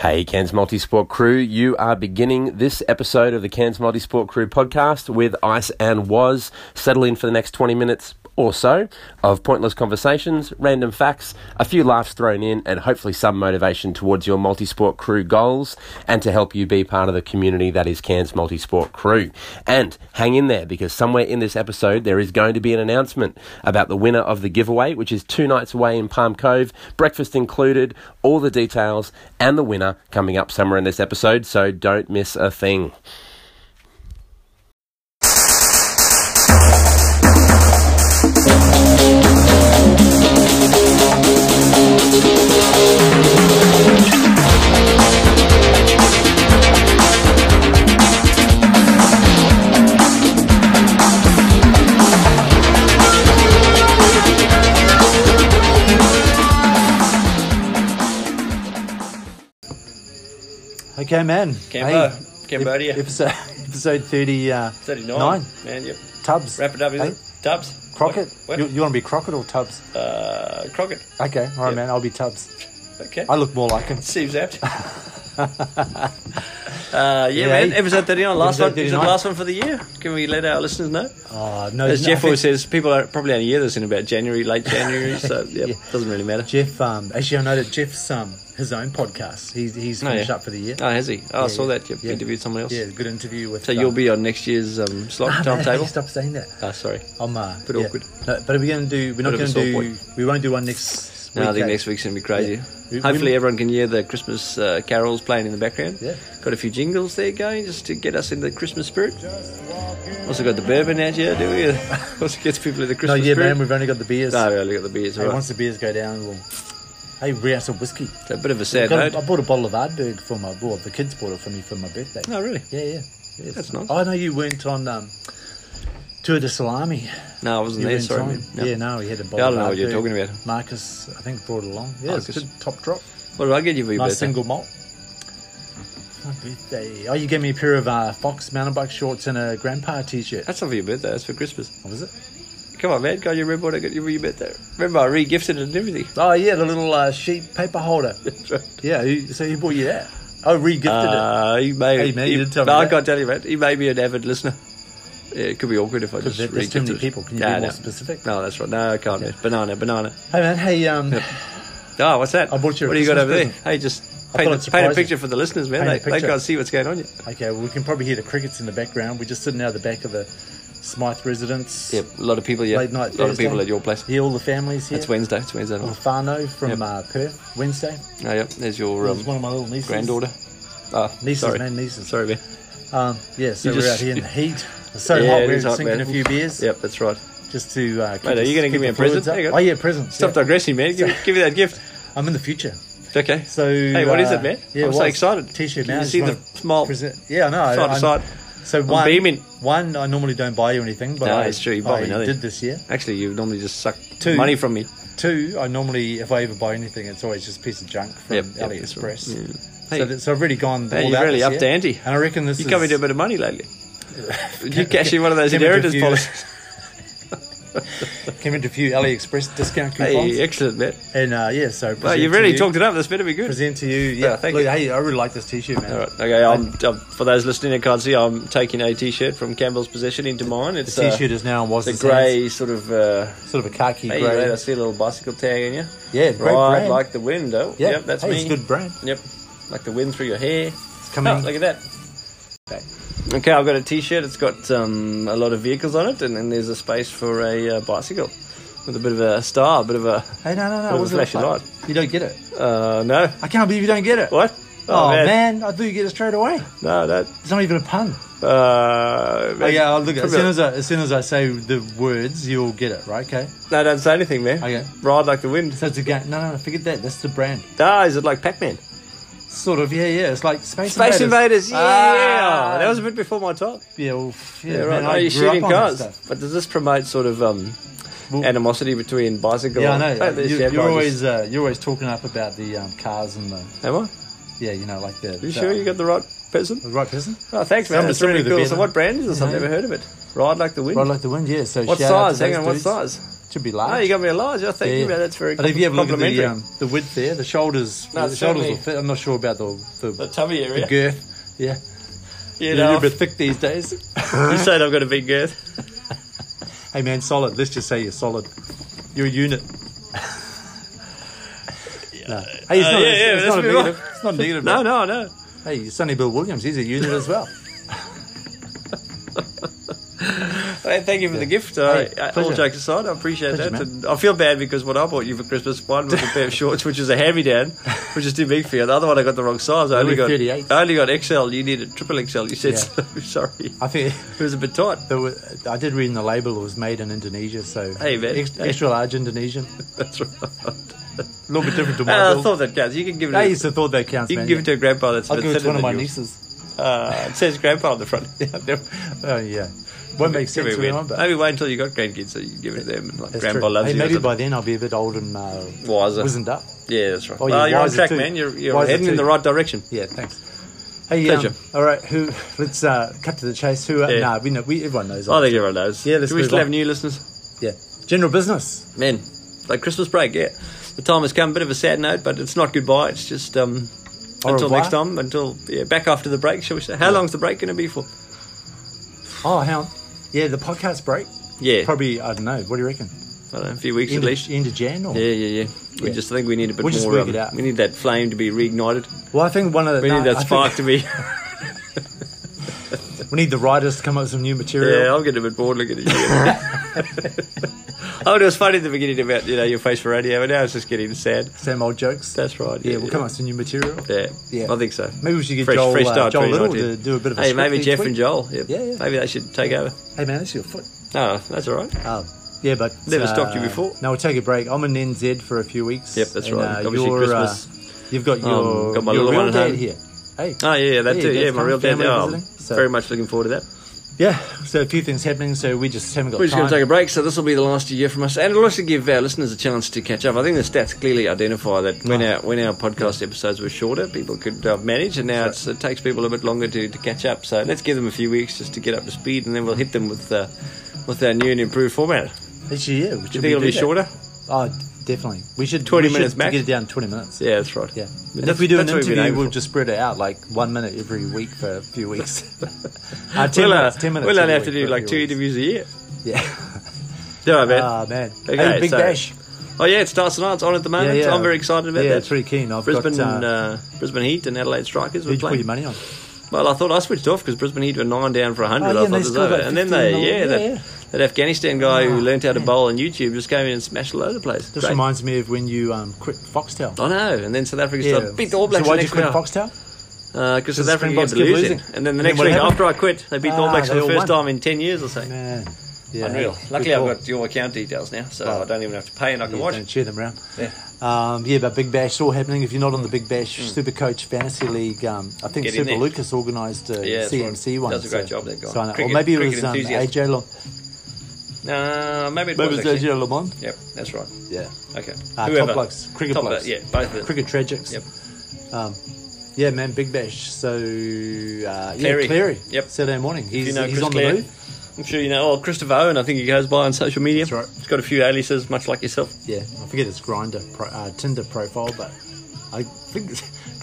Hey, Cairns Multisport crew, you are beginning this episode of the Cairns Multisport crew podcast with Ice and Was. Settle in for the next 20 minutes or so of pointless conversations, random facts, a few laughs thrown in, and hopefully some motivation towards your multisport crew goals and to help you be part of the community that is Cairns Multisport crew. And hang in there because somewhere in this episode there is going to be an announcement about the winner of the giveaway, which is two nights away in Palm Cove, breakfast included, all the details, and the winner coming up somewhere in this episode, so don't miss a thing. Okay, man. Cambo. Cambodia. ep- Episode, episode 30, uh, 39. Nine. Man, yep. Tubbs. Wrap it up, is Hey, it? Dubs? Crockett. What? You, you want to be Crockett or Tubbs? Uh, Crockett. Okay, all right, Yeah. man. I'll be Tubbs. Okay. I look more like him. Seems apt. uh, yeah, man. hey. Episode 39. Episode Last one. Is it the 39. last one for the year? Can we let our listeners know? Oh, no, no, As I Jeff think- always says, people are probably only hear this in about January, late January, so yep, Yeah. doesn't really matter. Jeff, um, actually, I know that Jeff's um, his own podcast. He's, he's Oh, finished yeah. up for the year. Oh, has he? Oh, I saw that. Yep. Yeah. Interviewed someone else. Yeah, good interview with. So you'll be on next year's um, slot Ah, man, timetable? Stop saying that. Oh, sorry. I'm uh, Bit awkward. No, but we're going to do. We're not Bit of going a to sore do. point. We won't do one next. No, I week, think eh? next week's gonna be crazy. Yeah. We- Hopefully, we- everyone can hear the Christmas uh, carols playing in the background. Yeah. Got a few jingles there going just to get us in the Christmas spirit. Also got the bourbon out here, do we? also gets people in the No, Christmas yeah, spirit. man. We've only got the beers. no, we only got the beers. Hey, all right. Once the beers go down, we'll. Hey, we have some whiskey. It's a bit of a sad Got a- I note. bought a bottle of Ardberg for my well, the kids bought it for me for my birthday. No, Oh, really? Yeah, yeah. yeah That's it's- nice. I know you went on um, Tour de Salami. No, I wasn't You there. went Sorry, on. man. No. Yeah, no, he had a bottle. Yeah, I of don't know what you're Ardberg. talking about. Marcus, I think, brought it along. Yeah, it's a Marcus. good top drop. What did I get you for your Nice birthday? single malt. My birthday. Oh, you gave me a pair of uh, Fox mountain bike shorts and a grandpa t shirt. That's not for your birthday. That's for Christmas. What was it? Come on, man. God, you remember what I got you for your birthday? Remember, I re-gifted it and everything. Oh, yeah, the little uh, sheet paper holder. That's right. yeah, who, so who bought you that? I re gifted it. Uh, he may, Hey, mate, he- you didn't tell me no, I that. can't tell you, mate. He may be an avid listener. Yeah, it could be awkward if I Because just there- there's too re-gifted many it. people. Can you Nah, be more no. specific? No, that's right. No, I can't. mate. Banana, banana. Hey, man, hey, um, Oh, what's that? I bought you a What do you got Christmas over there? present. Hey, just I thought paint, a- I'd paint a surprise you. picture for the listeners, man. Paint a They, they picture. can't see what's going on yet. Okay, well, we can probably hear the crickets in the background. We're just sitting out the back of the Smythe residence. Yep, a lot of people. Yeah, Late night. a lot of Thursday. people at your place. Here, all the families here. It's Wednesday. It's Wednesday night. Fano from Yep. uh, Perth, Wednesday. It Oh, yep. There's your was one um, of my little nieces. granddaughter. Ah, Nieces, sorry. man, nieces. Sorry, man. Um, yeah, so You we're just- out here in the heat. It's so Yeah, hot. it We're is hot, sinking man. a few beers Yep, that's right. just to. Uh, keep Mate, are us- you gonna keep give me the a present? fluids up. Hang on. Oh yeah, present. Stop yeah. digressing, man. Give, give me that gift. I'm in the future. Okay. So hey, what is uh, it, man? Yeah, I'm so well, excited. T-shirt Can now. you Just see the wanna small? Present. Yeah, I know. Side to I'm- side. So one, beaming. one, I normally don't buy you anything, but No, I, it's true, you bought I me nothing. did this year. Actually, you normally just suck Two. money from me. Two, I normally, if I ever buy anything, it's always just a piece of junk from Yep, yep, that's right. AliExpress. Yeah. so, Hey. that, so I've really gone. Hey, all you've out really this upped year. the ante. And I reckon this You is come into a bit of money lately. you cash in one of those can we do a inheritance few- policies. came into a few AliExpress discount coupons. Hey, excellent, man. And uh, yeah, so Well, present you've to really you, talked it up. This better be good. Present to you, yeah. Yeah, thank Look, you. Hey, I really like this T-shirt, man. All right, okay. I'm, i for those listening who can't see, I'm taking a T-shirt from Campbell's possession into mine. It's The T-shirt is now on was the grey sort of. Uh, sort of a khaki hey, grey. mate, I see a little bicycle tag in you. Yeah, great Right, brand. like the wind. Oh, yeah, yep, that's hey, me. It's good brand. Yep, like the wind through your hair. It's coming. Oh, look at that. Okay, I've got a T-shirt. It's got um, a lot of vehicles on it, and then there's a space for a uh, bicycle with a bit of a star, a bit of a hey, no, no, Bit of no, a it wasn't flashing like- You don't get it. uh, no. I can't believe you don't get it. What? Oh, man. I thought you get it straight away. no, that. It's not even a pun. Uh, Oh, yeah, I'll look. As Come soon here. as I, as soon as I say the words, you'll get it, right? Okay. No, don't say anything, man. Okay. Ride like the wind. So it's a game. No, no, no. Forget that. That's the brand. Ah, is it like Pac-Man? Sort of. Yeah, yeah. It's like Space, Space Invaders. Yeah, Ah. that was a bit before my time. Yeah, well, f- yeah, Yeah, man, right. I Are you grew shooting up on that cars? stuff. But does this promote sort of um, Well- animosity between bicycle? Yeah, I know. Oh, there's you, Jabra you're just- always uh, you're always talking up about the um, cars and the Am I? yeah, you know, like the. You sure you got the right person? the right person? Oh, thanks, man. Somebody That's really sent me the cool. So, banner. what brand is this? I've Yeah. never heard of it. Ride like the wind. Right, like the wind. Yeah. So what shout out to size? Hang those on, what dudes. size? Should be Oh, large. you got me a large. Oh, thank Yeah. you, man. That's very But if you have a look at complimentary. the, um, the width there, the shoulders, No, the it's shoulders certainly- will fit. I'm not sure about the the, the tummy the area. girth. Yeah, you you know, are a bit thick these days. you said I've got a big girth. hey man, solid. Let's just say you're solid. You're a unit. No. Hey, it's not, Uh, yeah, it's, yeah, it's let's not a move on. negative. It's not a negative. No, mate. no, no. Hey, Sonny Bill Williams, he's a unit as well. Hey, thank you for the gift. Uh, Hey, I- all pleasure. jokes aside, I appreciate Pleasure, that. man. And I feel bad because what I bought you for Christmas, one was a pair of shorts, which is a hand-me-down, which is too big for you. The other one I got the wrong size. I only were got 38. I only got XL. You needed triple XL. You said Yeah. so. Sorry, I think it was a bit tight. there were, I did read in the label it was made in Indonesia, so Hey, man. ex- Hey. extra large Indonesian. That's right. A little bit different to my Uh, I build. thought that counts. You can give it. I a- used to thought that counts. you man, can give yeah. it to a grandpa that's a I'll bit give it to thinner one of than my yours. nieces. Uh, it says grandpa on the front. oh yeah, won't make Could be sense to weird. anyone, but Maybe wait until you got grandkids so you can give it to them. and, Like that's grandpa true. loves hey, you. Maybe that's by then I'll be a bit old and uh, a- wiser. wizened up. Yeah, that's right. Oh, Oh, yeah, you're on wiser track, too. man. You're, you're Wiser heading in too. the right direction. Yeah, thanks. Hey, Pleasure. um, all right, who? Let's uh, cut to the chase. Who? Uh, Yeah. Nah, we know. We everyone knows. I think everyone knows. Yeah, let's Do we move still on. have new listeners? yeah. General business. Man, like Christmas break, yeah. The time has come. Bit of a sad note, but it's not goodbye. It's just um, Au until revoir. next time. Until yeah, back after the break, shall we say? How long's the break going to be for? Oh, hang on. Yeah, the podcast break. Yeah, Probably I don't know. What do you reckon? I don't know, a few weeks End at least. of, end of Jan or? Yeah, yeah, yeah. We Yeah. just think we need a bit We'll more. just work um, it out. We need that flame to be reignited. Well, I think one of the We nah, need that I spark to be. Think we need the writers to come up with some new material. Yeah, I'm getting a bit bored looking at you. I thought it was funny at the beginning about you know your face for radio, but now it's just getting sad. Same old jokes. That's right. yeah, we'll come up with some new material. Yeah, Yeah. I think so. Maybe we should get Fresh, Joel, fresh uh, start. Joel Little 2019. to do a bit of a Hey, script maybe each Jeff week. and Joel. Yeah. Yeah, yeah. Maybe they should take over. Hey man, that's your foot. Oh, that's all right. Oh, yeah, but uh, Never stopped you before. No, we'll take a break. I'm in NZ for a few weeks. Yep, that's and, uh, right. Obviously you're, uh, Christmas. Um, you've got your, got my your little real one at dad home. here. Hey. Oh yeah, yeah, that Yeah, too. Dad's Yeah, my coming, real dad. family Oh, visiting, so- Very much looking forward to that. Yeah. So a few things happening. So we just haven't got We're just time. going to take a break, so this will be the last year from us, and it'll also give our listeners a chance to catch up. I think the stats clearly identify that when our when our podcast episodes were shorter, people could uh, manage, and now it's, it takes people a bit longer to, to catch up. So let's give them a few weeks just to get up to speed, and then we'll hit them with uh, with our new and improved format. Actually, yeah. Do you think it'll be shorter? Oh, definitely. We should 20 we should minutes max? Get it down to twenty minutes. Yeah, that's right. Yeah. And That's- if we do an that's what we've been interview, aiming we'll for. just spread it out like one minute every week for a few weeks. uh, 10 We'll, uh, minutes, 10 minutes we'll only every have to week do for a like two few weeks. interviews a year. Yeah. Yeah, man. Ah, man. Okay, hey, Big so- Bash. oh yeah, it starts tonight. It's on at the moment. I'm very excited about yeah, that. pretty keen. I've Brisbane got, uh, and uh, Brisbane Heat and Adelaide Strikers were Who'd you put playing. your money on? Well, I thought I switched off because Brisbane Heat were nine down for 100. Oh, yeah, and I thought they it was scored over. like and then 15 they, all- yeah, yeah, that, yeah. that Afghanistan guy who Oh, learned how to man. bowl on YouTube just came in and smashed all over the place. This Great. Oh, reminds me of when you um, quit Foxtel. I know. And then South Africa started beat the All Blacks so the why'd you next quit round. Foxtel? Because South the Africa kept Springboks kept losing. losing. And then the And next what week happened? after I quit, they beat the All Ah, Blacks for they the all first won. time in 10 years or so. Man. Yeah. Unreal. Good Luckily, I've call. got your account details now, so Wow. I don't even have to pay and I can Yeah, watch don't it. cheer them around. Yeah. Hmm. Um, yeah, but Big Bash, it's all happening. If you're not on the Big Bash Super Coach Fantasy League, um, I think Get in Super there. Lucas organised a Yeah, that's CMC right. one. Does a great so job, that guy. sign up. Cricket- or maybe it cricket was um, enthusiast. AJ Le- Uh, maybe it maybe it was. was actually. AJ Lamont. Yep, that's right. Yeah. Okay. Uh, top Whoever. blokes, cricket Top blokes. blo- Yeah, both of them. Cricket Tragics. Yep. Um, yeah, man, Big Bash. So, uh, yeah, Cleary. Cleary. Yep. Saturday morning. He's, you know he's Chris on Cleary. the move. I'm sure you know. Oh, Christopher Owen, I think he goes by on social media. That's right. He's got a few aliases, much like yourself. Yeah, I forget his grinder, pro, uh, Tinder profile, but I think.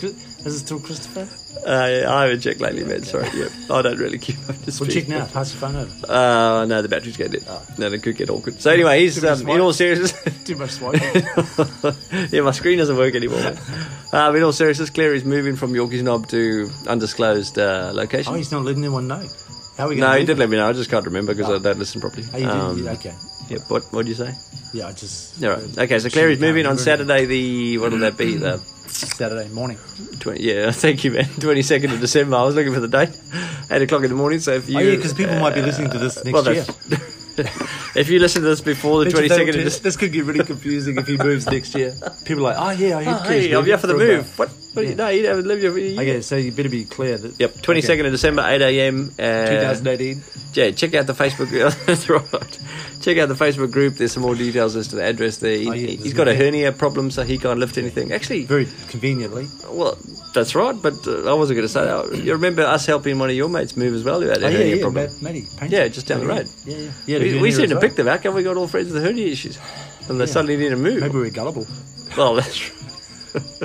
Is it still Christopher? Uh, I haven't checked lately, man. Sorry. Yep. I don't really keep up to Well, speed. check now. Ah. Pass your phone over. Uh, no, the battery's getting dead. No, it could get awkward. So anyway, he's Too much um, swipe. in all seriousness. Too much swiping. yeah, my screen doesn't work anymore. Man. Um, in all seriousness, Claire is moving from Yorkies Knob to undisclosed uh, location. Oh, he's not letting anyone know. How are we going no, to he did let me know. I just can't remember because I don't listen properly. Oh, you did? Um, Yeah, okay. Yeah, what what did you say? Yeah, I just. Yeah, right. Okay, so Claire is Can't moving on remember. Saturday. The what will that be? The Saturday morning. 20, yeah, thank you, man. Twenty second of December. I was looking for the date. Eight o'clock in the morning. So if you, Uh, oh, yeah, because people might be listening to this next well, year. that's- if you listen to this before the Bet you twenty they'll second of just- December, This could get really confusing if he moves next year. People are like, oh, yeah, I heard oh, Chris hey, I'm moving here for the from, uh, move. What? What do you, no, you don't live your. You, Okay, so you better be clear that Yep, twenty second of December, eight a.m. Uh, 2018. Yeah, check out the Facebook. that's right. Check out the Facebook group. There's some more details as to the address there. He, Oh, yeah, he's got a there's- hernia problem, so he can't lift anything. Actually, Very conveniently. well, that's right. But uh, I wasn't going to say that. You remember us helping one of your mates move as well, who had a Oh, yeah, hernia yeah, problem. Matt- Matty, paint Yeah, it. just down the road. Yeah, yeah. yeah we, we seem to pick the. them out. Haven't we got all friends with hernia issues, and Yeah. they suddenly need to move. Maybe we're gullible. Well, that's.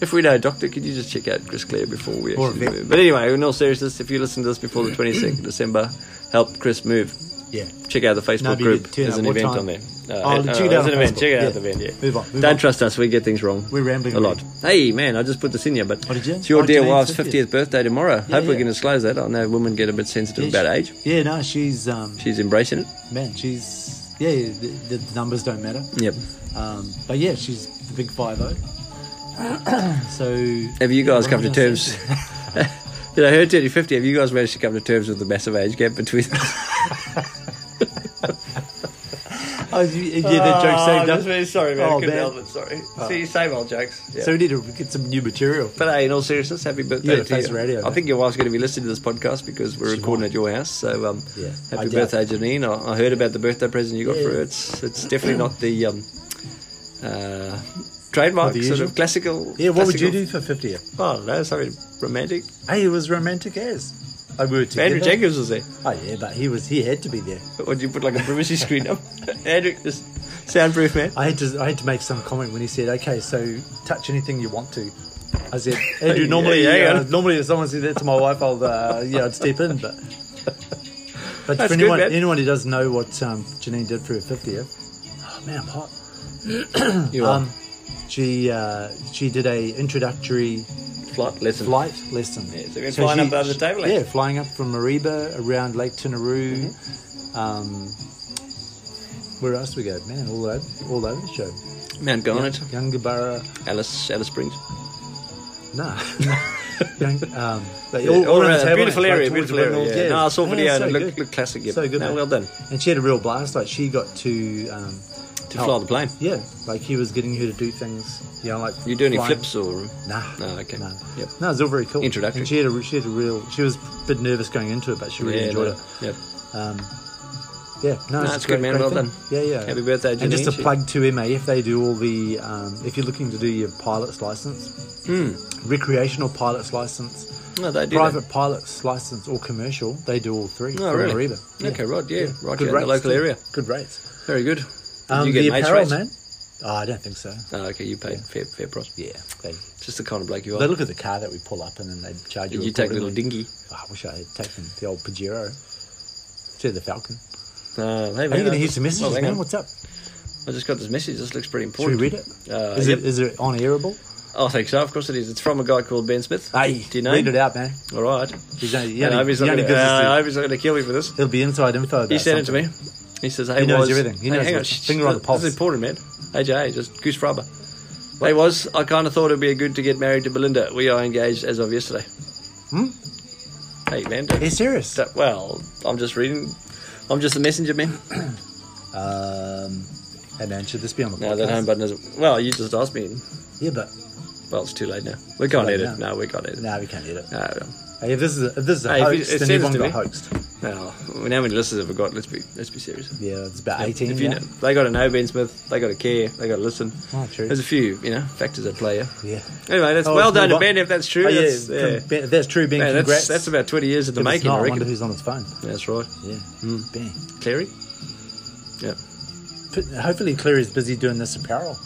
If we know, Doctor, could you just check out Chris Clare before we Or actually Vic. move? But anyway, in all seriousness, if you listen to this before the 22nd of December, help Chris move. Yeah. Check out the No, Facebook but you group. could turn There's up. an What event time? on there. Oh, uh, check it uh, out There's on an event. Facebook. Check it Yeah. out the event. Yeah. Move on, move Don't on. trust us. We get things wrong. We're rambling a lot. already. Hey man, I just put this in here, but Oh, did you? it's your Oh, dear Janine's wife's 50th. 50th birthday tomorrow. Hope we yeah. can disclose that. I know women get a bit sensitive Yeah, about she- age. Yeah, no, she's um, She's embracing it. man, she's yeah. yeah, The, the numbers don't matter. Yep. Um, but yeah, she's the big five zero. so Have you guys What come am I to gonna terms? say? Did I heard 30, 50? Have you guys managed to come to terms with the massive age gap between Oh, you- yeah, Ah, that joke saved up. sorry, Oh, man. I couldn't help it. Sorry. See, same old jokes. So we need to get some new material. But hey, in all seriousness, happy You birthday got a to face you. radio, I mate. think your wife's going to be listening to this podcast because we're She recording might. at your house. So um, Yeah. I happy doubt birthday, Janine. I, I heard about the birthday present you got Yeah. for her. It's it's definitely not the um, uh, trademark Not the sort usual. of classical. Yeah, what would you classical- do for 50th? I don't know, something romantic. Hey, it was romantic as. I we were together. Andrew Jacobs was there. Oh yeah, but he was he had to be there. Or did you put like a privacy screen up? Andrew, this soundproof man. I had to I had to make some comment when he said, "Okay, so touch anything you want to." I said, "Andrew, Yeah, normally yeah. uh, normally if someone said that to my wife, I'll uh, yeah, I'd step in." But but That's for good, anyone man. anyone who doesn't know what um, Janine did for her fiftieth, oh man, I'm hot. You are Um, she uh, she did a introductory flight lesson. flight lesson. Yeah, so we're flying up over the table, eh? Yeah, flying up from Mariba around Lake Tinaroo. Mm-hmm. Um, where else we go? Man, all over, all over the show. Mount Garnet, Youngabara, Alice, Alice Springs. nah. Young, um, but Yeah, all the around, table, beautiful like, area, towards beautiful the area. Reynolds, Yeah. No, I saw Yeah, video so and it looked, good. looked classic. yeah. So good, No, man. well done. And she had a real blast. Like she got to um, To help. fly the plane. Yeah, like he was getting her to do things. You know, like You do any flying- flips or Nah. No, okay. No. Yep. No, it was all very cool. Introductory. And she had a she had a real she was a bit nervous going into it, but she really Yeah, enjoyed no. Yep. it. Um, yeah, no, it's it's a good, great, man. great Well thing. done. Yeah, yeah. Happy birthday, And just Janine. to She- plug to MAF, they do all the um, if you're looking to do your pilot's license, recreational pilot's license, No, Hmm. they do. private pilot's license, or commercial, they do all three. Oh, from really? Mariba. Okay, right, yeah, right Good here in the rates, local too. area. Good rates. that. Very good. Did Um, you get the mates apparel, rates? man. Oh, I don't think so. Oh, okay, you paid fair, fair price. Yeah, they It's just the kind of bloke you they are. look at the car that we pull up and then they charge you. you take a little accordingly. dinghy. Oh, I wish I had taken the old Pajero. Instead of the Falcon. Uh, hey, Are you man, going I- to hear some messages, oh, hang man? on. What's up? I just got this message. This looks pretty Should we important. read it? Is Uh, it? Is it on airable? I think so. Of course it is. It's from a guy called Ben Smith. Hey, do you know? read him? it out, man. All right. He's only, he Man, I hope only, he's he not only gonna- gives us uh, I the- hope he's not going to kill me for this. It'll be inside info about He sent something. it to me. He says, "Hey, He knows was, everything. He hey, knows hang on, everything. shh, Finger on the pulse. This is important, man. AJ, just goose rubber. Hey, was I kind of thought it'd be good to get married to Belinda. We are engaged as of yesterday. Hmm. Hey, man. don't- He's serious. don't- well, I'm just reading. I'm just a messenger, man. Um, hey, man, should this be on the No, podcast? that home button is. Well, you just asked me. Yeah, but Well, it's too late now. We can't late edit. now. No, we can't edit. no, we can't edit. No, no. Hey, if this is a, if this is a Hey, if it- hoax, it then says everyone to got me. hoaxed. Well, I mean, how many listeners have we got? Let's be let's be serious. Yeah, it's about eighteen. If you yeah. know, they got to know Ben Smith. They got to care. They got to listen. Oh, true. There's a few, you know, factors at play. Yeah. yeah. Anyway, that's Oh, well it's done to Milwaukee. Ben if that's true. Oh, yeah, that's, yeah. con- Ben- that's true, Ben. Man, that's, congrats. that's about 20 years at the If it's making, not, I I wonder reckon. Hmm. who's on his phone. That's right. Yeah, Ben. Cleary? Yeah. But Hopefully, Clary's busy doing this apparel.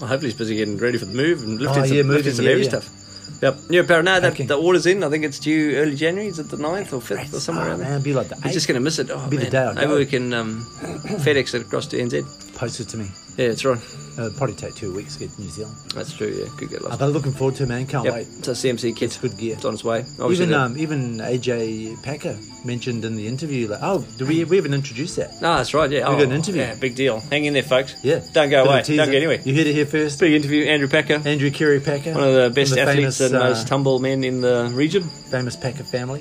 Well, hopefully he's busy getting ready for the move and lifting Oh, some, yeah, lifting moving, some yeah, heavy yeah. stuff. Yep. New apparel. No, that, Okay. the order's in. I think it's due early January. Is it the 9th or 5th or somewhere Oh, around there? man, be like the We're just 8th. going to miss it. Oh, Be the man. day I Maybe go. we can um, FedEx it across to NZ. Post it to me. Yeah, that's right. Uh, it'll probably take two weeks to get to New Zealand. That's true. Yeah, could get Uh, lost. but looking forward to it, man. Can't yep. wait. So CMC kit. It's good gear. It's on its way. Obviously Even the- um, even AJ Packer mentioned in the interview, like, oh, do we we haven't introduced that? No, that's right. Yeah, Oh, We've got an interview. Yeah, big deal. Hang in there, folks. Yeah, don't go Bit of away. teaser. Don't go anywhere. You heard it here first. Big interview. Andrew Packer, Andrew Kerry Packer, one of the best from athletes famous, and uh, most humble men in the region. famous Packer family.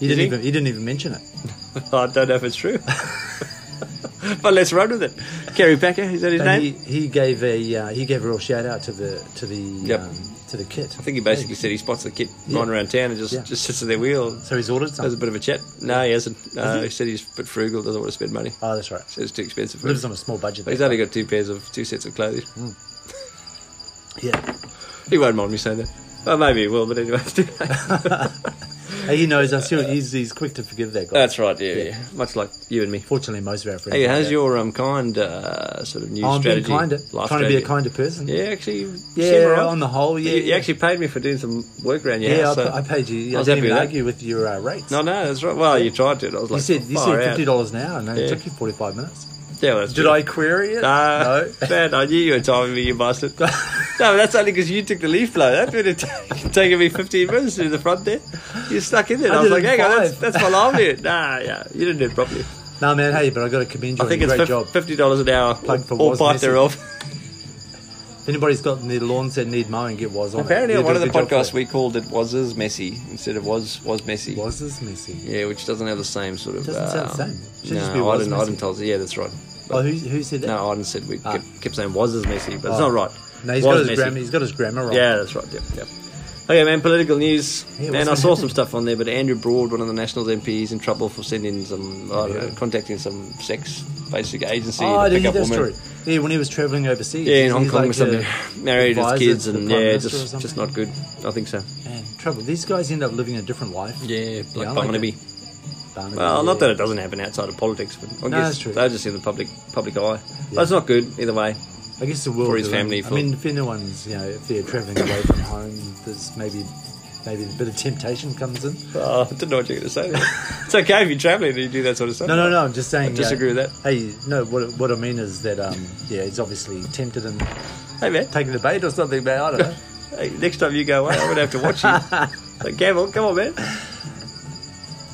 He Did didn't he? even he didn't even mention it. I don't know if it's true, but let's run with it. Kerry Packer, is that his But name? he, he gave a uh, he gave a real shout out to the to the Yep. um, to the kit. I think he basically said he spots the kit going around town and just, Yeah. just sits at their wheel. So he's ordered Has a something. bit of a chat. No, he hasn't. No, he? said he's a bit frugal, doesn't want to spend money. Oh, that's right. Said it's too expensive. For him. Lives on Mm. a small budget. But he's there. only got two pairs of two sets of clothing. yeah. He won't mind me saying that. Well, maybe he will, but anyway. Hey, he knows us. He'll- He's, he's quick to forgive that guy. That's right. Yeah, yeah, Much like you and me. Fortunately, most of our friends. Hey, are how's like your um kind uh, sort of new that. Oh, I'm being strategy? kinder. life Trying to strategy? be a kinder person. Yeah, actually. you seem all Yeah, right. on the whole, yeah. you, you actually paid me for doing some work around your yeah, house. I, so- I paid you. I I, was didn't happy even with that. argue with your uh, rates. No, no, that's right. Well, you tried to. I was You like, said you far said out. fifty dollars an hour, and then Yeah. it took you forty five minutes. Yeah, well, that's Did true. I query it? Uh, no. Man, I knew you were timing me, you bastard. no, but that's only because you took the leaf blow. That would have ta- taken me 15 minutes through the front there. You stuck in there. I, I was did like, it hang in on, that's, five. that's my alarm here. Nah, yeah, you didn't do it properly. No, man. Hey, but I got to commend you. I think on it's your great fif- job. $50 an hour, Plug for or Woz part Messy. thereof. If anybody's got their lawns that need mowing, get was on. it. Apparently, You on do one of a the good job podcasts, we called it Was Is Messy instead of Was Was Messy. for it. was this messy. Yeah, which doesn't have the same sort of. Doesn't sound the um, same. Should no, just be I Was didn't. I Messy. didn't tell us. Yeah, that's right. Oh, who, who said that? No, I didn't said we Ah. kept, kept saying was as messy, but it's Oh. not right. No, he's Was got his messy. grammar. He's got his grammar wrong. Yeah, that's right. Yep, yep. Okay, man. Political news. Yeah, man, what's I been saw some happening? stuff on there, but Andrew Broad, one of the Nationals MPs, in trouble for sending some, I don't know, contacting some sex basic agency Oh, I to didn't pick hear up that women. story. Yeah, when he was travelling overseas. Yeah, in Hong he's Kong like, or something. uh, Married his advisor kids to the and Prime yeah, Minister or just something. just not good. I think so. Man, trouble. These guys end up living a different life. Yeah, like I like Barnaby. Barnaby, Well, not yeah. that it doesn't happen outside of politics, but I guess that's true. they're just in the public public eye. But it's not good either way. I guess the world For his is on- family, I for- mean, if anyone's, you know, if they're travelling away from home, there's maybe maybe a bit of temptation comes in. Oh, I didn't know what you were going to say. there. it's okay if you're travelling and you do that sort of stuff. No, no, no. I'm just saying. uh, disagree with that. Hey, no. What what I mean is that, um, yeah, he's obviously tempted and Hey, man. taking the bait or something. But I don't know. Hey, next time you go away, I'm going to have to watch you. like, Gamble, come on, man.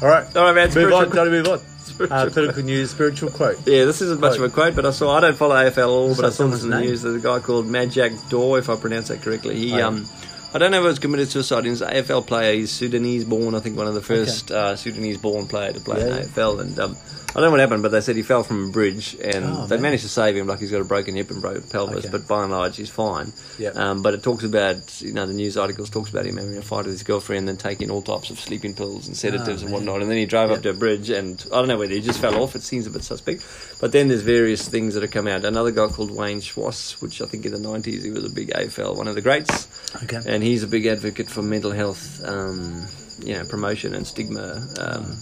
All right, All right, man. move spiritual on. qu- Gotta move on. Spiritual Uh, political news, spiritual quote. Yeah, this isn't much of a quote, but I saw. I don't follow AFL at all, but I like saw this someone's in the name. news. There's a guy called Majak Dor, if I pronounce that correctly. Oh, He, um, I don't know if it was committed suicide. He was an AFL player. He's Sudanese born. I think one of the first uh, Sudanese born player to play Yeah, yeah. in AFL. And um, I don't know what happened, but they said he fell from a bridge, and Oh, they man. managed to save him. Like he's got a broken hip and broken pelvis, Okay. but by and large, he's fine. Yep. Um, but it talks about you know the news articles talks about him having a fight with his girlfriend, and taking all types of sleeping pills and sedatives and man. whatnot, and then he drove up to a bridge, and I don't know whether he just fell off. It seems a bit suspect. But then there's various things that have come out. Another guy called Wayne Schwass, which I think in the 90s he was a big AFL, one of the greats, Okay. and he's a big advocate for mental health, um, you know, promotion and stigma, um,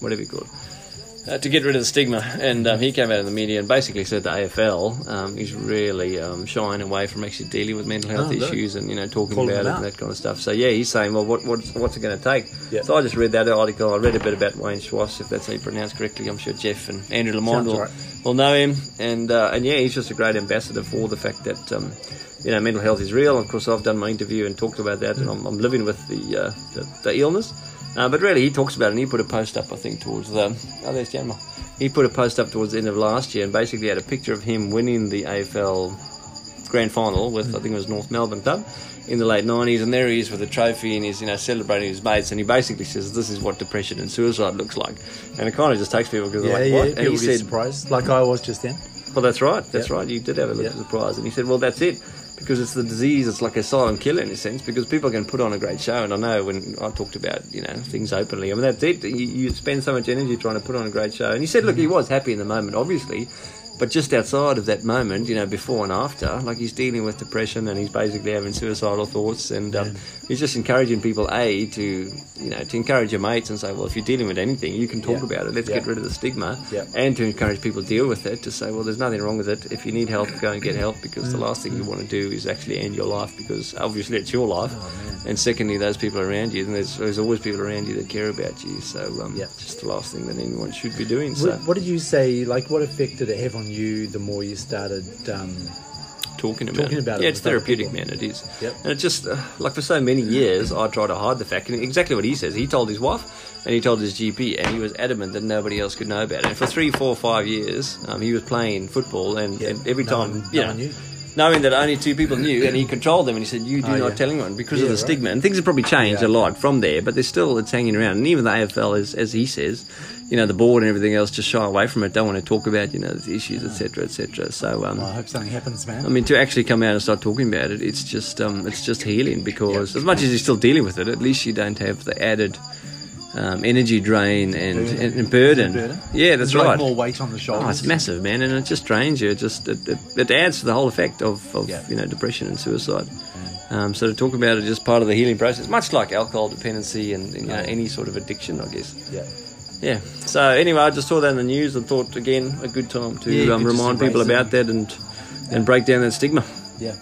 whatever you call it. Uh, to get rid of the stigma, and um, he came out in the media and basically said the AFL um, is really um, shying away from actually dealing with mental health Oh, look. issues and you know talking Calling about them it out. and that kind of stuff. So yeah, he's saying, well, what, what's, what's it going to take? Yeah. So I just read that article. I read a bit about Wayne Schwass, if that's how you pronounce it correctly. I'm sure Jeff and Andrew Sounds Lamond will, right. will know him, and uh, and yeah, he's just a great ambassador for the fact that. Um, you know, mental health is real. Of course, I've done my interview and talked about that, and I'm, I'm living with the uh, the, the illness. Uh, but really, he talks about it. and He put a post up, I think, towards the oh, there's Janma. He put a post up towards the end of last year, and basically had a picture of him winning the AFL grand final with I think it was North Melbourne Club in the late nineties, and there he is with a trophy and he's you know celebrating his mates, and he basically says this is what depression and suicide looks like, and it kind of just takes people because Yeah, they're like yeah. what? and People he get said, surprised, like I was just then. well, that's right, that's Yep. right, you did have a little Yep. surprise, and he said, well, that's it. Because it's the disease, it's like a silent killer in a sense. Because people can put on a great show, and I know when I talked about you know things openly, I mean that's it. You, you spend so much energy trying to put on a great show, and he said, look, Mm-hmm. he was happy in the moment, obviously, but just outside of that moment, you know, before and after, like he's dealing with depression and he's basically having suicidal thoughts, and um, he's just encouraging people a to you know to encourage your mates and say, well, if you're dealing with anything, you can talk Yeah. about it. Let's Yeah. get rid of the stigma, Yeah. and to encourage people to deal with it. To say, well, there's nothing wrong with it. If you need help, go and get help because the last thing you want to do is actually end your life because obviously it's your life, and secondly, those people around you, and there's, there's always people around you that care about you. So um, Yeah. just the last thing that anyone should be doing. So What, what did you say? Like, what effect did it have on you? The more you started, um, talking about Talking it. about it yeah, it's with other therapeutic, people. man. It is. Yep. And it just uh, like for so many years, I tried to hide the fact. And exactly what he says. He told his wife, and he told his GP, and he was adamant that nobody else could know about it. And for three, four, five years, um, he was playing football, and, and every no time, one- you no know, one knew. knowing that only two people knew, and he controlled them, and he said, "You do Oh, not yeah. tell anyone," because Yeah, of the right. stigma. And things have probably changed Yeah. a lot from there, but there's still it's hanging around. And even the AFL, is, as he says, you know, the board and everything else just shy away from it, don't want to talk about you know the issues, etc., etc. So. Um, I hope something happens, man. I mean, to actually come out and start talking about it, it's just um, it's just healing because as much as you're still dealing with it, at least you don't have the added um, energy drain and burden. And, and burden. Burden? Yeah, that's There's like right. more weight on the shoulders. Oh, it's massive, man, and it just drains you. It just it, it, it adds to the whole effect of, of Yeah. Mm. you know depression and suicide. Um, so to talk about it is just part of the healing process, much like alcohol dependency and, and, you know, any sort of addiction, I guess. Yeah. Yeah. So anyway, I just saw that in the news and thought again a good time to Yeah, you um, could just remind people embrace it. about that and and break down that stigma. Yeah.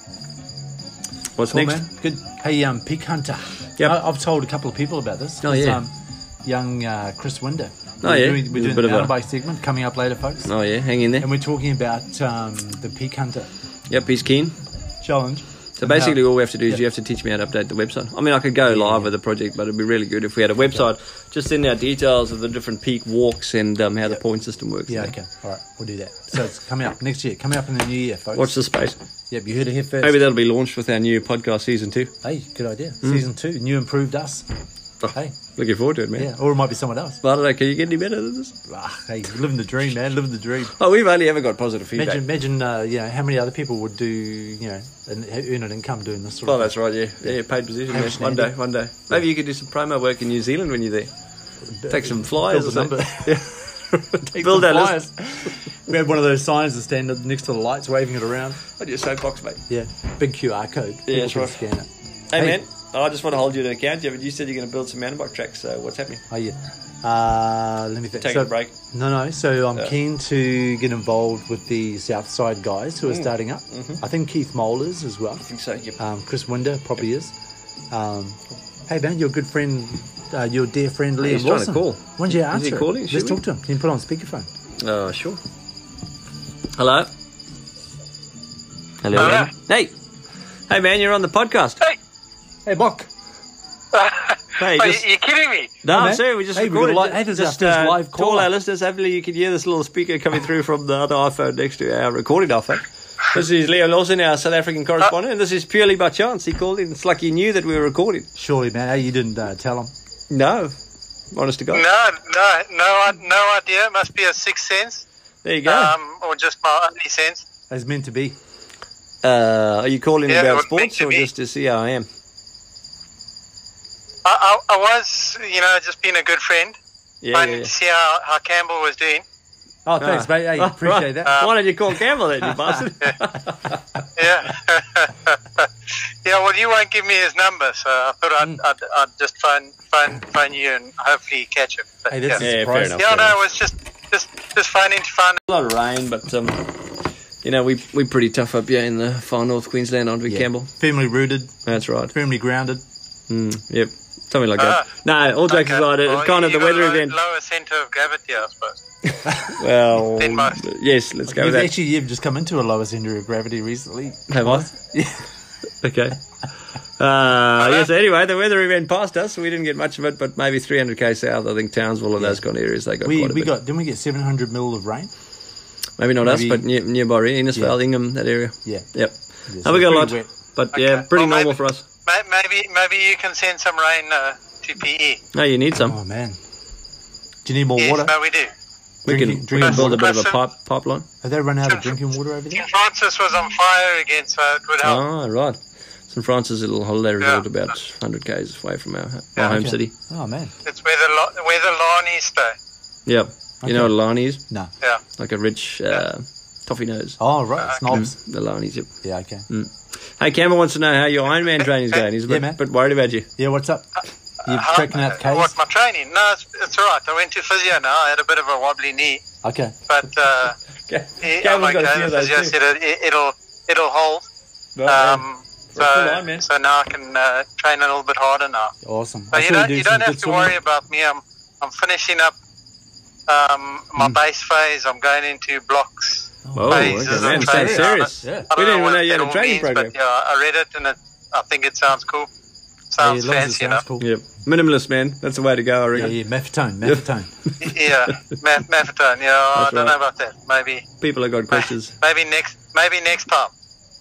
What's Cool, man. next? Good. Hey, um, Pig Hunter. Yep. I, I've told a couple of people about this. Oh, It's, yeah. Um, young uh, Chris Winder. Oh, we're yeah. Doing, He's we're a doing bit the of a- mountain bike segment coming up later, folks. Oh yeah, hang in there. And we're talking about um, the Pig Hunter Yep, he's keen. challenge. So basically, all we have to do is Yeah. you have to teach me how to update the website. I mean, I could go live with the project, but it'd be really good if we had a website. Just send out details of the different peak walks and um, how the point system works. Yeah, okay. All right, we'll do that. So it's coming up next year. Coming up in the new year, folks. Watch the space. Yep, you heard it here first. Maybe Hmm. that'll be launched with our new podcast season two. Hey, good idea. Season two, new improved us. Oh. Hey, Looking forward to it, man. yeah. Or it might be someone else. But I don't know, can you get any better than this? Ah, hey, living the dream, man. Living the dream. Oh, we've only ever got positive feedback. Imagine, imagine, uh, you know, how many other people would do, you know, and earn an income doing this sort Oh, of that's right, yeah. Yeah, paid position. man. much One now, day, one day. Maybe you could do some promo work in New Zealand when you're there. Take some flyers Build or a something. number. Take Build that list. We had one of those signs that stand up next to the lights, waving it around. I just say box, mate. Yeah, big QR code. People that's can right. Scan it. Hey, Hey. man, Oh, I just want to hold you to account. Yeah, but you said you're going to build some mountain bike tracks. So what's happening? Oh yeah. Uh, let me think. Taking so, a break. No, no. So I'm Yeah. keen to get involved with the Southside guys Mm. who are starting up. Mm-hmm. I think Keith Mollers as well. I think so. Yep. Um, Chris Winder probably is. Um, hey man, your good friend, uh, your dear friend Liam He's trying to Lawson. call. Why don't you Is he answer? it? calling? Let's Should we? talk to him. Can you put on speakerphone? Uh, Oh, sure. Hello. Hello. Hello. Hey. Hey, man, you're on the podcast. Hey. Hey, Bock. Hey, Are just, you, you kidding me? no, Hey, I'm man. sorry, we just Hey, we've got recorded. a li- hey, this is our just uh, first live to all caller. our listeners, hopefully you can hear this little speaker coming through from the other iPhone next to our recorded iPhone. This is Leo Lawson, our South African correspondent, and this is purely by chance. He called in. It's like he knew that we were recording. Surely, man. Hey, you didn't uh, tell him. No. Honest to God. No, no, no, i- no idea. It must be a sixth sense, There you go. um, or just my only sense. It's meant to be. Uh, are you calling Yeah, it about was meant sports to or be. just to see how I am? I, I, I was, you know, just being a good friend, Yeah. trying to see how, how Campbell was doing. Oh, thanks, mate. Hey, Ah, appreciate right. that. Why don't you call Campbell then, you bastard? Yeah, yeah. Well, you won't give me his number, so I thought I'd, Hmm. I'd, I'd just phone, phone, phone you and hopefully catch him. But, Hey, that's yeah, a Yeah, fair surprise. enough. yeah. No, it was just, just, just phoning to find. A lot of rain, but um, you know we we pretty tough up here in the far north Queensland, aren't we, Yeah. Campbell? Firmly rooted, That's right. firmly grounded. Hmm. Mm, yep, something like Ah. that. No, all jokes Okay. aside, it's Well, kind of you the got weather low- event. Lower centre of gravity, I suppose. Well, Then most. yes, let's go with You've that. actually you've just come into a lower center of gravity recently. Have I? okay. Uh, yeah, so anyway, the weather event passed us. We didn't get much of it, but maybe 300k south. I think Townsville and those kind of areas they got We quite a we bit. got didn't we get seven hundred mil of rain? maybe not us, maybe- but near, nearby Innisfail, Ingham, that area. Yeah. Yep. Yes, Oh, we got a lot, pretty wet. but yeah, Okay. pretty Well, normal maybe- for us. May- Maybe, maybe you can send some rain uh, to PE. No, you need some. Oh man. Do you need more Yes, water? no, we do. we can drinking- we can drinking build a bit of a water. pipe, pipeline. Have they run out of drinking water over there? St. Francis was on fire again, so it would help. Ah, right. St. Francis, a little holiday resort Yeah. about 100 k's away from our, our Yeah, home okay. city. Oh man. It's where the lo- where the Lani stay. Yep. You know what a Lani is? No. Yeah. Like a rich uh, toffee nose. Oh Uh, right, snobs. The Lani's, yep. Yeah, okay. Mm. Hey, Cameron wants to know how your Ironman training's going. He's a Yeah, bit, man. bit worried about you. Yeah, what's up? You're How- tracking out uh, K's? What my training? No, it's, it's all right. I went to physio now. I had a bit of a wobbly knee, Okay. but uh, Cam- he, oh Cameron's my got a few God, of the those physio too. said it, it, it'll it'll hold. Well, yeah. Um, For a full so, Ironman. so now I can uh, train a little bit harder now. Awesome. But I you saw don't you some don't have good to worry swimming. about me. I'm I'm finishing up um, my Mm. base phase. I'm going into blocks. Oh, okay, phases man, of it sounds training. serious. Yeah. I We didn't don't know even what know you had a it all training means, program. But yeah, I read it and it, I think it sounds cool. Yeah, as Sounds long as it fancy sounds enough. cool. Yep. Minimalist, man. That's the way to go, I Yeah, reckon. yeah, methadone, methadone. yeah, math, mathadone. Yeah, I That's don't right. know about that. Maybe, People have got questions. maybe next, maybe next time.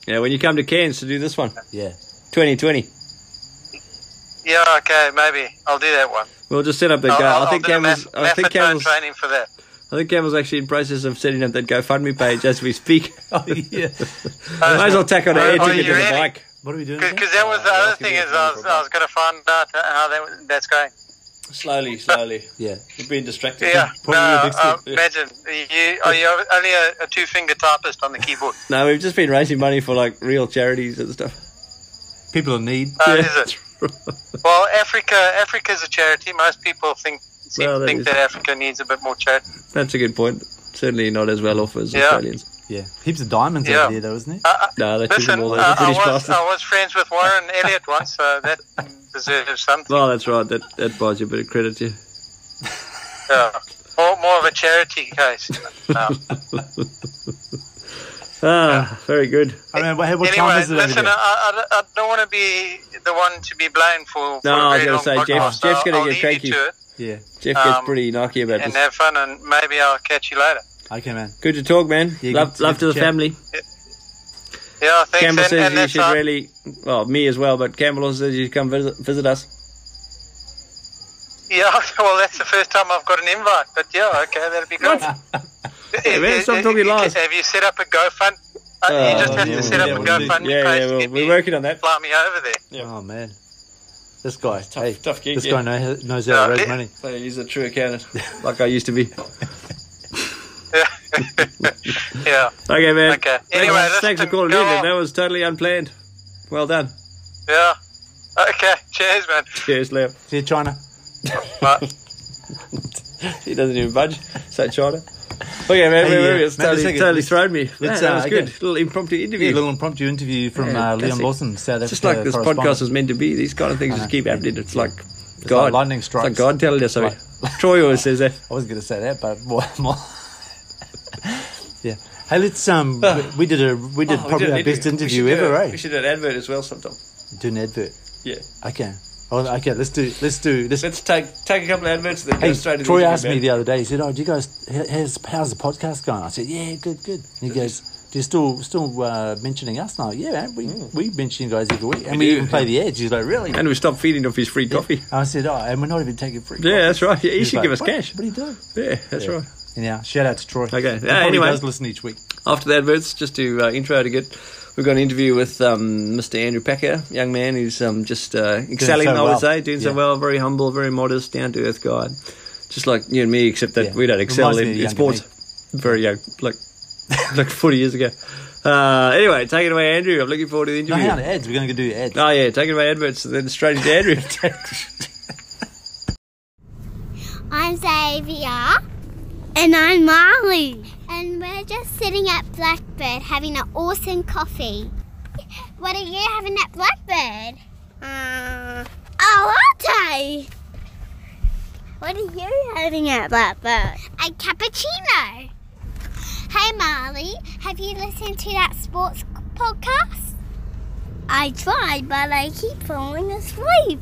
Yeah, when you come to Cairns to do this one, Yeah. 2020, Yeah, okay, maybe I'll do that one. we'll just set up the. Go- I'll, uh, I'll, I think I'll do Cameron's. meth- I think methadone Cameron's. training for that. I think Cameron's actually in process of setting up that GoFundMe page as we speak. Oh, yeah. Oh, Might as well tack on a air Are- are ticket to you the ready? bike. What are we doing? again? Because that was the Uh, other I'll thing give is you I a was, phone call I was going to find out how that, that's going. Slowly, slowly. Yeah. You've been distracted. Yeah, Probably no, the big uh, step, yeah. imagine you are you only a, a two finger typist on the keyboard. No, we've just been raising money for like real charities and stuff. People in need. Uh, Yeah. Is it? Well, Africa Africa's a charity. Most people think seem Well, to that think is- that Africa needs a bit more charity. That's a good point. Certainly not as well off as Yeah. Australians. Yeah. Heaps of diamonds Yeah. over there, though, isn't it? Uh, No, they treat listen, them uh, all as I British was bastards. I was friends with Warren Elliott once, so that deserves something. Well, that's right. That that buys you a bit of credit, yeah. Yeah. Uh, More, more of a charity case. Uh, No. Ah, very good. I remember. Hey, what time anyway, is it over listen, I, there? I, I don't want to be the one to be blamed for. for No, a I was very gonna long say, Jeff- podcast, so Jeff's gonna I'll get leave cranky. you to it Yeah. Jeff gets Um, pretty narky about and this. have fun, and maybe I'll catch you later. Okay, man. Good to talk, man. Yeah, love, good- love good to the to chat. family. Yeah, thanks. Campbell and, says and you that's should all. really, well, me as well, but Campbell also says you should come visit, visit us. Yeah, well, that's the first time I've got an invite, but yeah, okay, that'd be good. Hey, man, stop Eh, eh, talking eh, lies. Oh, Have you set up a GoFund? Uh, you just have yeah, to set up yeah, a we'll do- GoFund Yeah, yeah, page. well, if we're you working on that. Fly me over there. Yeah. Oh man, this guy. Tough, hey, tough gig. this yeah. guy know, knows how to Uh, raise it- money. So he's a true accountant, like I used to be. Yeah, Okay, man. Okay. Thanks- Anyway, thanks, listen, for calling go in. then. on. That was totally unplanned. Well done. yeah. Okay, cheers, man. Cheers, Liam. See you, China. Bye. He doesn't even budge. So China. Okay, man. Hey, where yeah. were we? It's Mate, totally, second, totally let's- thrown me. Man, let's, that uh, was good. again. Little impromptu interview. Yeah, a little impromptu interview from Yeah, uh, Liam classic. Lawson, South Africa. just like this podcast correspondent. Uh-huh. was meant to be. These kind of things just keep happening. It's like God. like lightning It's strikes. like God telling us something. Troy always says that. I was going to say that, but more. more yeah. Hey, let's um. Uh. we- we did a we Oh, did probably our best interview ever, eh? We should do an advert as well sometime. Do an advert. Yeah. Okay. Oh, okay. Let's do. Let's do. Let's. Let's take take a couple of adverts and then go straight hey, to Troy the asked me interview, the other day. He said, "Oh, do you guys? how- How's how's the podcast going?" I said, "Yeah, good, good." And he goes, "Do you still still uh, mentioning us?" now? yeah, man, we we mention you guys every week, and we, Mm. We do, even play the ads. He's like, "Really?" man. And we stopped feeding off his free coffee. I said, "Oh, and we're not even taking free." Yeah, that's right. Yeah, he He's should like, give us "What? cash. What are you doing? Yeah, that's right. Anyhow, shout out to Troy. Okay, yeah, He probably anyway. does listen each week. After the adverts, just to uh, intro to get, we've got an interview with um, Mr. Andrew Packer, young man who's um, just uh, excelling, so I would well. say, doing so Yeah. well, very humble, very modest, down to earth guy. Just like you and me, except that Yeah. we don't excel Reminds in, me of in younger sports. Very young, like like 40 years ago. Uh, anyway, take it away, Andrew. I'm looking forward to the No, interview. hang on, ads. We're going to do ads. oh, yeah, take it away, adverts, and then straight into Andrew. I'm Xavier. And I'm Marley. And we're just sitting at Blackbird having an awesome coffee. What are you having at Blackbird? Uh, a latte. What are you having at Blackbird? A cappuccino. Hey Marley, have you listened to that sports podcast? I tried, but I keep falling asleep.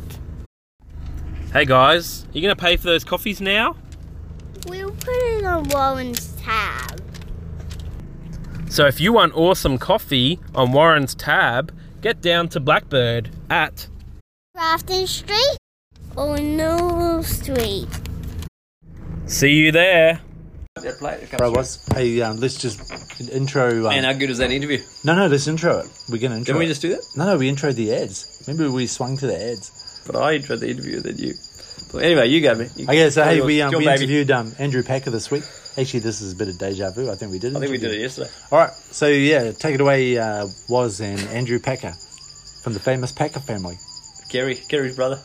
Hey guys, are you going to pay for those coffees now? We'll put it on Warren's tab. So if you want awesome coffee on Warren's tab, get down to Blackbird at Grafton Street or Newell Street? See you there. Bro, what's, hey, um, let's just intro. Um, Man, how good is that interview? no, no, let's intro it. We're going to intro. Can we it. just do that? No, no, we introed the ads. Maybe we swung to the ads. But I enjoyed the interview than you. But anyway, you go, man. You- Okay, so hey, you're- we, um, you're we baby. interviewed um, Andrew Packer this week. Actually, this is a bit of deja vu. I think we did. I think we did it yesterday. All right, so yeah, take it away, uh, Was and Andrew Packer from the famous Packer family. Kerry, Kerry's brother.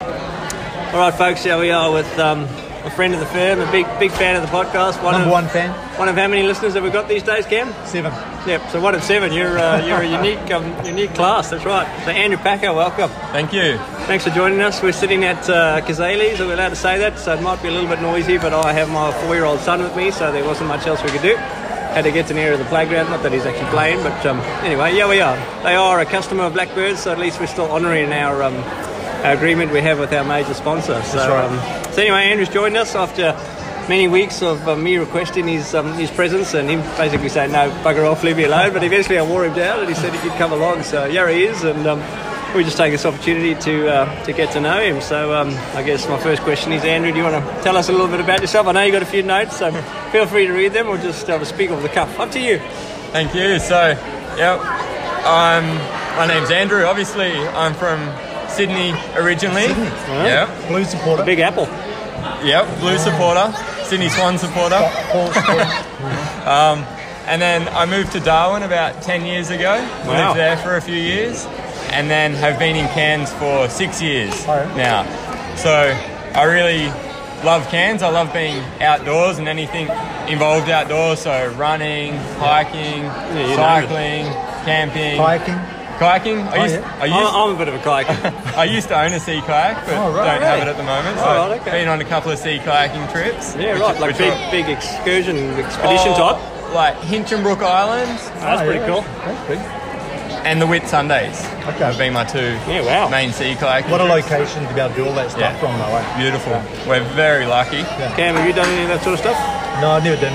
All right, folks. Here we are with um, a friend of the firm, a big, big fan of the podcast. One Number of, one fan, One of how many listeners have we got these days, Cam? seven. Yep. So one of seven. You're uh, you're a unique um, unique class. That's right. So Andrew Packer, welcome. Thank you. Thanks for joining us. We're sitting at uh, Kazali's. Are we allowed to say that? So it might be a little bit noisy, but I have my four-year-old son with me, so there wasn't much else we could do. Had to get to nearer the playground. Not that he's actually playing, but um, anyway, yeah, we are. They are a customer of Blackbird, so at least we're still honouring our, um, our agreement we have with our major sponsor. So, um, so anyway, Andrew's joined us after many weeks of um, me requesting his um, his presence and him basically saying no bugger off leave me alone but eventually I wore him down and he said he could come along so here he is and um, we just take this opportunity to uh, to get to know him so um, I guess my first question is Andrew do you want to tell us a little bit about yourself I know you got a few notes so feel free to read them or just uh, speak off the cuff up to you Thank you. So, yep, I'm, my name's Andrew. Obviously, I'm from Sydney originally. Yep, Blue supporter. Big Apple yep, Blue supporter, Sydney Swan supporter. um, and then I moved to Darwin about 10 years ago. Wow. Lived there for a few years. And then have been in Cairns for six years Oh. now. So, I really love Cairns. I love being outdoors and anything involved outdoors. So, running, hiking, you know. cycling, camping. Hiking. Kayaking? Oh, I used, I used, I'm, I'm a bit of a kayaker I used to own a sea kayak, but Oh, right, don't right. have it at the moment. So Oh, right, okay. been on a couple of sea kayaking trips. yeah right like which big are- big excursion expedition Oh, type Like Hinchinbrook Island that's pretty cool Oh, That's big. and the Whit Sundays. Okay. Have been my two yeah wow main sea kayaking What a trips. location to be able to do all that stuff Yeah. from, though. Eh? Beautiful. We're very lucky. Cam have you done any of that sort of stuff No, I've never done.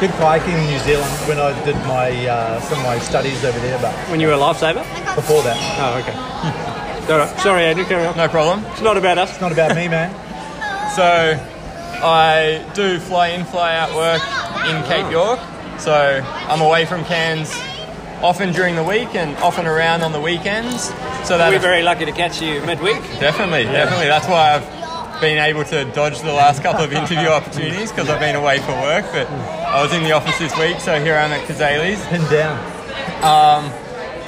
Did hiking in New Zealand when I did my uh, some of my studies over there, but when you were a lifesaver before that, Oh, okay. All right. Sorry, Andrew, carry on. No problem. It's not about us. it's not about me, man. So I do fly in, fly out work in Cape York. So I'm away from Cairns often during the week and often around on the weekends. So that We're very lucky to catch you midweek. Definitely, definitely. That's why I've been able to dodge the last couple of interview opportunities because I've been away for work. But I was in the office this week, so here I'm at Kazaley's. Pinned down.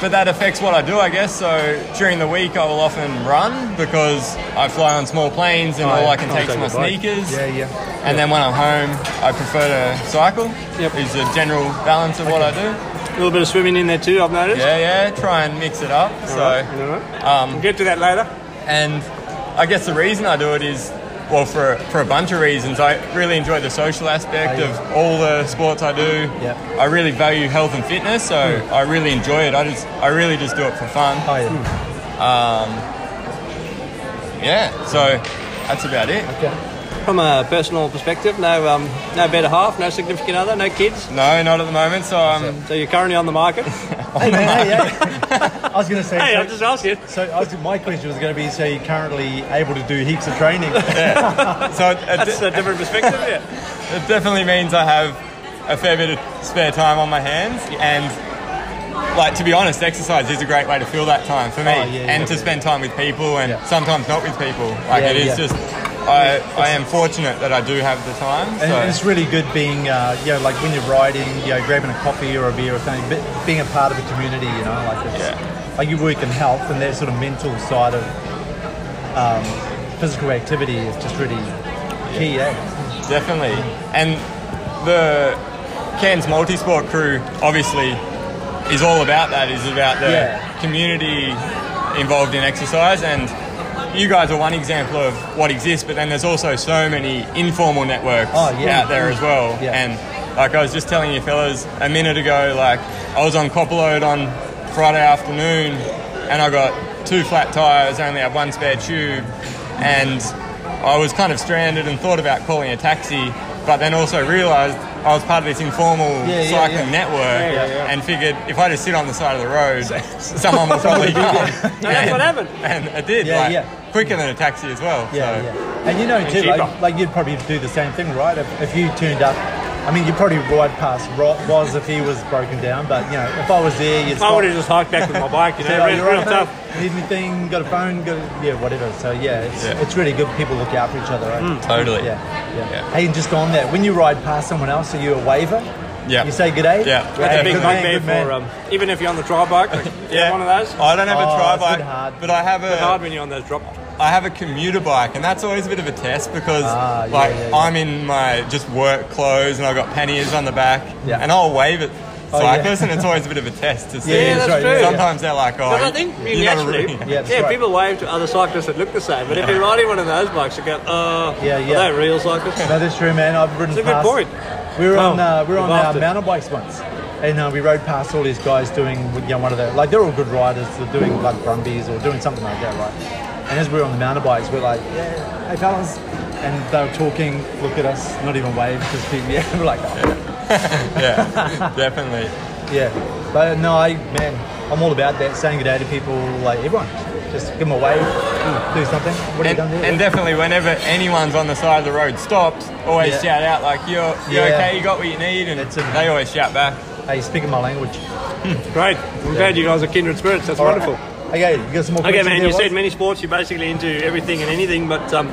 But that affects what I do, I guess. So during the week, I will often run because I fly on small planes and all I can take is my sneakers. Yeah, yeah. And then when I'm home, I prefer to cycle. Yep. Is the general balance of what I do. A little bit of swimming in there too, I've noticed. Yeah, yeah. Try and mix it up. All so. right, all right. Um, We'll get to that later. and I guess the reason I do it is, well, for for a bunch of reasons. I really enjoy the social aspect Oh, yeah. of all the sports I do. Yep. I really value health and fitness, so Hmm. I really enjoy it. I just I really just do it for fun. Oh, yeah. Yeah. So that's about it. From a personal perspective, no, um, no better half, no significant other, no kids. No, not at the moment. So um, I'm So you're currently on the market. Hey, man, hey, hey. I was going to say. hey, so- I'm just asking. So I was, my question was going to be: So you're currently able to do heaps of training? so uh, it, it, That's a different perspective. Yeah. it definitely means I have a fair bit of spare time on my hands and. Like to be honest, exercise is a great way to fill that time for me, Oh, yeah, and yeah, to yeah. spend time with people, and Yeah. sometimes not with people. Like Yeah, it is yeah. just, I, I am fortunate that I do have the time. So. And it's really good being, uh, you know, like when you're riding, you know, grabbing a coffee or a beer or something, but being a part of a community, you know, like it's, like you work in health and that sort of mental side of um, physical activity is just really key. Eh? Definitely. And the Cairns Multisport crew obviously is all about that, is about the Yeah. community involved in exercise and you guys are one example of what exists, but then there's also so many informal networks Oh, yeah. out there as well. Yeah. And like I was just telling you fellas a minute ago, like I was on Copperload on Friday afternoon and I got two flat tires, only had one spare tube, and I was kind of stranded and thought about calling a taxi, but then also realised I was part of this informal Yeah, yeah, cycling yeah. network and figured if I just sit on the side of the road, someone will probably come. No, that's what happened. And it did, Yeah, like, yeah. quicker than a taxi as well. Yeah, so. yeah. And you know, too, like, like you'd probably do the same thing, right? If, if you turned up, I mean, you'd probably ride past Ro- Woz if he was broken down, but you know, if I was there, I you'd stop. would have just hiked back with my bike. You Say, know, "Oh, ran you're real right, tough. mate? Need anything? Got a phone? Got a, yeah, whatever. So yeah, it's, Yeah. it's really good. People look out for each other, eh? Hmm. right? Totally. Yeah, yeah, Yeah. Hey, and just on that, when you ride past someone else, are you a waver? Yeah. You say good day. Yeah. That's Yeah, a big good thing there for um, even if you're on the tri bike, like, Yeah. one of those. I don't have Oh, a tri it's a bit bike, hard. but I have It's hard a when you're on those drop. I have a commuter bike, and that's always a bit of a test because Ah, yeah, like yeah, yeah. I'm in my just work clothes and I've got panniers on the back, Yeah. and I'll wave at Oh, yeah. cyclists, and it's always a bit of a test to see. Yeah, that's true. yeah. Sometimes they're like, oh, But I think you're not naturally- really- Yeah, that's yeah, right. people wave to other cyclists that look the same, but if you're riding one of those bikes, you go, uh, Yeah, yeah. are they real cyclists? No, that's true, man. I've ridden It's a good past. point. We were on Oh, uh, we were on we've our asked it. mountain bikes once, and uh, we rode past all these guys doing you know, one of the like they're all good riders, they're doing like brumbies or doing something like that, right? And as we were on the mountain bikes, we're like, yeah, hey fellas, and they were talking, look at us, not even wave because people, yeah, we're like, yeah, definitely. Yeah, but uh, no, I man, I'm all about that. Saying good day to people, like everyone, just give them a wave, do something. What have you And, done there? and definitely, whenever anyone's on the side of the road stops, always Yeah. shout out like you're you're Yeah. okay, you got what you need, and That's it. they always shout back. hey, speaking my language. Hmm, Great. I'm glad you guys are kindred spirits. That's All right. wonderful. Okay, you got some more Okay, questions man, there, you said Waz? many sports. You're basically into everything and anything, but um,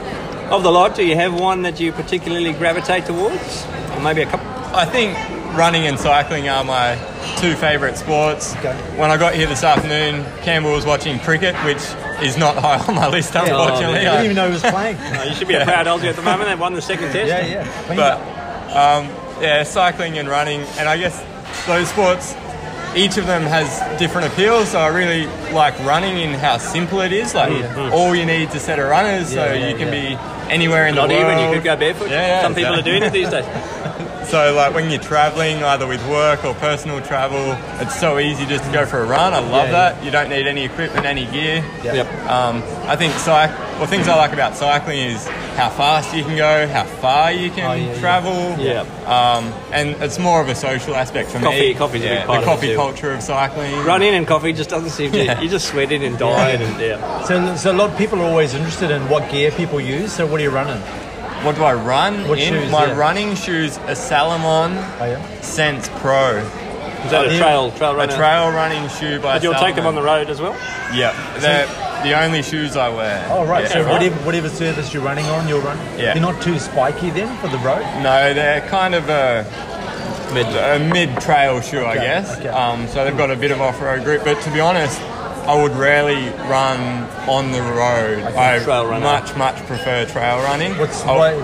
of the lot, do you have one that you particularly gravitate towards? Or maybe a couple? I think running and cycling are my two favourite sports. Okay. When I got here this afternoon, Campbell was watching cricket, which is not high on my list, unfortunately. I I- didn't even know he was playing. Oh, you should be a proud Aussie at the moment. They won the second test. yeah, yeah. When you- but um, yeah, cycling and running, and I guess those sports, each of them has different appeals. So I really like running in how simple it is. Like Mm-hmm. all you need to set a runner, is so Yeah, yeah, you can yeah. be anywhere in Not the world. even. You could go barefoot. Yeah, yeah, Some people exactly. are doing it these days. So like when you're traveling, either with work or personal travel, it's so easy just to go for a run. I love Yeah, that. You don't need any equipment, any gear. Yeah. Um, I think cyc- well, things I like about cycling is how fast you can go, how far you can Oh, yeah, yeah. travel. Yeah. Um, and it's more of a social aspect for Coffee- me. coffee's a big yeah, part of The it coffee too. culture of cycling. Running and coffee just doesn't seem to. You just sweat in and die. And, yeah. so, so a lot of people are always interested in what gear people use. So what are you running? What do I run What in? shoes, My yeah. running shoes are Salomon Oh, yeah. Sense Pro, Is that a yeah. trail trail a runner? trail running shoe by But you'll take them on Salomon. the road as well. Yeah, they're the only shoes I wear. Oh right. Yeah. so whatever whatever surface you're running on, you're running. Yeah. You're not too spiky then for the road. No, they're kind of a mid a mid trail shoe, I Okay, guess. okay. Um, so they've got a bit of off road grip, but to be honest, I would rarely run on the road. I trail runner. much much prefer trail running. What's Oh. I, what,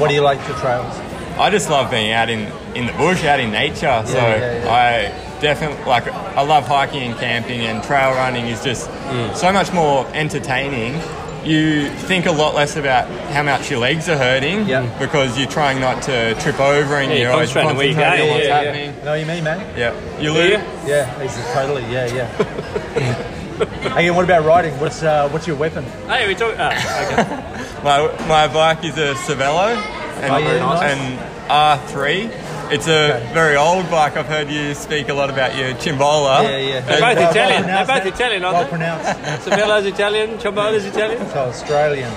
what do you like for trails? I just love being out in in the bush, out in nature. So Yeah, yeah, yeah. I definitely like I love hiking and camping, and trail running is just Mm. so much more entertaining. You think a lot less about how much your legs are hurting Yeah. because you're trying not to trip over and Yeah, you're you're always concentrating on where concentrating you're going. on what's Yeah, yeah. happening. Know what you mean, man? Yeah, you lose. Yeah. Yeah, he's totally. Yeah, yeah. Again, what about riding? What's uh, what's your weapon? Hey, we talk. Oh, okay. My, my bike is a Cervelo and, Oh, yeah, nice. and R3. It's a Okay. very old bike. I've heard you speak a lot about your Chimbola. Yeah, yeah. And- They're both Well Italian. They're pronounced, both man. Italian, aren't well they? pronounced. Savella's Italian. Ciambola's Italian. So Australian.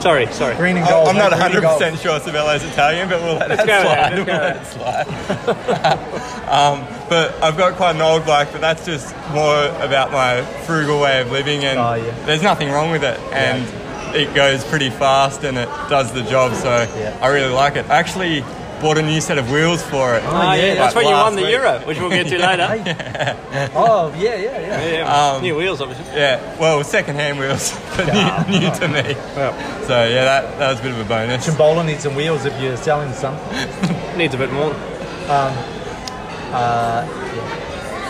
Sorry, sorry. Green and gold. I'm not mate, green and 100 gold. percent sure Cervelo's Italian, but we'll let that go slide. with We'll that, let it slide. um, but I've got quite an old bike, but that's just more about my frugal way of living, and Oh, yeah. there's nothing wrong with it, and it goes pretty fast and it does the job. So Yeah. I really like it. I actually bought a new set of wheels for it. Oh, yeah, yeah, that's like when you last won the week. Euro, which we'll get to later. Oh yeah, yeah, yeah. Yeah, Um, new wheels, obviously. Yeah, well, second-hand wheels, but new, new to me. So yeah, that, that was a bit of a bonus. Chimbola needs some wheels if you're selling some. Needs a bit more.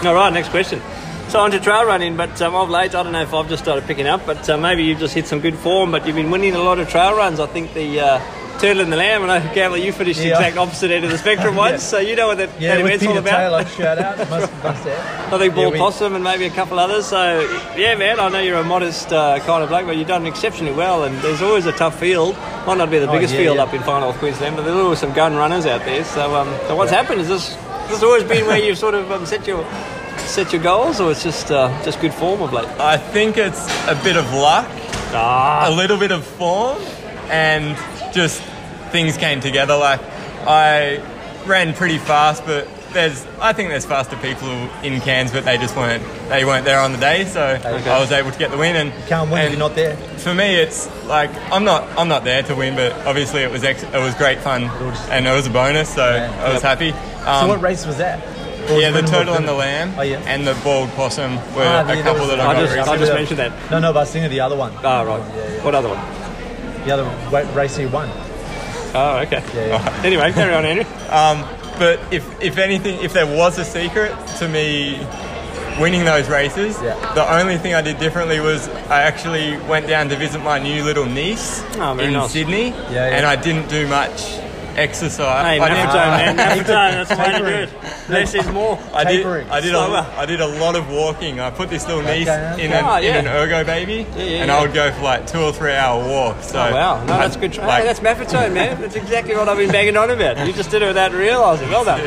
All right, next question. So on to trail running, but um, of late, I don't know if I've just started picking up, but uh, maybe you've just hit some good form, but you've been winning a lot of trail runs. I think the uh, Turtle and the Lamb, and I Gavler, you finished the Yeah. exact opposite end of the spectrum once, so you know what that, Yeah, that with event's all Peter about. Taylor, shout out. Must, must have. I think Yeah, Ball we- Possum and maybe a couple others. So, yeah, man, I know you're a modest uh, kind of bloke, but you've done exceptionally well. And there's always a tough field. Might not be the Oh, biggest yeah, field yeah. up in Far North Queensland, but there's always some gun runners out there. So, um, so what's happened? Is this this has always been where you've sort of um, set your set your goals, or it's just uh, just good form of late? I think it's a bit of luck. Ah. a little bit of form and just things came together like i ran pretty fast but there's i think there's faster people in cairns but they just weren't they weren't there on the day so i was able to get the win and Can't win if and you're not there. for me it's like i'm not i'm not there to win but obviously it was ex- it was great fun and it was a bonus so Yeah. i was happy So um, what race was that? yeah the turtle and the lamb Oh, yeah. and the bald possum were Ah, a yeah, couple there was- that i I got just, recently. I just Yeah. mentioned that. No, no, but I was thinking of the other one. Ah, right. What other one? The other wa- race he won. Oh, okay. Yeah, Anyway, carry on, Andrew. Um, but if, if anything, if there was a secret to me winning those races, Yeah. the only thing I did differently was I actually went down to visit my new little niece Oh, very in nice. Sydney, Yeah, yeah. and I didn't do much exercise. Hey, I did- naphtone, man. Naphtone, that's the way to do it. Less is more. I did, Tapering. I, did a, Slower. I did a lot of walking. I put this little niece Okay. in, an, Ah, yeah. in an ergo baby, yeah, and yeah. I would go for like two or three hour walks. So Oh, wow, no, I- that's good. Tra- like- hey, that's Maffetone, man. That's exactly what I've been banging on about. You just did it without realising. Well done.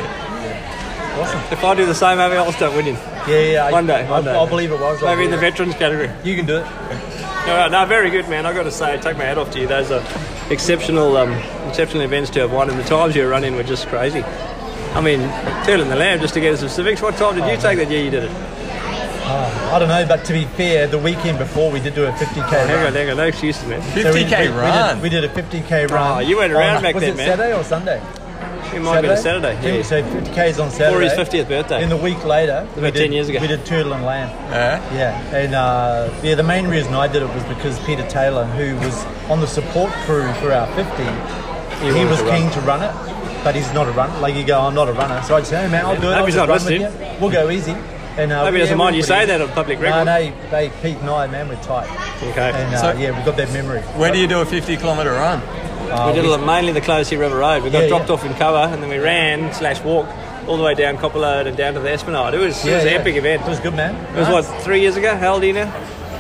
Awesome. If I do the same, maybe I'll start winning. Yeah, yeah. I- One day, I, one day. I believe it was. Maybe in the yeah. veterans category. You can do it. All right, no, very good, man. I've got to say, take my hat off to you. Those are exceptional, um, exceptional events to have won, and the times you were running were just crazy. I mean, turning the lamb just to get us some civics. What time did you take that year you did it? I don't know, but to be fair, the weekend before we did do a 50k. Hang on, run. hang on, no excuses, man. So we- 50k we- we did- run. We did, a 50k run. Ah, you went around on- back was then, it man. Saturday or Sunday? It might have been a Saturday. Yeah. So 50k is on Saturday. Or his 50th birthday. In the week later, we 10 did, years ago. we did Turtle and Lamb. Yeah. Yeah, and uh, yeah, the main reason I did it was because Peter Taylor, who was on the support crew for our 50, he, wanted was to run. keen to run it, but he's not a runner. Like you go, I'm not a runner, so I just, hey man, I'll do it. Hope I'll he's just not run with listening. you. We'll go easy. And uh, Hope he yeah, doesn't we mind were you pretty say easy. that on public No, record. Uh, no, hey, Pete and I, man, we're tight. Okay. And uh, So- yeah, we've got that memory. Where do you do a 50 kilometer run? we did it on mainly the Closie River Road. We got Uh, Yeah, dropped yeah. off in cover, and then we ran slash walk all the way down Copper Road and down to the Esplanade. It was, it was an epic event. It was good, man. It was what three years ago? How old are you now?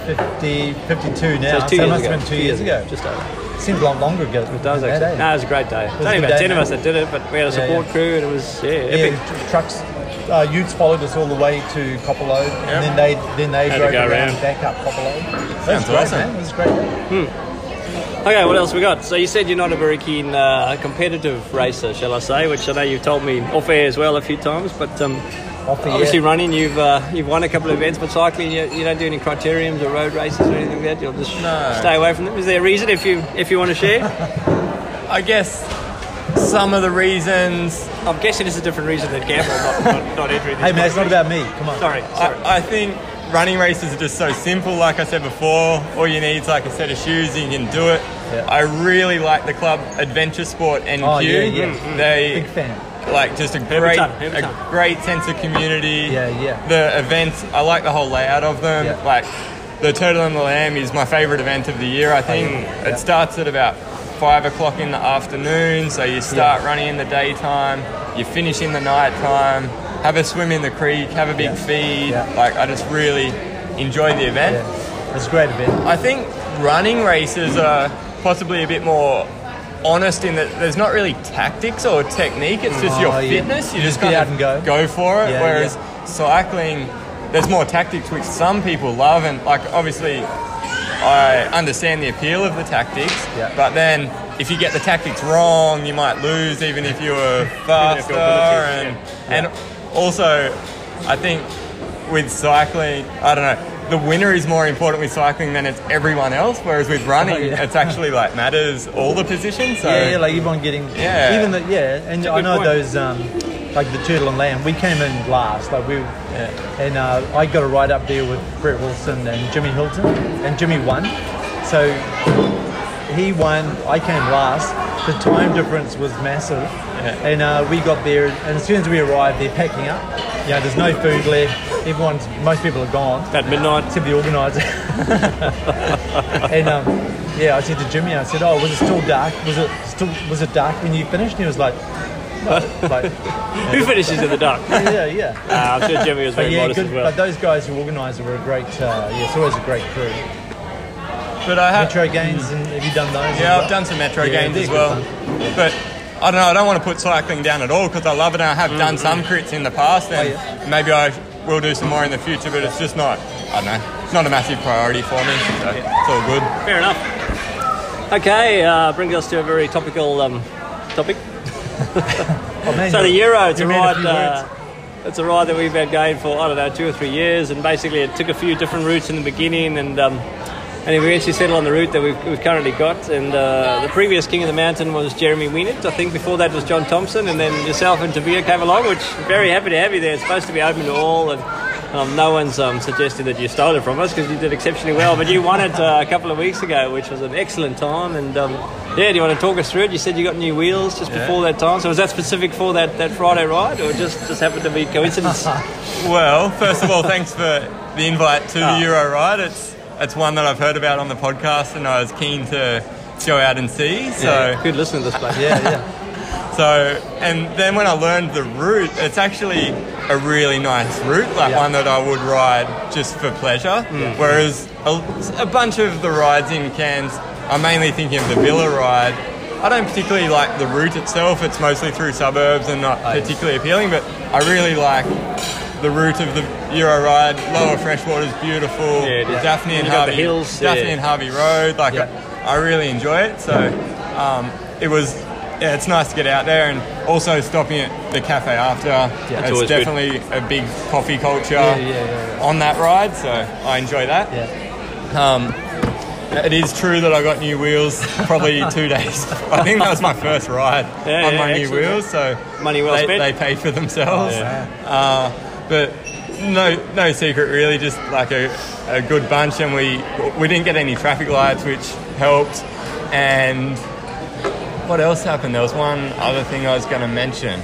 50, 52 So now. it's two so it years must ago. have been two, years, ago. Just over. Seems a lot longer ago. It does than that, actually. eh? No, it was a great day. It was was only a good about day, ten of man. us that did it, but we had a Yeah, yeah. support crew, and it was yeah, epic. Yeah, tr- trucks, uh, Utes followed us all the way to Copperload, and then they then they Had to drove go around, around. back up Copperload. Sounds That's great, awesome. man. It was great. Okay, what else we got? So you said you're not a very keen uh, competitive racer, shall I say? Which I know you've told me off air as well a few times, but. Um, Off the Obviously, air. running, you've uh, you've won a couple of events, but cycling, you, you don't do any criteriums or road races or anything like that. You'll just No. stay away from them. Is there a reason if you if you want to share? I guess some of the reasons I'm guessing it's a different reason than gamble, not not, not entering. this Hey man, it's not competition. about me. Come on. Sorry, sorry. I, I think running races are just so simple. Like I said before, all you need is like a set of shoes and you can do it. Yeah. I really like the club Adventure Sport NQ. Oh, yeah, yeah. Mm, They Big fan. like just a great, time, every time. a great sense of community. Yeah, yeah. The events, I like the whole layout of them. Yeah. Like the Turtle and the Lamb is my favourite event of the year. I Oh, think it starts at about five o'clock in the afternoon, so you start running in the daytime, you finish in the nighttime, have a swim in the creek, have a big Yeah. feed. Yeah. Like I just really enjoy the event. Yeah. It's a great event. I think running races are possibly a bit more honest in that there's not really tactics or technique. It's just Oh, your yeah. fitness. You You just just get kind out of and go. for it. Yeah, Whereas cycling, there's more tactics, which some people love, and like obviously. I understand the appeal of the tactics, Yeah. but then if you get the tactics wrong, you might lose, even if you were if faster. you're ability, And, and also, I think with cycling, I don't know. The winner is more important with cycling than it's everyone else. Whereas with running, yeah. it's actually like matters all the positions. So Yeah, yeah, like everyone getting. Yeah. Even the yeah, and a I good know point. those um, like the turtle and lamb. We came in last. Like we. And uh, I got a write-up deal with Brett Wilson and Jimmy Hilton, and Jimmy won. So he won. I came last. The time difference was massive, and uh, we got there. And as soon as we arrived, they're packing up. Yeah, there's no food left. Everyone's most people are gone At midnight, to the organizer. and um, yeah, I said to Jimmy, I said, "Oh, was it still dark? Was it still was it dark when you finished?" And he was like, "No." like who finishes in the dark? Uh, yeah, yeah. I'm sure Jimmy was But very Oh, yeah, modest good, as well. but those guys who organised it were a great. Uh, yeah, it's always a great crew. but I Uh, have Metro games, and have you done those? as yeah, well? I've done some metro Yeah, games they're as good well. fun. But I don't know. I don't want to put cycling down at all because I love it and I have done some crits in the past. And Mm-hmm. Oh, maybe I will do some more in the future. But it's just not. I don't know. It's not a massive priority for me. So It's all good. Fair enough. Okay, uh, brings us to a very topical um, topic. Oh, man, So the you- Euro, it's a you read ride. few Uh, words. it's a ride that we've been going for I don't know two or three years, and basically it took a few different routes in the beginning, and um, and we actually settled on the route that we've, we've currently got. And uh, the previous king of the mountain was Jeremy Wienert. I think before that was John Thompson, and then yourself and Tavia came along, which very happy to have you there. It's supposed to be open to all, and um, no one's um, suggesting that you stole it from us because you did exceptionally well. But you won it uh, a couple of weeks ago, which was an excellent time, and. Um, yeah, do you want to talk us through it? You said you got new wheels just before that time. So was that specific for that, that Friday ride, or just just happened to be coincidence? Well, first of all, thanks for the invite to Ah. the Euro Ride. It's it's one that I've heard about on the podcast, and I was keen to go out and see. So good listening to this place. Yeah, yeah. So, and then when I learned the route, it's actually a really nice route, like one that I would ride just for pleasure. Whereas a, a bunch of the rides in Cairns, I'm mainly thinking of the Villa ride. I don't particularly like the route itself. It's mostly through suburbs and not particularly appealing, but I really like the route of the Euro ride. Lower Freshwater is beautiful. Yeah, it is. Daphne and You got the Harvey hills, Daphne yeah. and Harvey Road. Like Yeah. I, I really enjoy it. So um, it was. Yeah, it's nice to get out there and also stopping at the cafe after. it's always good. definitely a big coffee culture yeah, yeah, on that ride, so I enjoy that. yeah. Um, it is true that I got new wheels probably two days. I think that was my first ride Yeah, on yeah, my new excellent. wheels, so Money well they, spent. they paid for themselves. uh, but no, no secret really. Just like a, a good bunch, and we we didn't get any traffic lights, which helped. And what else happened? There was one other thing I was going to mention.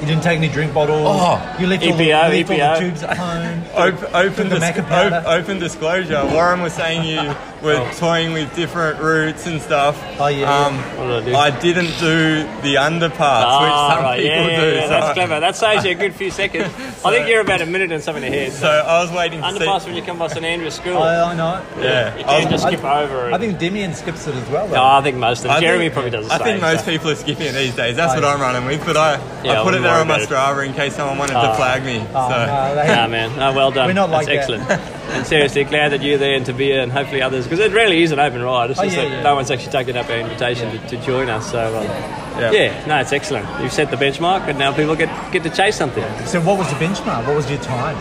You didn't take any drink bottles. Oh, you left, all, EPO, the, left all EPO. the tubes at home. Op- open, The dis- Maca powder. op- open disclosure. Warren was saying you were Oh. toying with different routes and stuff. Um, Oh, yeah, yeah. What did I I didn't do the underpass, Ah, which some right, people yeah, yeah, do. yeah, so, that's clever. That saves you a good few seconds. I think you're about a minute and something ahead. so So I was waiting to underpass see. when you come by St Andrew's School. I, I know. Yeah, you I, can was- just skip over. And, I think Demian skips it as well. Though. no, I think most of I them. Jeremy think- probably does the I same, think most so. people are skipping it these days. That's Oh, what yeah. I'm running with. But I, Yeah, I I put it wouldn't there worry on my about it. Strava in case someone wanted to Ah. flag me. Oh, so. no, they- Nah, man. No, well done. We're not like That's that. excellent. and seriously, glad that you're there and to be here and hopefully others, because it really is an open ride. It's Oh, just yeah, that yeah. no one's actually taken up our invitation to, to join us. So, uh, yeah. no, it's excellent. You've set the benchmark, and now people get get to chase something. So what was the benchmark? What was your time?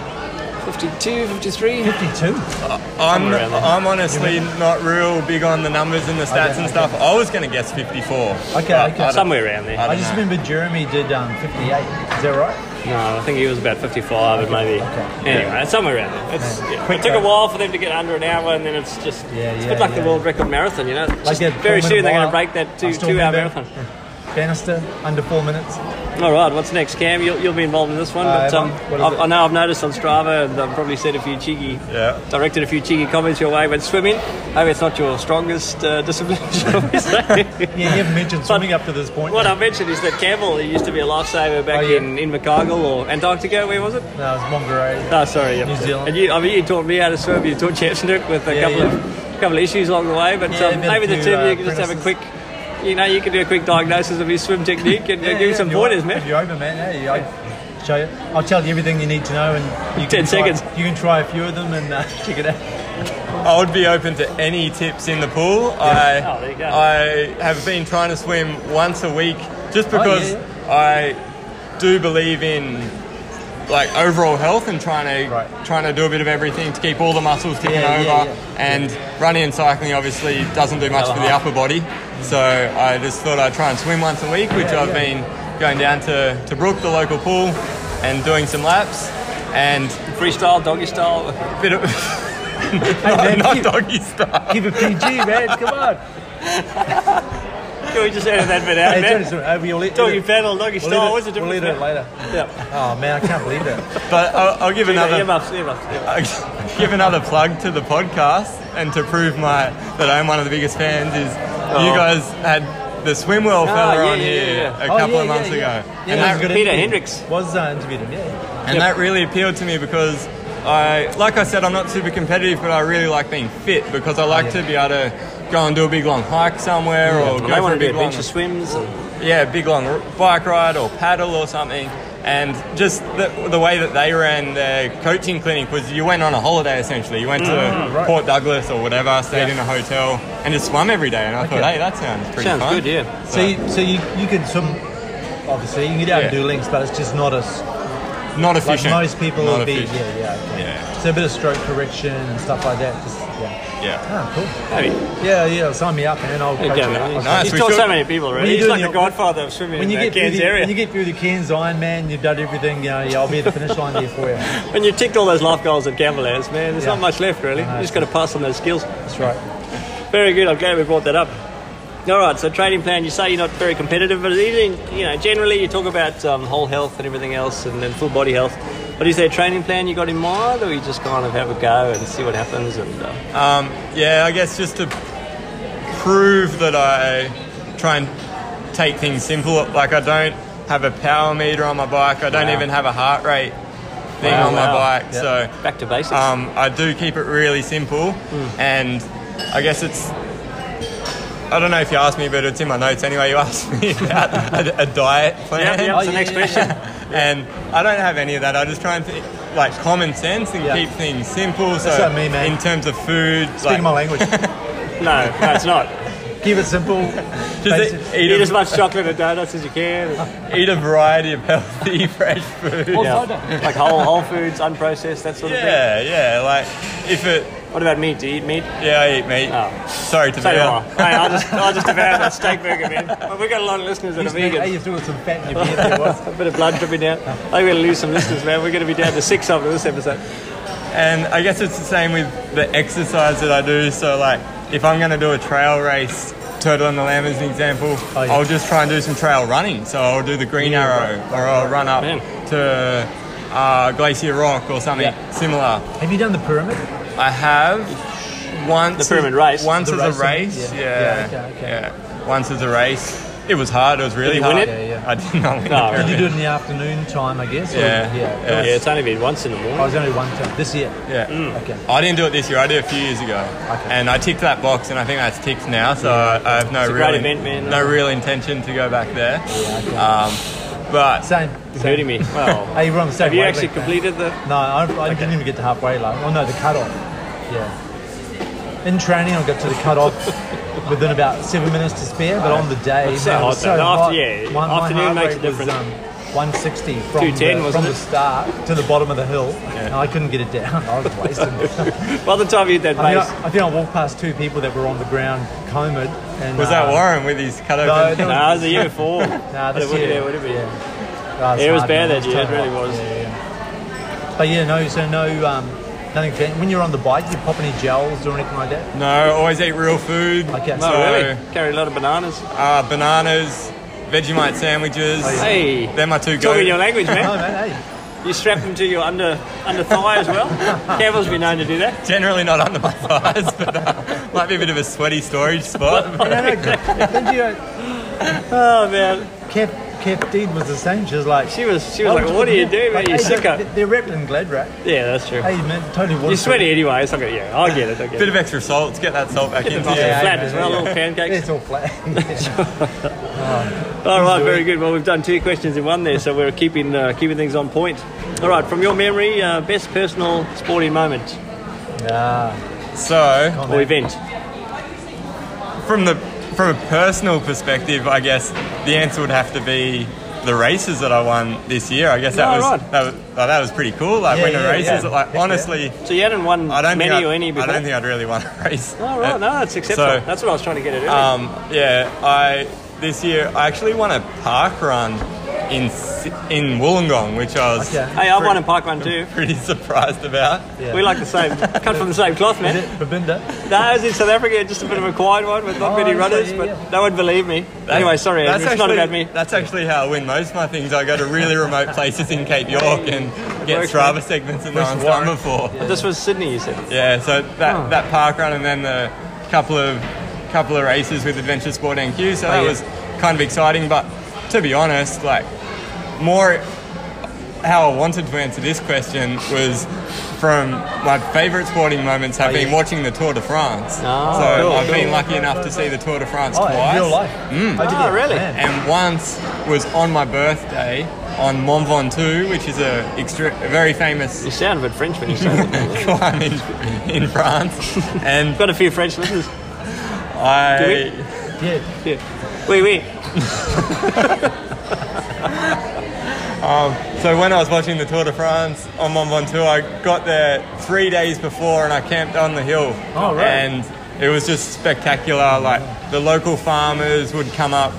52, 53. 52. I'm, Somewhere around there. I'm honestly not real big on the numbers and the stats Okay, and stuff. I was going to guess 54. Okay, but okay. I don't- Somewhere around there. I I don't just know. remember Jeremy did um, 58. Is that right? No, I think he was about 55 and maybe. okay. Anyway, it's somewhere around there. It's, yeah. It took a while for them to get under an hour, and then it's just. Yeah, it's yeah, a bit like yeah. the world record marathon, you know? It's just that very four-minute soon they're going to mile. break that I two, still two hour remember marathon. Bannister, under four minutes. All right, what's next, Cam? You'll, you'll be involved in this one, Uh, but um, what is I've, it? I know I've noticed on Strava, and I've probably said a few cheeky, Yeah. directed a few cheeky comments your way. But swimming, maybe it's not your strongest uh, discipline, shall we say? Yeah, you haven't mentioned swimming up to this point. What I mentioned is that Campbell, he used to be a lifesaver back Oh, yeah. in, in McCargill or Antarctica, where was it? No, it was Monterey. Oh, sorry, yeah. New Zealand. And you, I mean, you taught me how to swim. You taught Jeff Snook with a Yeah, couple yeah. of couple of issues along the way, but Yeah, um, been a maybe the few, two of uh, you can just have a quick. apprentices. You know, you can do a quick diagnosis of his swim technique and uh, give him some pointers, man. You're over, man. Yeah, you- I show you. I'll tell you everything you need to know, and you 10 can try, seconds. You can try a few of them and uh, check it out. I would be open to any tips in the pool. Oh, there you go. I, I have been trying to swim once a week just because Oh, yeah, I do believe in like overall health and trying to Right. trying to do a bit of everything to keep all the muscles ticking Yeah, yeah, over. yeah. And running and cycling obviously doesn't do much for the upper body, so I just thought I'd try and swim once a week, which Yeah, I've yeah. been going down to to Brook, the local pool, and doing some laps. And Freestyle, doggy style. a bit of man, not you- doggy style. Keep it PG, man. Come on. Can we just edit that bit out, Hey, man? Johnny, sorry, uh, we'll let- Doggy we'll paddle, doggy let style. it- oh, What's the We'll difference? let it later. Yeah. Oh man, I can't believe that. But I'll, I'll give Another. another Earmuffs, earmuffs, earmuffs. I'll give another plug to the podcast and to prove my that I'm one of the biggest fans is you guys had the Swimwell fella yeah, on yeah, here yeah. a couple Oh, yeah, of yeah, months yeah. ago, Yeah, and, that was that, a good Peter interview. Hendricks. Was uh, interviewed him, yeah. and that really appealed to me because I, like I said, I'm not super competitive, but I really like being fit because I like yeah. to be able to go and do a big long hike somewhere or Well, go they for want a to big do long adventure swims. And, yeah, a big long r- bike ride or paddle or something. And just the, the way that they ran their coaching clinic was you went on a holiday essentially. You went to Mm, Port Douglas or whatever, stayed in a hotel, and just swam every day. And I thought, Okay. hey, that sounds pretty sounds fun. good, yeah. So, you, so you, you can swim, obviously. You can get out and Yeah. do links, but it's just not as Not like efficient. most people Not would be. efficient. Yeah, yeah, okay. Yeah. So a bit of stroke correction and stuff like that. Just yeah. Yeah. Ah, cool. Hey, Yeah, yeah. Sign me up, man. I'll coach yeah, you. man. I'll Nice, He's we taught should- so many people, When really. you He's do like the your- godfather of swimming When you in the get through Cairns the, area. when you get through the Cairns Iron Man, you've done everything. You know, yeah, I'll be at the finish line there for you. When you ticked all those life goals at Campbell has, man, there's Yeah. not much left, really. No. You just got to pass on those skills. That's right. Very good. I'm glad we brought that up. All right. So training plan. You say you're not very competitive, but even you know, generally you talk about um, whole health and everything else, and then full body health. But is there a training plan you got in mind, or you just kind of have a go and see what happens? And uh, Um, yeah, I guess just to prove that I try and take things simple. Like I don't have a power meter on my bike. I don't Wow. even have a heart rate thing Wow, on wow. my bike. Yeah. So Back to basics. um, I do keep it really simple, Hmm. and I guess it's. I don't know if you asked me, but it's in my notes anyway. You asked me about a, a diet plan. Yeah, yeah, that's the next question. And I don't have any of that. I just try and think, like common sense and Yeah. keep things simple. So what I mean, man. in terms of food, Speaking my language. No, no, it's not. Keep it simple. just basic. eat, Eat a- as much chocolate and donuts as you can. eat a variety of healthy, fresh food. Yeah. Like whole, whole foods, unprocessed, that sort of Yeah, yeah. Like if it, thing. What about meat? Do you eat meat? yeah, I eat meat. Oh. Sorry to So do I. be Hey, I'll just, I'll just devour that steak burger, man. Well, we've got a lot of listeners that are Hey, vegan. you threw some fat in your beard there, what? A bit of blood dripping down. I think we're going to lose some listeners, man. We're going to be down to six after this episode. And I guess it's the same with the exercise that I do. So, like, if I'm going to do a trail race, Turtle and the Lamb is an example, yeah. I'll just try and do some trail running. So, I'll do the Green Arrow or I'll run up Man. to uh, Glacier Rock or something similar. Have you done the pyramid? I have once. The pyramid race. Once The as a race. race. Yeah. Yeah. Yeah, okay, okay. yeah. Once as a race. It was hard. It was really you win hard. it? Yeah, yeah. I did not win No, the Did you pyramid. do it in the afternoon time, I guess? or- Yeah. yeah. Yeah, it's only been once in the I morning. was only one time this year. Yeah. Okay. I didn't do it this year. I did it a few years ago, Okay. and I ticked that box, and I think that's ticked now. So I, I have no It's a real great event, man. no real intention to go back there. okay. Um, but Same. It's hurting me. Well, Are you wrong? Same have you wavelength, actually man. completed the... No, I, I didn't even get to halfway. Like, oh no, the cutoff. Yeah. In training, I got to the cutoff within about seven minutes to spare, but on the day, It's so man, it was hot, though. so The after- hot. yeah, my, my afternoon heart makes rate a was, difference. um, 160 from, 210, the, wasn't from the it? start to the bottom of the hill, and I couldn't get it down. I was wasted. By the time you hit that I, mean, base... I, I think I walked past two people that were on the ground comaed. And, was uh, that Warren with his cut open? No, no. No, it was the year before. Nah, this Whatever, year. whatever, yeah. Nah, it's Yeah, it was hard, bad man. that year, it too really hot. was. Yeah, yeah. But yeah, no, so no, um, nothing. Fan- when you're on the bike, you pop any gels or anything like that. No, always eat real food. Okay. No, So, really. Carry a lot of bananas. Uh, bananas, Vegemite sandwiches. Oh, Hey, They're my two talking your go. language, No, man. man, hey, You strap them to your under under thigh as well. Campbell's been known to do that. Generally not under my thighs, but uh, might be a bit of a sweaty storage spot. no, no, did you? uh, Oh man, Kev, Kev Deed was the same. She was like, she was she was like, "What do you do, man? Like, You hey, sicko." They're, they're wrapped in Glad wrap. Yeah, that's true. Hey, man, totally. You're sweaty anyway. It's not gonna. Yeah, I get it. I get bit it. of extra salt. Let's get that salt back into you. yeah, flat yeah, as well, yeah. little pancakes. It's all flat. All right, very good. Well, we've done two questions in one there, so we're keeping uh, keeping things on point. All right, from your memory, uh, best personal sporting moment nah, So or event? from the from a personal perspective, I guess the answer would have to be the races that I won this year. I guess that Oh, was, right. that was like, that was pretty cool. Like Yeah, winning yeah, races. yeah. Like Yeah. honestly, So you hadn't won I don't many think or I, any I before. don't think I'd really won a race. All right, no, that's acceptable. So- that's what I was trying to get at. earlier. Um, yeah, I this year I actually won a park run in Si- in Wollongong, which I was Okay. hey, I won in Park Run too. pretty surprised about. yeah. We like the same, cut from the same cloth, Is man. it Babinda? No, I was in South Africa, just a bit of a quiet one with not Oh, many yeah, runners, yeah, but yeah. no one believed me. anyway, sorry, Andrew, it's not about me. That's actually how I win most of my things. I go to really remote places in Cape York and get Works, Strava mate. segments and no one's Warren. done before. But This was Sydney, you said. Yeah, so that, Oh. that park run and then the couple of couple of races with Adventure Sport NQ. Oh, So that yeah. was kind of exciting. But to be honest, like more how I wanted to answer this question was from my favourite sporting moments Oh, have been watching the Tour de France. Ah, so cool, I've cool. been lucky enough to see the Tour de France Oh, twice in real life. Mm. I did Ah, it. really? Man. and once was on my birthday on Mont Ventoux, which is a, extra, a very famous You sound a bit French when you say that. climb in, in France. And I've got a few French listeners. I, Yeah. Wait, wait. so when I was watching the Tour de France on Mont Ventoux, I got there three days before and I camped on the hill. Oh, right. And it was just spectacular. Like the local farmers would come up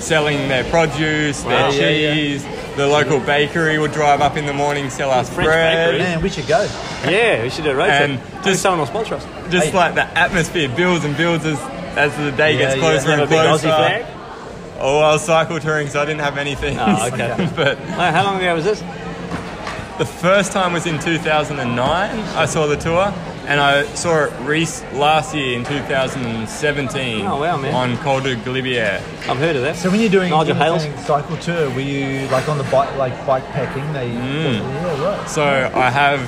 selling their produce, Wow. their Yeah, yeah. cheese. The local bakery would drive up in the morning, sell us French bread. bakery. Man, we should go. Yeah, we should do a road trip. And Maybe just- someone will sponsor us. just Hey. like the atmosphere builds and builds as, as the day Yeah, gets yeah. closer Have a and big Aussie closer. flag. Oh, I was cycle touring, so I didn't have anything. Oh, okay. but Hey, how long ago was this? the first time was in 2009. I saw the tour, And I saw it Reese last year in 2017 Oh, wow, man. on Col de Glibier. I've heard of that. So when you're doing Nigel Hales. independent cycle tour, were you like on the bike, like bike packing? They Mm. yeah, right. So I have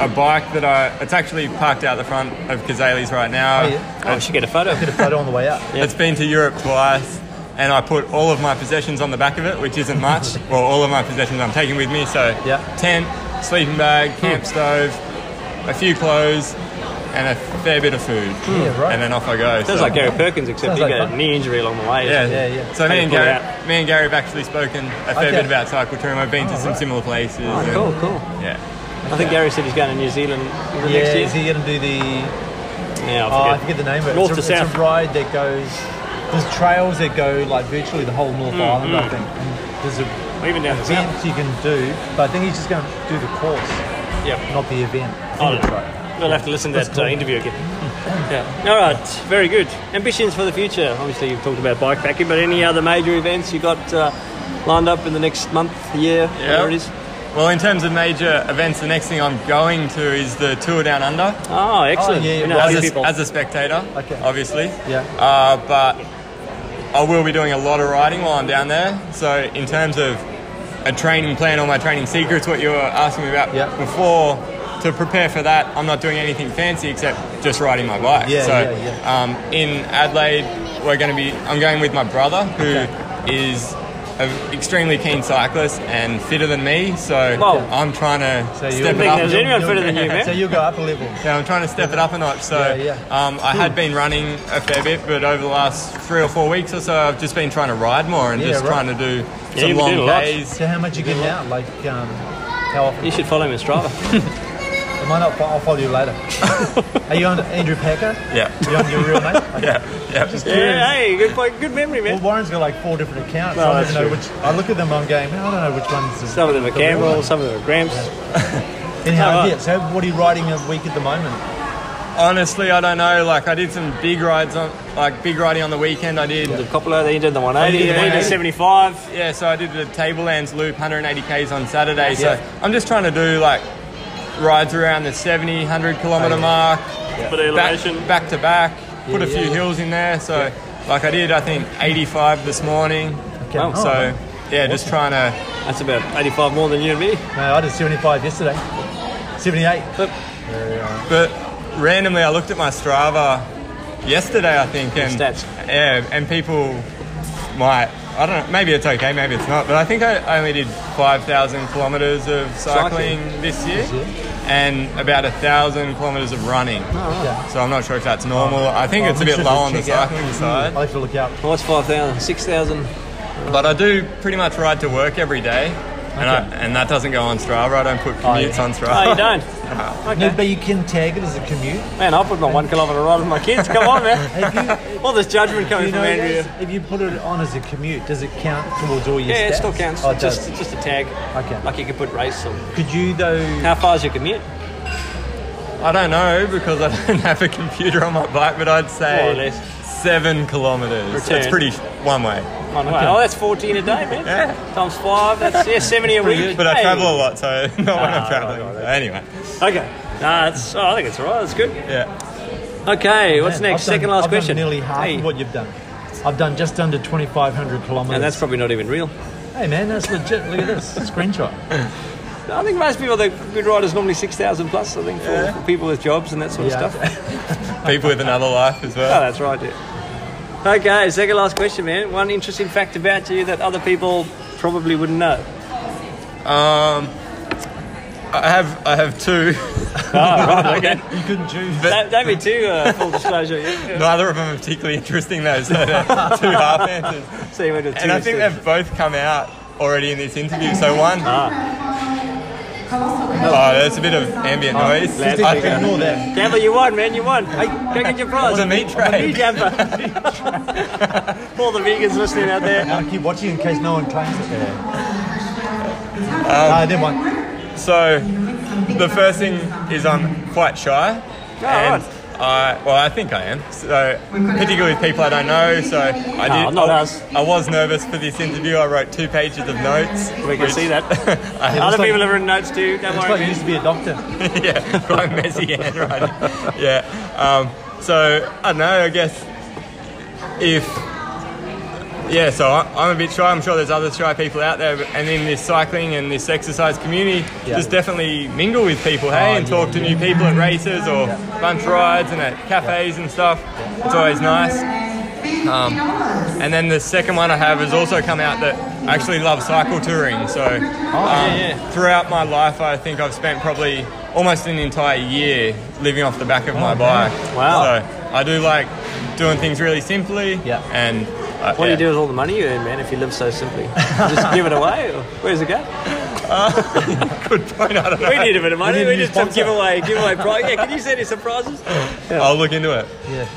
a bike that I, it's actually parked out the front of Kazali's right now. Oh, yeah. Oh, I should get a photo. Did a photo on the way out. It's been to Europe twice, and I put all of my possessions on the back of it, which isn't much. well, all of my possessions I'm taking with me, so Yeah. Hmm. tent, sleeping bag, camp stove, a few clothes, and a fair bit of food. Yeah, right. And then off I go. Sounds so- like Gary Perkins, except Sounds he like got a fun. knee injury along the way. Yeah, Yeah, yeah. So me How and do you pull it Gary, out? me and Gary have actually spoken a fair Okay. bit about cycle touring. I've been to some similar places. Oh, and- cool, cool. Yeah. I think Gary said he's going to New Zealand the Yeah, next year. is he going to do the? Yeah, Oh, I I forget. forget the name of it. North it's to a, south. It's a ride that goes. There's trails that go like virtually the whole North Mm, Island, I think. And there's a Even down the south. event you can do, but I think he's just going to do the course, Yeah. not the event. I think Oh, that's right. We'll have to listen to that uh, interview again. Yeah. All right. Very good. Ambitions for the future. Obviously, you've talked about bikepacking, but any other major events you got uh, lined up in the next month, year, whatever it Oh, is? Oh, Well, in terms of major events, the next thing I'm going to is the Tour Down Under Oh, excellent. yeah, You know, well, a few as a, people. as a spectator, Okay. obviously. Yeah. Uh, but I will be doing a lot of riding while I'm down there. So in terms of a training plan or my training secrets, what you were asking me about Yeah. before, to prepare for that, I'm not doing anything fancy except just riding my bike. Yeah, so yeah, yeah. Um, in Adelaide, we're going to be. I'm going with my brother who is an extremely keen cyclist and fitter than me. So Whoa. I'm trying to So step you'll- it think up. there's a any- anyone fitter than you, man? So you'll go up a level. yeah, I'm trying to step it up a notch. So Yeah, Um, I had been running a fair bit, but over the last three or four weeks or so, I've just been trying to ride more and Yeah, just right. trying to do some you've been doing long lots. days. So how much you get now? Like um, how often? you should follow him on Strava. Am I not? fo- I'll follow you later. Are you on Andrew Packer? Yeah, Are you on your real name? Okay. yeah, yeah. Just curious. yeah, hey, good, point- good memory, Well, man. Warren's got like four different accounts. Well, I that's don't know true. which. I look at them. I'm going. "Man, I don't know which one's. the- Some of them are the real Campbell, one." some of them are Gramps. Anyhow, Oh, right. yeah. So, what are you riding a week at the moment? Honestly, I don't know. Like I did some big rides on, like big riding on the weekend. I did. The Coppola, then you did the 180, Oh, you did the then you did 180. 75. Yeah, so I did the Tablelands Loop 180Ks on Saturday. So I'm just trying to do like rides around the 70, 100 kilometer mark, For the back, elevation. back to back, put a few hills in there. So, like I did, I think 85 this morning. Okay. Wow. Oh, so, yeah, just trying to. That's about 85 more than you and me. man, Oh, I did 75 yesterday. 78. But randomly, I looked at my Strava yesterday, I think, and stats. yeah, and people might. I don't know. Maybe it's okay. Maybe it's not. But I think I only did five thousand kilometers of cycling, this year, and about a thousand kilometers of running. Yeah. So I'm not sure if that's normal. Oh, I think it's a bit low on the cycling side. I Mm-hmm. have to look out. Oh, it's 5,000, 6,000. But I do pretty much ride to work every day, and, I, and that doesn't go on Strava. I don't put commutes on Strava. Oh, you don't? No, but you can tag it as a commute. Man, I'll put my one kilometre ride with my kids. Come on, Have man. All this judgment coming You know, from Andrea. if you put it on as a commute, does it count towards all your Yeah, stats? it still counts. Oh, it it's just, does. it's just a tag. Okay. Like you could put race or Could you though? how far is your commute? I don't know because I don't have a computer on my bike, but I'd More or say less. seven kilometers. Return. That's pretty one way. One way. Oh, that's 14 a day, man. Yeah. Times five. That's yeah, 70 a week. But I Hey. travel a lot, so not when I'm Ah, traveling. right, right, Anyway, Okay. Nah, that's, oh, I think it's all right. That's good. yeah. Okay, what's Man, next? I've Second done- last I've done question. nearly half Hey. of what you've done. I've done just under 2,500 kilometres. and that's probably not even real. hey man, that's legit. Look at this screenshot. I think most people, the good riders normally 6,000 plus, I think, for, for people with jobs and that sort Yeah. of stuff. People with another life as Oh, well. that's right, yeah. Okay, second last question, man. One interesting fact about you that other people probably wouldn't know. Ah. I have I have two. You couldn't choose. Don't, don't be too uh, full disclosure. Yeah. Neither of them are particularly interesting though, so they're two half answers. So you went to And I think they've both come out already in this interview. So one. Ah. Oh, there's a bit of ambient Ah, noise. Loud I speaker. think- Ignore that. Devil, you won, man. You won. Hey, go get your prize. On the meat On the tray. meat hamper. For all the vegans listening out there. I'll keep watching in case no one claims it. Um, Ah, then one. So, the first thing is I'm quite shy. Oh, and right. I well, I think I am. So particularly with people I don't know. So I did. not I, us. I was nervous for this interview. I wrote two pages of notes. We can which- see that. I had Other some- people have written notes too. Don't It's worry. like you man. used to be a doctor. yeah, quite messy handwriting. Yeah. Um, so I don't know. I guess if yeah, so I, I'm a bit shy. I'm sure there's other shy people out there, but- and in this cycling and this exercise community, just definitely mingle with people, hey, and talk to new people at races or bunch rides and at cafes and stuff. It's always nice. Um, and then the second one I have has also come out that I actually love cycle touring. So um, throughout my life, I think I've spent probably almost an entire year living off the back of my bike. Wow. So I do like doing things really simply. Yeah. And uh, What yeah. do you do with all the money you earn, man, if you live so simply? Just give it away? Or where's it go? Good point. I don't know. We need a bit of money. need We a new need some sponsor. giveaway, giveaway prize. Yeah, can you send us some prizes? I'll look into it.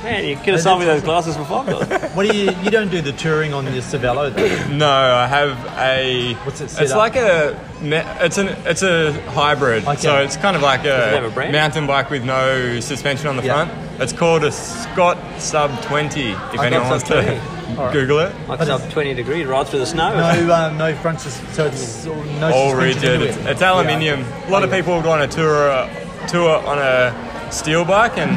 Man, you could have sold me those glasses for five dollars. What do you? You don't do the touring on your Cervelo. though. No, I have a. What's it set It's up? like a. me- It's an. It's a hybrid. Okay. So it's kind of like it have a, a brand? mountain bike with no suspension on the Yeah. front. It's called a Scott Sub 20. If anyone wants Sub to 20. Google it. Like sub 20 degree, right through the snow. No, uh, no front. sus- So it's all- no. All suspension rigid. anywhere. It's, it's aluminium. A lot of people would want to tour a, tour on a steel bike, and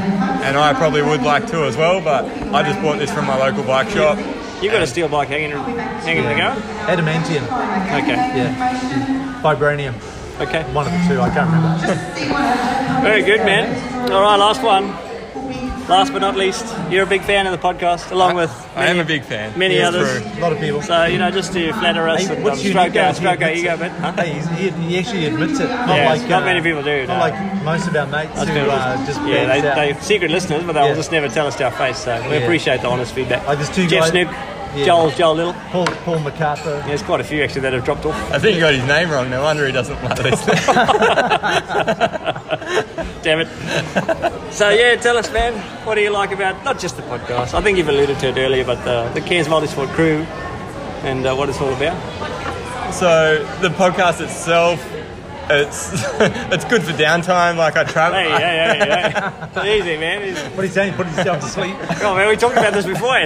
and I probably would like to as well. But I just bought this from my local bike shop. You've got a steel bike hanging, hanging in the Adamantium. go? Okay, Yeah. Vibranium. okay. One of the two. I can't remember. Very good, man. All right, last one. Last but not least, you're a big fan of the podcast, along with I am many- a big fan. many It's others. true. A lot of people. So you know, just to flatter us Hey, and um, what's stroke unique our about stroke our he ego a admits bit. it? Huh? Hey, he's- he, he actually admits it. Not Yeah, like uh, not many people do, Not no. like most of our mates That's who people uh, just yeah, bangs out. they, they secret listeners, but they'll Yeah. just never tell us to our face. So we Yeah. appreciate the honest feedback. Like, there's two Jeff guys- Snoop, Yeah. Joel, Joel Little. Yeah, Paul, Paul MacArthur. there's quite a few actually that have dropped off. I think you got his name wrong. No wonder he doesn't like this. Damn it. so yeah, tell us, man, what do you like about not just the podcast? I think you've alluded to it earlier, but the, the Cairns Multisport crew and uh, what it's all about. So the podcast itself, it's it's good for downtime. Like I travel. Hey, hey, hey, hey. Easy, man. Easy. What are you saying? Putting yourself to sleep. Oh, man, we talked about this before.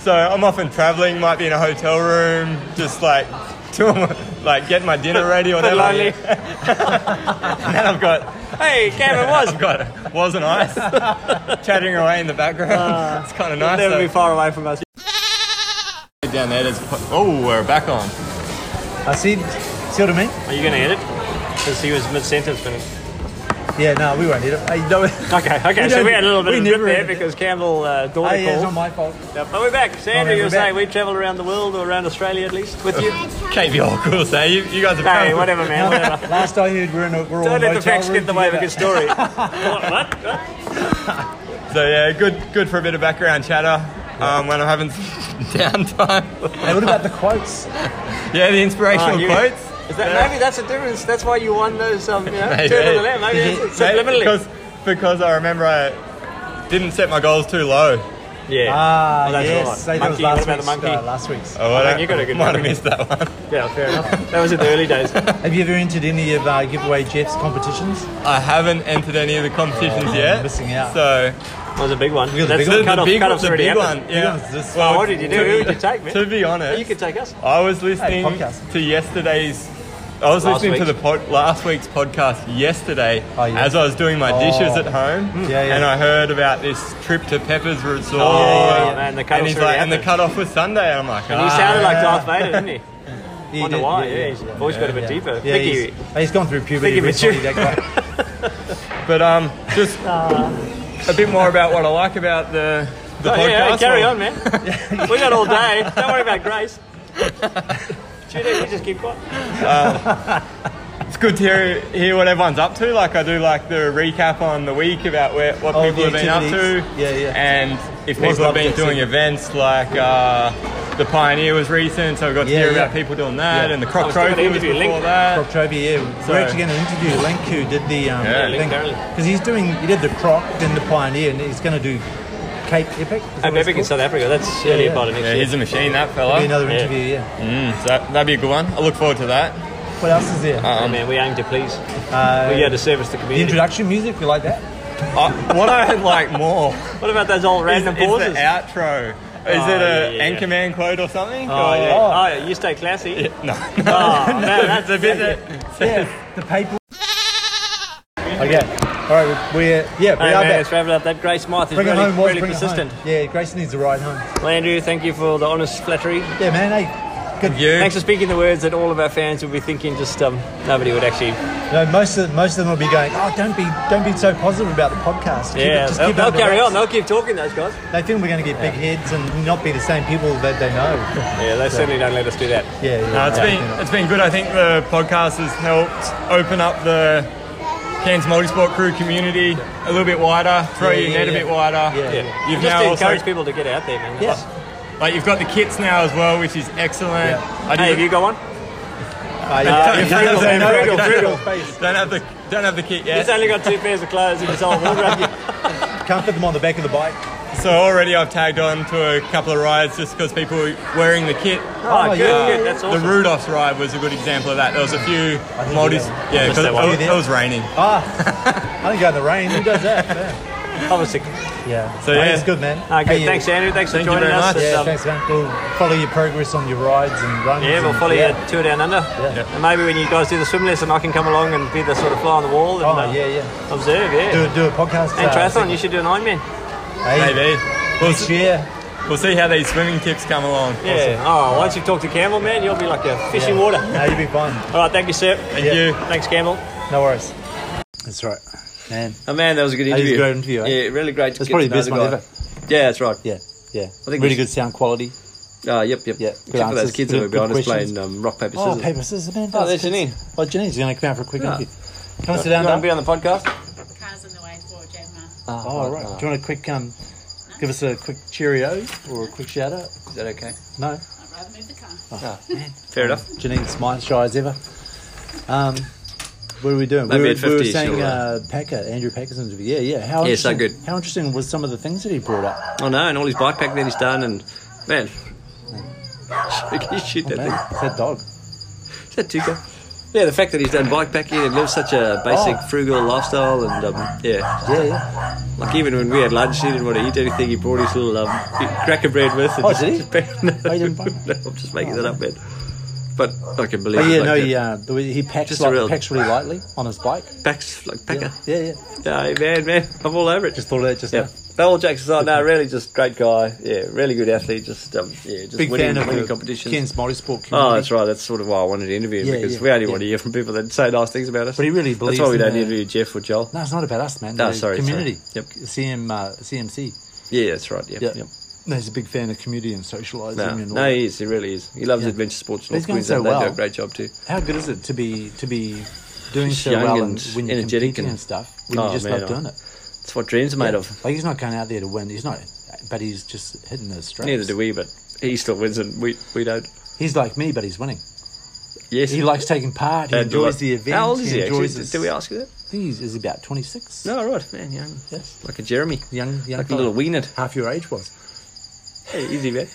So I'm often traveling. Might be in a hotel room, just like doing my- like getting my dinner ready or But whatever. lonely. And then I've got Hey, Cameron was. I've got wasn't ice chattering away in the Uh, background. it's kind of nice. Never be though. far away from us. Down there, there's po- oh we're back on. I see. See what I mean? Are you going to edit? Because he was mid sentence when it. Yeah, no, we won't hit it. Hey, no, hey, Okay, okay. We so don't- we had a little bit we of drip never there edit it. because Campbell uh, Dorney yeah, it's not called. my fault. Yeah, but we're back. Sandra, Oh, yeah, you were we're back. saying we travelled around the world or around Australia at least with you. Can't be all cool. So you, you guys are hey, whatever, man. Whatever. Last I heard, we're in a we're all Don't in let a the hotel facts room get in the way of a together. good story. what? what? So yeah, good good for a bit of background chatter um, when I'm having downtime. Hey, what about the quotes? Yeah, the inspirational Ah, you- quotes. Is that, Maybe that's the difference. That's why you won those, um, you know, Maybe. turn of the lamb. Maybe that's it, Mate, subliminally. Because, because I remember I didn't set my goals too low. yeah. Ah, Oh, that's right. yes. Say that was Monkey, last what about week's, the monkey? uh, last week's. Oh, I think you got a good might have memory. missed that one. yeah, fair enough. That was in the early days. Have you ever entered any of uh, giveaway Jeff's competitions? I haven't entered any of the competitions yet. Oh, missing out. So That was a big one. the That's big the the, cut off. big, Cut off's the already big happened. one, Big yeah. one's this- Well, Oh, what did you do? to- Who did you take, man? To be honest, You could take Oh, us. I was listening podcast. to yesterday's. I was Last listening to week's? the pod, last week's podcast yesterday Oh, yeah. as I was doing my dishes Oh. at Hmm. home, Yeah, yeah. and I heard about this trip to Pepper's Resort. yeah, yeah, Oh, man, the and cut-off's he's like, already and the happened. cutoff was Sunday, and I'm like, He "Ah." sounded like Darth Vader, didn't he? He Wonder did, why, yeah, his voice got a bit deeper. Yeah, Think he's, he's gone through puberty. think he recently, that guy. But um, just a bit more about what I like about the the Ah. Oh, podcast. yeah, hey, carry or- on, man. we got all day. Don't worry about Grace. Tune in, you just keep quiet. It's good to hear, hear what everyone's up to. Like I do, like the recap on the week about where what Oh, people the have been up to. activities. Yeah, yeah. And if Always people have love been that doing segment. events like uh, the Pioneer was recent, so we got to Yeah, hear yeah. about people doing that, Yeah. and the I Croc was talking to Trophy was interview before Link. that. Rob Trovey, yeah. So- We're actually going to interview Link, who did the um, Yeah, Link thing. Darrelly. because he's doing he did the Croc, then the Pioneer, and he's going to do Cape Epic. is Hey, that what it's Bebic in called? South Africa. That's earlier yeah. part of next Yeah, year. he's a machine, that Be fella. another Yeah. interview, yeah. Mm, so that, that'd be a good one. I look forward to that. What else is there? I mean, we aim to please. Uh, we go to service the the community. introduction music, you like that? Uh, what I'd like more what about those old is, is the random pauses? outro. Is Oh, it yeah, a yeah, yeah. Anchorman quote or something? Oh, Or- yeah. oh, yeah. You stay classy. No. Oh, no, that's the bit that Yeah, the paper. Okay. All right, we- we're yeah, we Hey, man, are back. let's wrap it up. That Grace Smythe is Bring it really, home, boys. really bring persistent. it home. Yeah, Grace needs a ride home. Landry, thank you for the honest flattery. Yeah, man. Hey, good. you. Thanks for speaking the words that all of our fans would be thinking. Just um, nobody would actually. You know, most of most of them will be going. Oh, don't be don't be so positive about the podcast. Keep it- Yeah, just they'll, keep it they'll under carry wraps." on. They'll keep talking. Those guys. They think we're going to get big heads and not be the same people that they know. Yeah, they certainly don't let us do that. Yeah, yeah. No, it's yeah, been yeah. it's been good. I think the podcast has helped open up the Cairns Multisport Crew community a little bit wider, throw Yeah, your yeah, net yeah. a bit wider. Yeah. Yeah. You've just now to also- encourage people to get out there, man. Yeah. Uh, Like you've got the kits now as well, which is excellent. Yeah. I Hey, have didn't- you got one? Uh, yeah. Don't- you're don't- frugal, don't- frugal, don't- frugal. Don't have the don't have the kit He's yet. only got two pairs of clothes in his whole wardrobe. Can't put them on the back of the bike. So already I've tagged on to a couple of rides just because people were wearing the kit. Oh, good, yeah. good. That's awesome. The Rudolph's ride was a good example of that. There was a few think multis. we got- Yeah, missed because that it, one. was- it was raining. Ah, I don't go in the rain. Who does that? Yeah. Obviously. yeah. So, Hey, yeah. it's good, man. Ah, good. Hey, yeah. Thanks, Andrew. Thanks Thank for you joining very us. much. It's, Yeah, um, thanks, man. We'll follow your progress on your rides and runs. Yeah, we'll and- follow yeah. you tour down under. Yeah. And maybe when you guys do the swim lesson, I can come along and be the sort of fly on the wall and Oh, uh, yeah, yeah. observe, yeah. Do, do a podcast. and uh, triathlon, you should do an Ironman. Hey, Maybe. We'll, Next s- year. we'll see how these swimming tips come along. Yeah. Oh, once you've talked to Campbell, man, you'll be like a fish in water. No, you'll be fine. All right, thank you, sir. Thank Yeah. you. Thanks, Campbell. No worries. That's right. Man, Oh man, that was a good that is interview. a great interview. Eh? Yeah, really great. to That's get probably to the best know one guy. ever. Yeah, that's right. Yeah, yeah. think really it's- good sound quality. Ah, yep, yep. Yeah, good Except for those answers, kids good- that were good behind us questions. playing um, rock paper Oh, scissors. paper scissors, man. Oh, that's there's good. Janine. Oh, Janine's going to come out for a quick Yeah. interview. Come and sit You down, want to Dom? be on the podcast? Cars on the way for Gemma. Oh, all right. Do you want a quick, um, give us a quick cheerio or a quick shout out? Is that okay? I'd No? rather move the car. Fair enough. Janine smart shy as ever. Um, what are we doing? Maybe we, were, at we were 50 saying she'll, uh, uh, Packer, Andrew Packer's interview. Yeah, yeah. How Yeah, so interesting- good. How interesting was some of the things that he brought up? Oh no, and all his bike pack that he's done, and man, he shoot Oh, that man, thing. it's that dog. Is that Tuca? Yeah, the fact that he's done bike packing and lives such a basic, Oh. frugal lifestyle, and um, yeah, Yeah, yeah. like even when we had lunch, he didn't want to eat anything. He brought his little um, cracker bread with. And Oh, just, did he? no, Oh, he didn't buy it? no, I'm just making that up, man. But I can believe. But yeah, it, like uh, no, that. yeah. the way He packs, Just a like, real- packs really lightly on his bike. Packs like Yeah, packer. yeah, yeah. No, man, man, I'm all over it. Just thought of that just yeah. now. No, all jokes aside, no, really, just great guy. Yeah, really good athlete. Just um, yeah, just Big winning, fan of winning the competitions. Ken's multi-sport community. Oh, that's right. That's sort of why I wanted to interview him Yeah, because yeah, we only yeah. want to hear from people that say nice things about us. But he really believes That's why we in don't the- interview Jeff or Joel. No, it's not about us, man. No, The sorry, community. sorry. Yep. CM, uh, CMC. Yeah, that's right. Yeah, Yeah. yep. Ah, No, he's a big fan of community and socialising. No, and all no, that. he is. He really is. He loves Yeah. adventure sports. But he's North going so Queensland. They well. do a great job too. How good is it to be to be doing Just so young well and and when you're energetic competing and, and- stuff when Oh, you just man, love I- doing it? That's what dreams are made of. Like he's not going out there to win. He's not, but he's just hitting the straight. Neither do we, but he still wins and we we don't. He's like me, but he's winning. Yes, He likes taking part. He and do enjoys it. the event. How old is he? enjoys actually? his- Did we ask you that? I think he's, he's about twenty six. No, right, man, young, Yes. like a Jeremy, Young, young, like a fella. little weener. half your age was. Hey, easy man.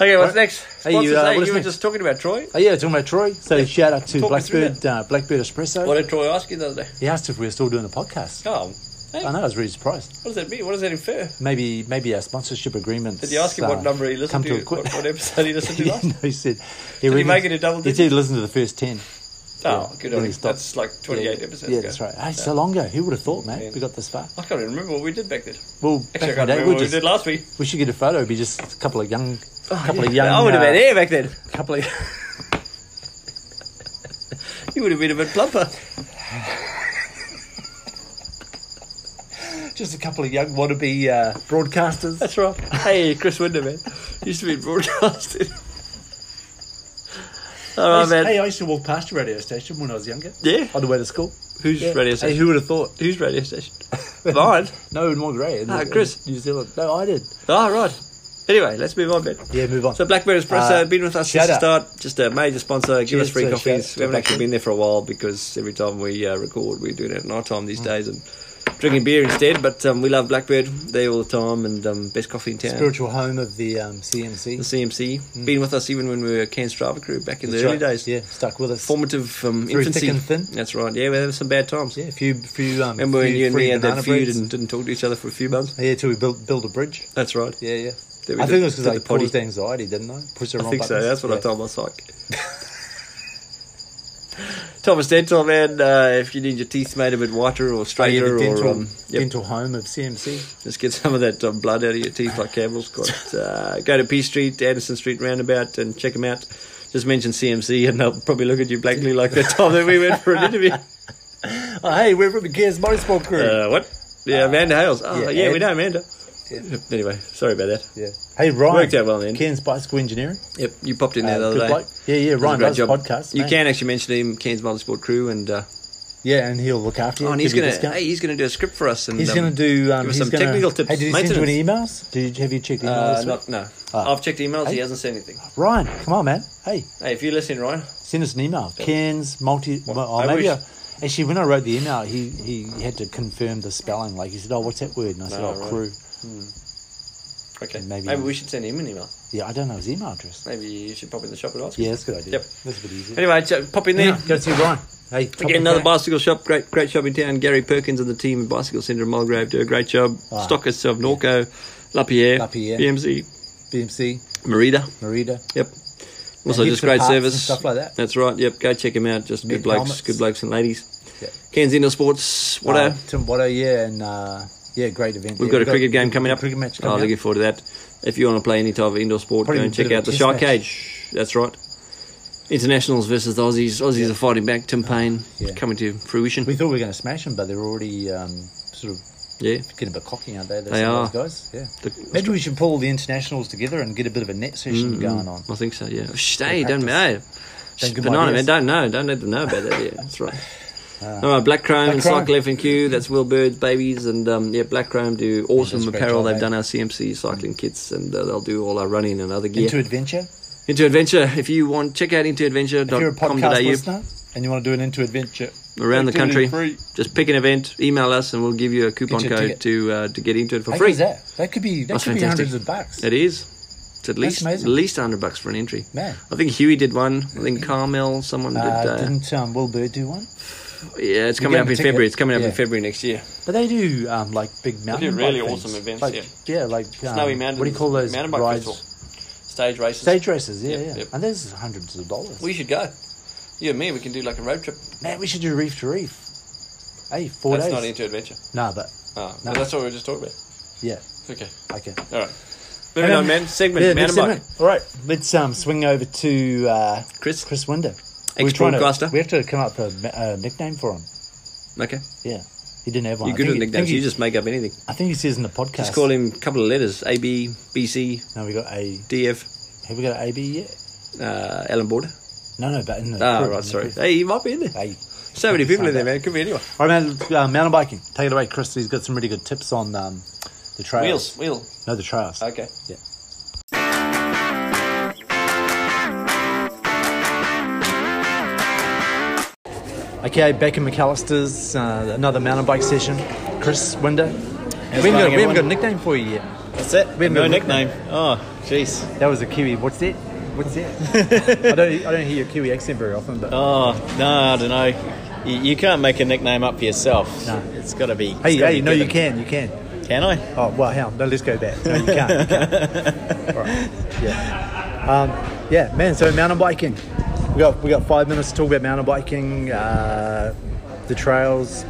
Okay, what's Right. next? Hey, you, Sponsors, uh, hey, what is you were next? just talking about Troy. Oh yeah, talking about Troy. So shout out to Talk me through Blackbird, uh, Blackbird Espresso. What did Troy ask you the other day? He asked if we were still doing a podcast. Oh, hey, I what know, I was really surprised. does that mean? What does that infer? Maybe, maybe our sponsorship agreements. Did you ask him what uh, number he come listened to? to? a quit- what, what episode he listened to yeah, last? no, he said. He Did he reckons- make it a double He digit? said, listen to the first 10. Oh, good on When he him. stopped. That's like 28 yeah, episodes Yeah, ago. that's right. Hey, so long ago. Who would have thought, mate? Yeah. We got this far. I can't even remember what we did back then. Well, Actually, I back in the can't day, remember we'll what we just, did last Oh, week. we should get a photo. It'd be just a couple of young, couple of young. I would have uh, been here back then. couple of. You would have been a bit plumper. just a couple of young wannabe uh, broadcasters. That's right. Hey, Chris Winder, man. Used to be broadcasted. All right, Oh, man. Hey, I used to walk past your radio station when I was younger. Yeah. On the way to school. Who's Yeah. radio Hey, station? who would have thought? Who's radio station? Mine. No, in Monterey. in- Ah, in Chris. New Zealand. No, I did. Oh, right. Anyway, let's move on, man. Yeah, move on. So Blackbird Espresso, Uh, been with us shout since the out. start. Just a major sponsor. Give Cheers us free to coffees. shout- We haven't Blackbird. actually Mm. been there for a while because every time we uh, record, we're doing it at night time these days, and drinking beer instead. But um, we love Blackbird. They're all the time and um, best coffee in town. Spiritual home of the um, CMC. The CMC. Been with us even when we were Cairns Strava crew back in the That's early right. days. Yeah, stuck with us. Formative um, Through infancy. thick and thin. That's right. Yeah, we had some bad times. Yeah, a few, few. Um, Remember when few you and me free had that banana feud breads? and didn't talk to each other for a few months? Yeah, till we built build a bridge. That's right. Yeah, yeah. Then we I did- think it was because did I the potty. caused anxiety, didn't I? Push the I wrong think so. buttons. That's what I Yeah. told my psych. Thomas Dental, man, uh, if you need your teeth made a bit whiter or Oh, yeah, straighter the dental, or um, yep, dental home of CMC. just get some of that um, blood out of your teeth like Campbell's got. Uh, go to P Street, Anderson Street roundabout and check them out. Just mention CMC and they'll probably look at you blankly like the time that we went for an interview. Oh, hey, we're from the Gears Motorsport Crew. Uh, what? Yeah, Amanda Hales. Oh, yeah, yeah, we Ed. know Amanda. Anyway, sorry about that. yeah. Hey, Ryan. Worked out well in the end. Cairns Bicycle Engineering. Yep, you popped in there Uh, the other good day. bloke. Yeah, yeah, Did a Ryan great does podcasts, You mate. can actually mention him, Cairns Motorsport Crew, and uh, Yeah, and he'll look after you. oh, and he's give you a gonna discount. hey, he's gonna do a script for us, and He's um, going to do um, give us he's some gonna, technical tips. Hey, did he send you any Maintenance. emails? Did you, have you checked emails? Uh, this not, week? no, Ah. I've checked emails. Hey. He hasn't said anything. Ryan, come on, man. Hey, Hey, if you're listening, Ryan, send us an email. Cairns multi. Oh, I maybe wish- I- actually, when I wrote the email, he he had to confirm the spelling. Like he said, "Oh, what's that word?" And I said, No, "Oh, right. crew." okay, Maybe- maybe, we should send him an email. Yeah, I don't know his email address. Maybe you should pop in the shop and ask. him. Yeah, that's a good idea. Yep. That's a bit easier. Anyway, j- pop in there. Yeah, go see Ryan. Hey, top Again, of another the- bicycle shop, great great shop in town. Gary Perkins and the team at Bicycle Centre in Mulgrave do a great job. Ah. Stockists of Norco, Lapierre, Lapierre. BMC, BMC, Merida. Merida. Yep. Also, heaps just of great parts and service. stuff like that. That's right. Yep. Go check him out. Just Mint good blokes, helmets. good blokes and ladies. Yeah. Cairns Indoor Sports. What Uh, Tim Watto, yeah, and uh, yeah, great event. We've there. got a cricket game coming up. Cricket match oh, coming looking up. forward to that. If you want to play any type of indoor sport, Probably go a and bit of check a out the test Shark match. Cage. That's right. Internationals versus the Aussies. Aussies are fighting back. Tim Payne yeah. coming to fruition. We thought we were going to smash them, but they're already um, sort of yeah. getting a bit cocky, aren't they? Those They those are. guys. Yeah. The- Maybe we should pull the internationals together and get a bit of a net session Mm-hmm. going on. I think so, yeah. Shh, hey, practice. don't know. Don't give 'em Banana, man, ideas. Ah. don't know. Don't let them know about that, yeah. That's right. All right, Black Chrome Black and Chrome. Cycle FNQ, that's Will Bird's babies, and um, yeah, Black Chrome do awesome does a great apparel. job, They've eh? done our CMC cycling kits, and uh, they'll do all our running and other gear. Mm. Into Into, adventure. Adventure, if you want, check out If you're a podcast intoadventure.com.au listener and you want to do an into adventure around the activity country. free, Just pick an event, email us, and we'll give you a coupon Get your code ticket. to uh, to get into it for how good free. is that? That could be that That's could be fantastic. hundreds of bucks. It is. It's at least at amazing. least hundred bucks for an entry. Man. I think Huey did one. I think Carmel, someone Uh, did. Uh, didn't um, Will Bird do one? Yeah, it's coming get up a in ticket. February. It's coming up Yeah. in February next year. But they do um, like big mountain. bike really things. awesome events, Like, yeah. like um, Snowy Mountains. What do you call those Mountain bike rides? festival. Stage races. Stage races. Yeah, Yep, yeah. yep. And there's hundreds of dollars. We should go. You and me, we can do like a road trip. Man, we should do reef to reef. Hey, four that's days. not into adventure. nah, but Oh, No. no. that's what we were just talking about. yeah, Okay. okay. All right. Moving on, man. Segment. Yeah, man next segment. All right, let's um, swing over to uh, Chris. Chris Winder. Ex-broadcaster. We have to come up with a, a nickname for him. Okay. Yeah, he didn't have one. You're I good think at he- nicknames. think he- You just make up anything. I think he says in the podcast. Just call him a couple of letters. A, B, B, C, No, we got a. D, F, Have we got an AB yet? uh, Alan Border. No, no, but in the. Ah, group, in right. the Sorry. group. Hey, you might be in there. Hey. So many people Sound in there, bad. man. Could be anyone. All right, man. Uh, mountain biking. Take it away, Chris. He's got some really good tips on um, the trails. Wheels. Wheel. No, the trails. Okay. Yeah. Okay, back in McAllister's, uh, another mountain bike session. Chris Winder. We haven't, got, we haven't got a nickname for you yet. That's it. We haven't got no a nickname. Oh, jeez. That was a Kiwi. What's that? What's that? I don't I don't hear your Kiwi accent very often, but Oh, no, I don't know. You, you can't make a nickname up for yourself. No. It's got to be. hey, it's gotta hey, be no, you given. can, you can. Can I? Oh well, hell, no, let's go back. No, you can't. You can't. All right. Yeah. Um, yeah, man. So mountain biking. We got we got five minutes to talk about mountain biking. Uh, the trails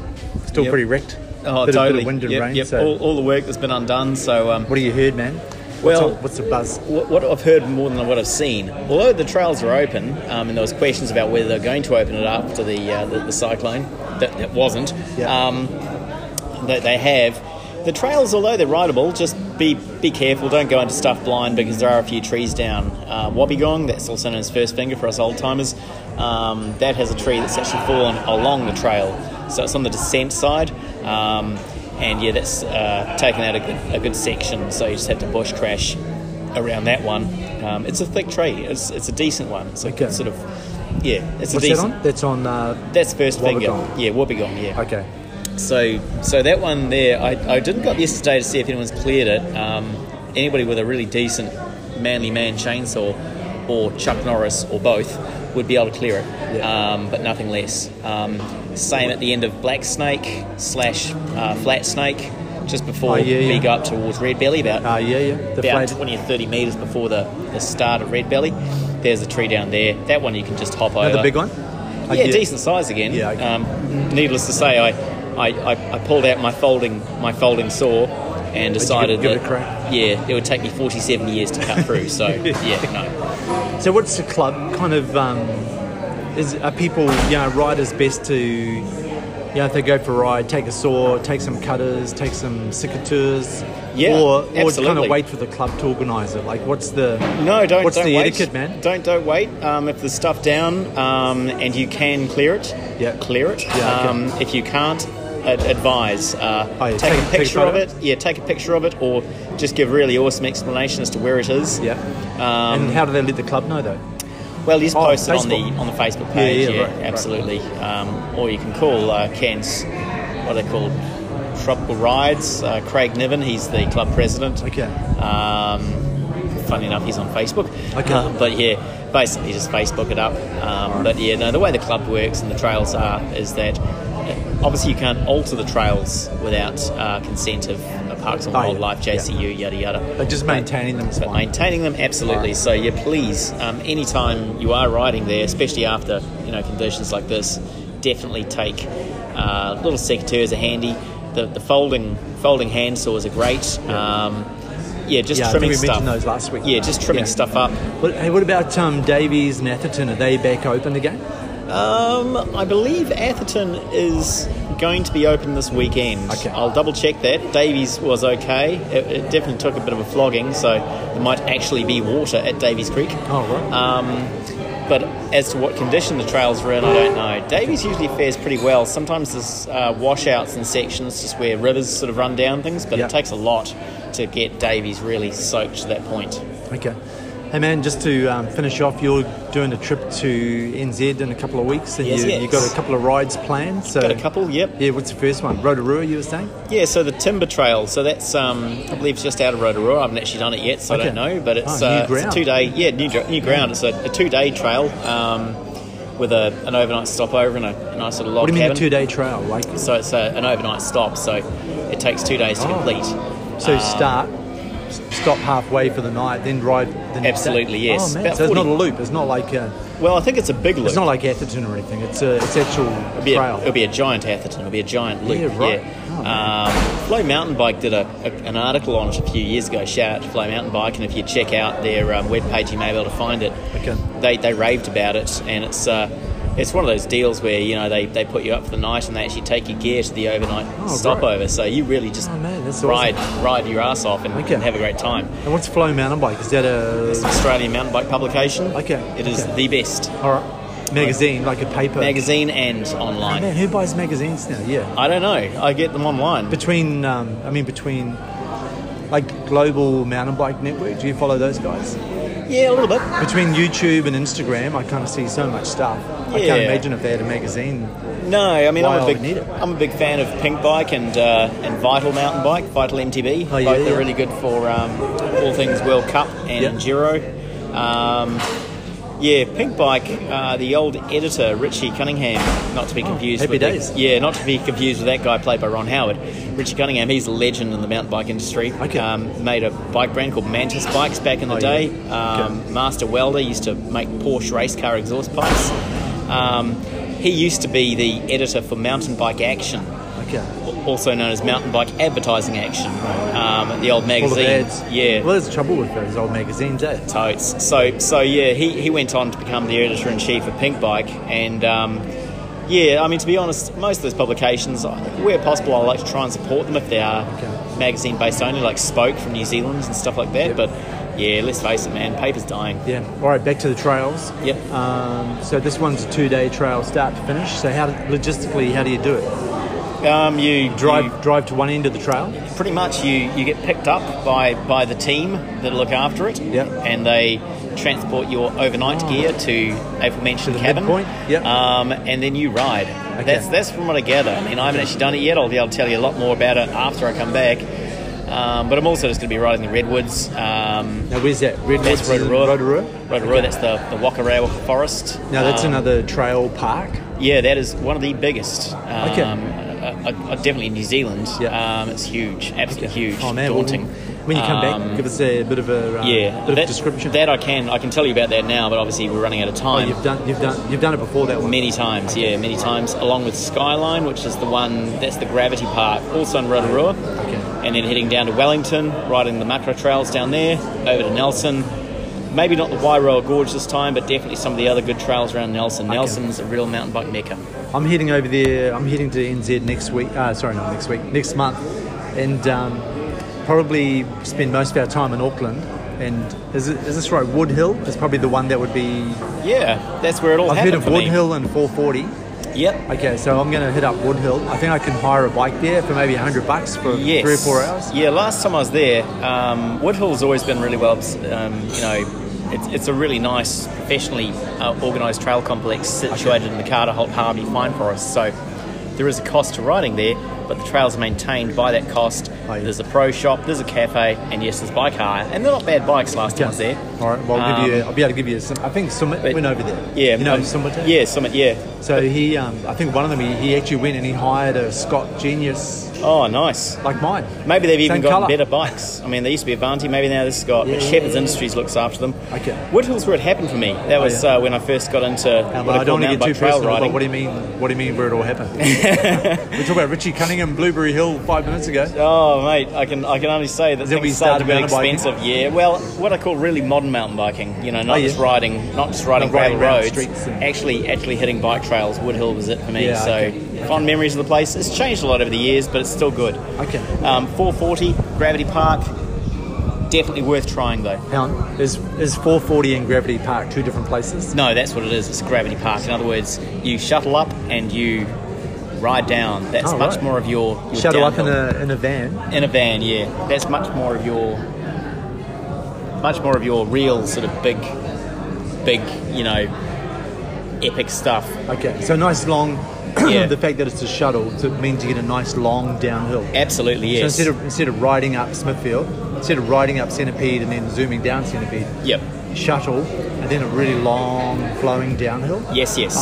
still Yep. pretty wrecked. Oh, bit, totally. Of, bit of wind and Yep, rain. yep. So all, all the work that's been undone. So, um, what do you heard, man? Well- what's, the- what's the buzz? what, what I've heard more than what I've seen, although the trails were open um, and there was questions about whether they were going to open it up after the uh, the, the cyclone, that, that wasn't. Yeah. Um, that they have. The trails, although they're rideable, just be be careful. Don't go into stuff blind because there are a few trees down. Uh, Wobbegong, that's also known as first finger for us old timers, um, that has a tree that's actually fallen along the trail, so it's on the descent side. Um, and yeah, that's uh, taken out a good, a good section, so you just have to bush crash around that one. Um, it's a thick tree. It's it's a decent one. It's a Okay. good sort of yeah. It's a What's that decent. on? That's on. Uh, That's first finger. Wobbegong. Yeah, Wobbegong. Yeah. okay. so so that one there, I, I didn't go up yesterday to see if anyone's cleared it. Um, anybody with a really decent manly man chainsaw or Chuck Norris or both would be able to clear it, um, but nothing less. Um, same at the end of Black Snake slash uh, Flat Snake, just before Oh, yeah, we yeah. go up towards Red Belly, about Ah, yeah, yeah. The about flat- 20 or 30 metres before the, the start of Red Belly. There's a tree down there. That one you can just hop over. Another big one? Yeah, Like, yeah. decent size again. Yeah, um, needless to say, I, I, I, I pulled out my folding my folding saw and Did you decided give- that give it a crack? yeah, it would take me 47 years to cut through. So yeah, no. So what's the club kind of? Um, is are people you know riders best to you know if they go for a ride, take a saw, take some cutters, take some sicateurs, Yeah, or or kind absolutely. of wait for the club to organise it. Like what's the No, don't. what's don't the wait. etiquette, man? Don't don't wait. Um, if there's stuff down um, and you can clear it, yeah, clear it. okay. um, If you can't, ad- advise. Uh, Oh, yeah, take, a picture of photo. it. Yeah, take a picture of it, or just give really awesome explanation as to where it is. Yeah. Um, and how do they let the club know though? Well, you just Oh, post it on the Facebook. on the Facebook Yeah, page. Yeah, yeah, right, right. absolutely. Um, or you can call uh, Ken's what are they called Tropical Rides. Uh, Craig Niven, he's the club president. Okay. Um, funny enough, he's on Facebook. Okay. Uh, but yeah, basically just Facebook it up. Um, But yeah, no, the way the club works and the trails are is that. uh, Obviously, you can't alter the trails without uh, consent of uh, Parks and Oh, yeah, Wildlife, JCU, yada yada. But just maintaining them is But maintaining them, absolutely. So yeah, please, um, anytime you are riding there, especially after you know conditions like this, definitely take uh, little secateurs are handy. The, the folding folding hand saws are great. Um, yeah, just Yeah, I think trimming we stuff. mentioned those last week. Yeah, just trimming Yeah. stuff up. What, hey, what about um, Davies and Atherton? Are they back open again? Um, I believe Atherton is going to be open this weekend. Okay. I'll double check that. Davies was okay. It, it definitely took a bit of a flogging, so there might actually be water at Davies Creek. Oh right. Um, but as to what condition the trails were in, I don't know. Davies usually fares pretty well. Sometimes there's uh, washouts in sections just where rivers sort of run down things, but it takes a lot to get Davies really soaked to that point. Okay. Hey man, just to um, finish off, you're doing a trip to NZ in a couple of weeks, and Yes, you, yes. you got a couple of rides planned. So Got a couple, Oh, yep. Yeah, what's the first one? Rotorua, you were saying? Yeah, so the Timber Trail. So that's, um, I believe, it's just out of Rotorua. I haven't actually done it yet, so I don't Okay. know. But it's, Oh, new uh, it's a ground. two day, yeah, new, dr- new ground. It's a, a two day trail um, with a, an overnight stopover and a, a nice little log what do you mean cabin. a two-day trail? Like, So it's a, an overnight stop, so it takes two days to Oh. complete. so Um, start, s- stop halfway for the night, then ride. The next day? Absolutely, yes. Oh man, About so it's not a 40. loop. It's not like a, Well, I think it's a big loop. it's not like Atherton or anything. It's a it's actual it'll be trail. A, it'll be a giant Atherton. It'll be a giant loop. Yeah, right. Oh, um, Flow Mountain Bike did a, a, an article on it a few years ago. Shout out to Flow Mountain Bike, and if you check out their um, webpage, you may be able to find it. Okay. They, they raved about it, and it's uh, it's one of those deals where you know they, they put you up for the night, and they actually take your gear to the overnight Oh, stopover. So you really just that's ride ride your ass off and, and have a great time. and what's Flow Mountain Bike? Is that a It's an Australian mountain bike publication. Okay. It is okay. the best. all right magazine, like a paper Magazine and Oh, online. man, who buys magazines now? Yeah. I don't know. I get them online. Between, um, I mean, between like Global Mountain Bike Network, do you follow those guys? Yeah, a little bit. Between YouTube and Instagram, I kind of see so much stuff. I can't Yeah. imagine if they had a magazine. No, I mean Why I'm I a would big need it. I'm a big fan of Pink Bike and uh, and Vital Mountain Bike, Vital MTB. Oh, yeah, Both yeah. are really good for um, all things World Cup and Yeah. Enduro. Um, yeah, Pink Bike. Uh, the old editor Richie Cunningham, not to be confused. Oh, happy with the- days. yeah, not to be confused with that guy played by Ron Howard. Richie Cunningham, he's a legend in the mountain bike industry. Okay. Um, made a bike brand called Mantis Bikes back in the Oh, yeah. day. Um, Master Welder used to make Porsche race car exhaust pipes. Um, he used to be the editor for Mountain Bike Action, Okay. also known as Mountain Bike Advertising Action, um, the old All the magazine. ads. Yeah. Well, there's trouble with those old magazines, eh? Totes. So, so yeah, he, he went on to become the editor in chief of Pink Bike, and um, yeah, I mean to be honest, most of those publications, I- where possible, I like to try and support them if they are magazine based only, like Spoke from New Zealand and stuff like that. But yeah, let's face it, man, paper's dying. Yeah. All right, back to the trails. Yep. Um, so this one's a two-day trail, start to finish. So how logistically, how do you do it? Um, you drive drive to one end of the trail. pretty much you, you get picked up by, by the team that look after it, and they transport your overnight gear to aforementioned cabin, Ah. midpoint, yep. um, and then you ride. That's that's from what I gather. I mean, I haven't actually done it yet. I'll be able to tell you a lot more about it after I come back. Um, but I'm also just going to be riding the redwoods. Um, now, where's that? Redwoods That's is in Rotorua. Rotorua? Rotorua, That's the the Wakarau Forest. Now that's Um, another trail park. Yeah, that is one of the biggest. Um, Okay. uh, uh, uh, definitely in New Zealand. Um, it's huge, absolutely huge, Oh man, well, daunting. when you come Um, back, give us a bit of a uh, yeah, bit that, of description. Oh, That I can I can tell you about that now, but obviously we're running out of time. you've done you've done you've done it before that one. Many times, yeah, many times. Along with Skyline, which is the one that's the gravity part, also in Rotorua, and then heading down to Wellington, riding the Macra trails down there, over to Nelson. Maybe not the Wairoa Gorge this time, but definitely some of the other good trails around Nelson. Nelson's a real mountain bike mecca. I'm heading over there. I'm heading to NZ next week. Uh, sorry, not next week. Next month, and um, probably spend most of our time in Auckland. And is, it, is this right? Woodhill is probably the one that would be. Yeah, that's where it all I've heard happened of for me. Woodhill and 440. Yep. Okay, so I'm going to hit up Woodhill. I think I can hire a bike there for maybe 100 bucks for Yes. three or four hours. Yeah, last time I was there, um, Woodhill's always been really well, um, you know, it's, it's a really nice, professionally uh, organised trail complex situated in the Carter Holt Harvey Fine Forest. So there is a cost to riding there, but the trails are maintained by that cost. Oh, There's a pro shop, there's a cafe, and yes, there's bike hire. And they're not bad bikes last time I was there. All right, well, I'll, give you, Um, I'll be able to give you some. I think Summit went over there. Yeah, You know um, Summit? eh? Yeah, Summit, yeah. So he, um, I think one of them, he, he actually went and he hired a Scott Genius. Oh, nice. Like mine. Maybe they've even Same gotten colour. better bikes. I mean, they used to be Avanti, maybe now this has got, Yeah, but yeah, Shepherd's yeah. Industries looks after them. Okay. Woodhill's where it happened for me. That Oh, was yeah. uh, when I first got into Now, what I, I call don't want mountain to get bike too trail personal, but riding. what do you mean? What do you mean where it all happened? we talked about Richie Cunningham, Blueberry Hill, five minutes ago. Oh mate, I can I can only say that Is that where you things started to get started mountain expensive. Yeah, well, what I call really modern mountain biking. You know, not Oh, yeah. just riding, not just riding Not riding gravel around roads. streets Actually, actually hitting bike trails. Woodhill was it for me. Yeah, so okay. fond memories of the place. It's changed a lot over the years, but it's still good. Okay. Um, 440 Gravity Park, definitely worth trying though. Hang on, is is 440 and Gravity Park two different places? No, that's what it is. It's Gravity Park. In other words, you shuttle up and you ride down. That's Oh, much right. more of your, your Shuttle up in downhill. a in a van. in a van, yeah. That's much more of your much more of your real sort of big big, you know, epic stuff. Okay, so nice long. Yeah. the fact that it's a shuttle so it means you get a nice long downhill. Absolutely, So yes. instead of instead of riding up Smithfield, instead of riding up Centipede and then zooming down Centipede, Yep. shuttle and then a really long flowing downhill. Yes, yes.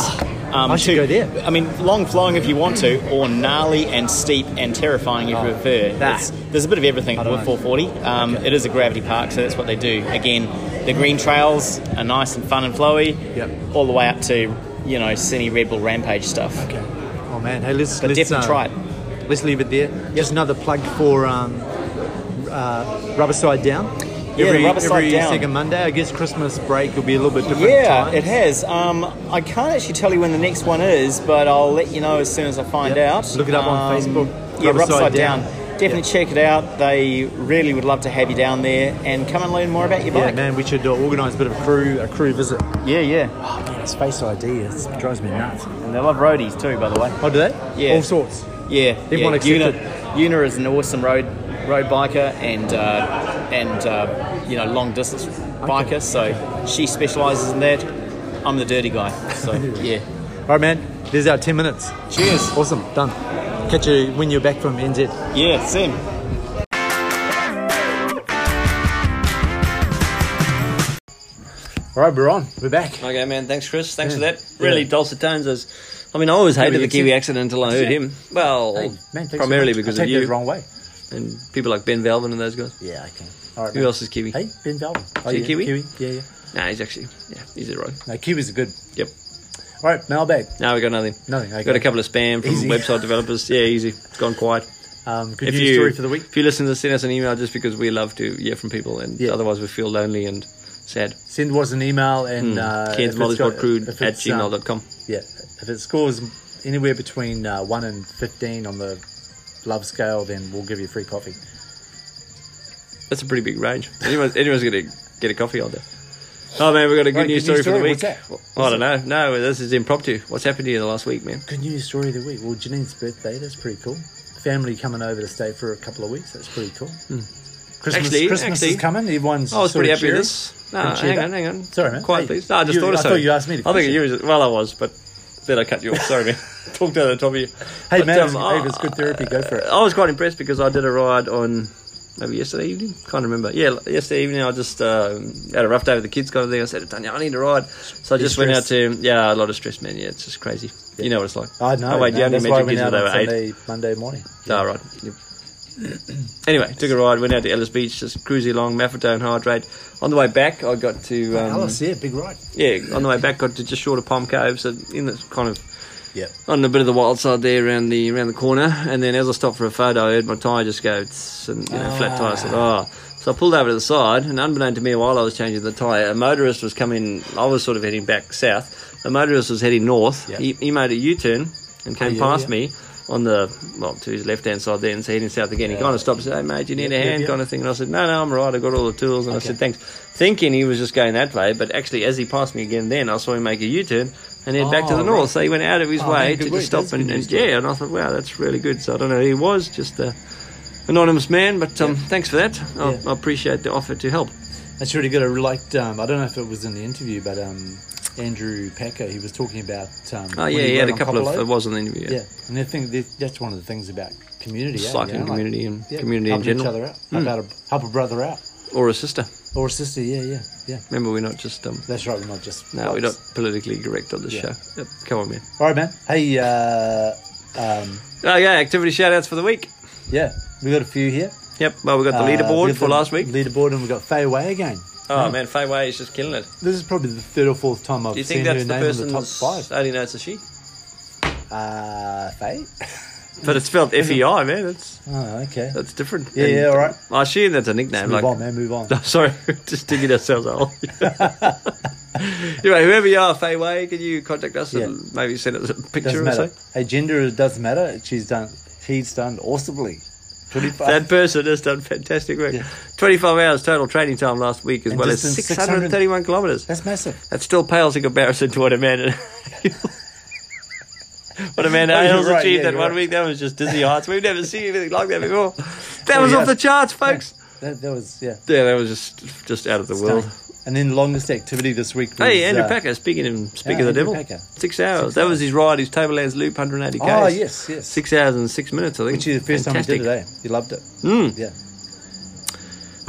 Ah, um, I should go there. I mean, long flowing if you want to, or gnarly and steep and terrifying if you prefer. It's- there's a bit of everything with 440. Um, It is a gravity park, so that's what they do. Again, the green trails are nice and fun and flowy, all the way up to you know semi Red Bull Rampage stuff. Okay. Oh man, hey, let's, But let's definitely try it. Let's leave it there. Just another plug for um, uh, Rubber Side Down. Yeah, every, the Rubber Side every Down. second Monday. I guess Christmas break will be a little bit different. Yeah, times. it has. Um, I can't actually tell you when the next one is, but I'll let you know as soon as I find Yep. out. Um, Look it up on Facebook, Yeah, Rubber Rubber Side Side Down. Down. Definitely check it out. They really would love to have you down there and come and learn more about your Yeah, bike. man, we should uh, organise a bit of a crew a crew visit. Yeah, yeah. Oh man, it's Face ID it drives me nuts. And they love roadies too, by the way. Oh, do they? Yeah. all sorts. Yeah, Everyone yeah. accepted. Una, Una is an awesome road road biker and uh, and uh, you know long distance biker. So she specialises in that. I'm the dirty guy. So yeah. All right, man. There's our ten minutes. Cheers. Awesome. Done. Catch you when you're back from NZ. Yeah, same. All right, we're on. We're back. Okay, man. Thanks, Chris. Thanks Yeah. for that. Really dulcet tones. As I mean, I always Kiwi hated the Kiwi accent. accent until I heard That's it. him. Well, Hey, man, thanks so primarily much. because I of take you. that the wrong way. And people like Ben Valvin and those guys. Yeah, okay. All right, Who man. else is Kiwi? Hey, Ben Velvin. Is he a Kiwi? Kiwi? Yeah, yeah. Nah, he's actually yeah, he's a rogue. No, Kiwis are good. Yep. All right, mailbag. No, we got nothing. Nothing, okay. Got a couple of spam from Easy. website developers. Yeah, easy. Gone quiet. Um, good news story for the week. If you listen to send us an email just because we love to hear from people, and Yeah. otherwise we feel lonely and sad. Send us an email and Hmm. uh, Kids, if it's got- mothersquadcrude if at it's, um, gmail.com. Yeah, if it scores anywhere between uh, one and fifteen on the love scale, then we'll give you free coffee. That's a pretty big range. Anyone's, anyone's going to get a coffee on there. Oh man, we got a good Right, news story, good news for the story. week. What's that? Well, I don't know. No, this is impromptu. What's happened to you the last week, man? Good news story of the week. Well, Janine's birthday. That's pretty cool. Family coming over to stay for a couple of weeks. That's pretty cool. Hmm. Christmas, Actually- Christmas actually- is coming. Everyone's. I was sort pretty of happy with cheery. this. No, Been cheered hang on, up. hang on. Sorry, man. Quiet, Hey, please. No, I just you- thought of I something. thought you asked me. To I think finish you was. Well, I was, but then I cut you off. Sorry, man. Talked over the top of you. Hey, But, man, it's, um, I- hey, it's good therapy. Go for it. I was quite impressed because I did a ride on maybe yesterday evening. Can't remember. Yeah, l- yesterday evening I just um had a rough day with the kids, kind of thing. I said, Tanya, I need a ride. So I Bit just went out stressed. to yeah, a lot of stress, man. Yeah, it's just crazy. You know what it's like. I know. Oh wait, you man, only that's why I mentioned went kids when out they on were eight. Sunday, Monday morning. Ah, right. Yep. anyway, took a ride, went out to Ellis Beach, just cruising along, Maffetone Hydrate. On the way back, I got to. Um, Alice, yeah, big ride. yeah, on the way back, got to just short of Palm Cove, so in the kind of Yeah. on a bit of the wild side there around the around the corner. And then as I stopped for a photo, I heard my tyre just go tss, and you know, flat tyre. I said, Ah. oh. So I pulled over to the side, and unbeknown to me, while I was changing the tyre, a motorist was coming. I was sort of heading back south. The motorist was heading north. He, he made a U turn and came Oh, yeah, past yeah. me on the well to his left hand side there and so heading south again. He Yeah. kind of stopped and said, Hey mate, do you Yep, need a yep, hand yep. kind of thing? And I said, No, no, I'm all right, I've got all the tools and Okay. I said thanks. Thinking he was just going that way, but actually as he passed me again then I saw him make a U turn and head back to Oh, the north. right. So he went out of his Oh, way man, to good just work. stop That's and, good and news, yeah, and I thought, Wow, that's really good. So I don't know who he was, just a anonymous man, but um, thanks for that. I, I appreciate the offer to help. Oh, That's really good. I liked. Um, I don't know if it was in the interview, but um, Andrew Packer, he was talking about. Um, Oh when yeah, he had rode a on couple of uh, Copperlow. it uh, was on the interview. Yeah. and I think that- that's one of the things about community, eh, Cycling you know, community and community in helping general. Each other out, Hmm. Mm. help, out a, help a brother out Or a sister. or a sister. Yeah, yeah, yeah. Remember we're not just um That's right. We're not just no, we're blokes. not politically correct on this Yeah. show. Yep. Come on man. All right, man. Hey, uh, um, Oh yeah, activity shout outs for the week. yeah, we got a few here. Yep, well we got the Uh, leaderboard we've for got last week. Leaderboard, and we got Faye Way again. Oh Yeah. man, Faye Way is just killing it. This is probably the third or fourth time I've Do you think seen that's her the name in the top person's five. only know it's a she? Uh, Faye. But it's spelled F E I, man. That's Oh, okay. that's different. Yeah, And yeah, all right. I assume that's a nickname. Move Like, on, man. Move on. No, sorry, we're just digging ourselves a hole. anyway, whoever you are, Faye Way, can you contact us and maybe send us a picture doesn't or matter. so? Hey, gender it doesn't matter. She's done. He's done awesomely. Twenty five. That person has done fantastic work. 25 hours total training time last week, as And well as distance 631 kilometres. That's massive. That still pales in comparison to what Amanda. what Amanda Oh, you're Hales right, achieved yeah, that you're one right. week. That was just dizzy heights. We've never seen anything like that before. That Oh, was yeah. off the charts, folks. That, that was yeah. Yeah, that was just just out of the world. Stunning. And then longest activity this week. Was, Hey, Andrew uh, Packer, speaking of, speaking yeah, of the Andrew devil, Packer. six hours. that was his ride, his Tablelands Loop, 180 Oh k's. yes, yes. six hours and six minutes. I think. Which is the first Fantastic. time we did it. Eh? You loved it. Mm. Yeah.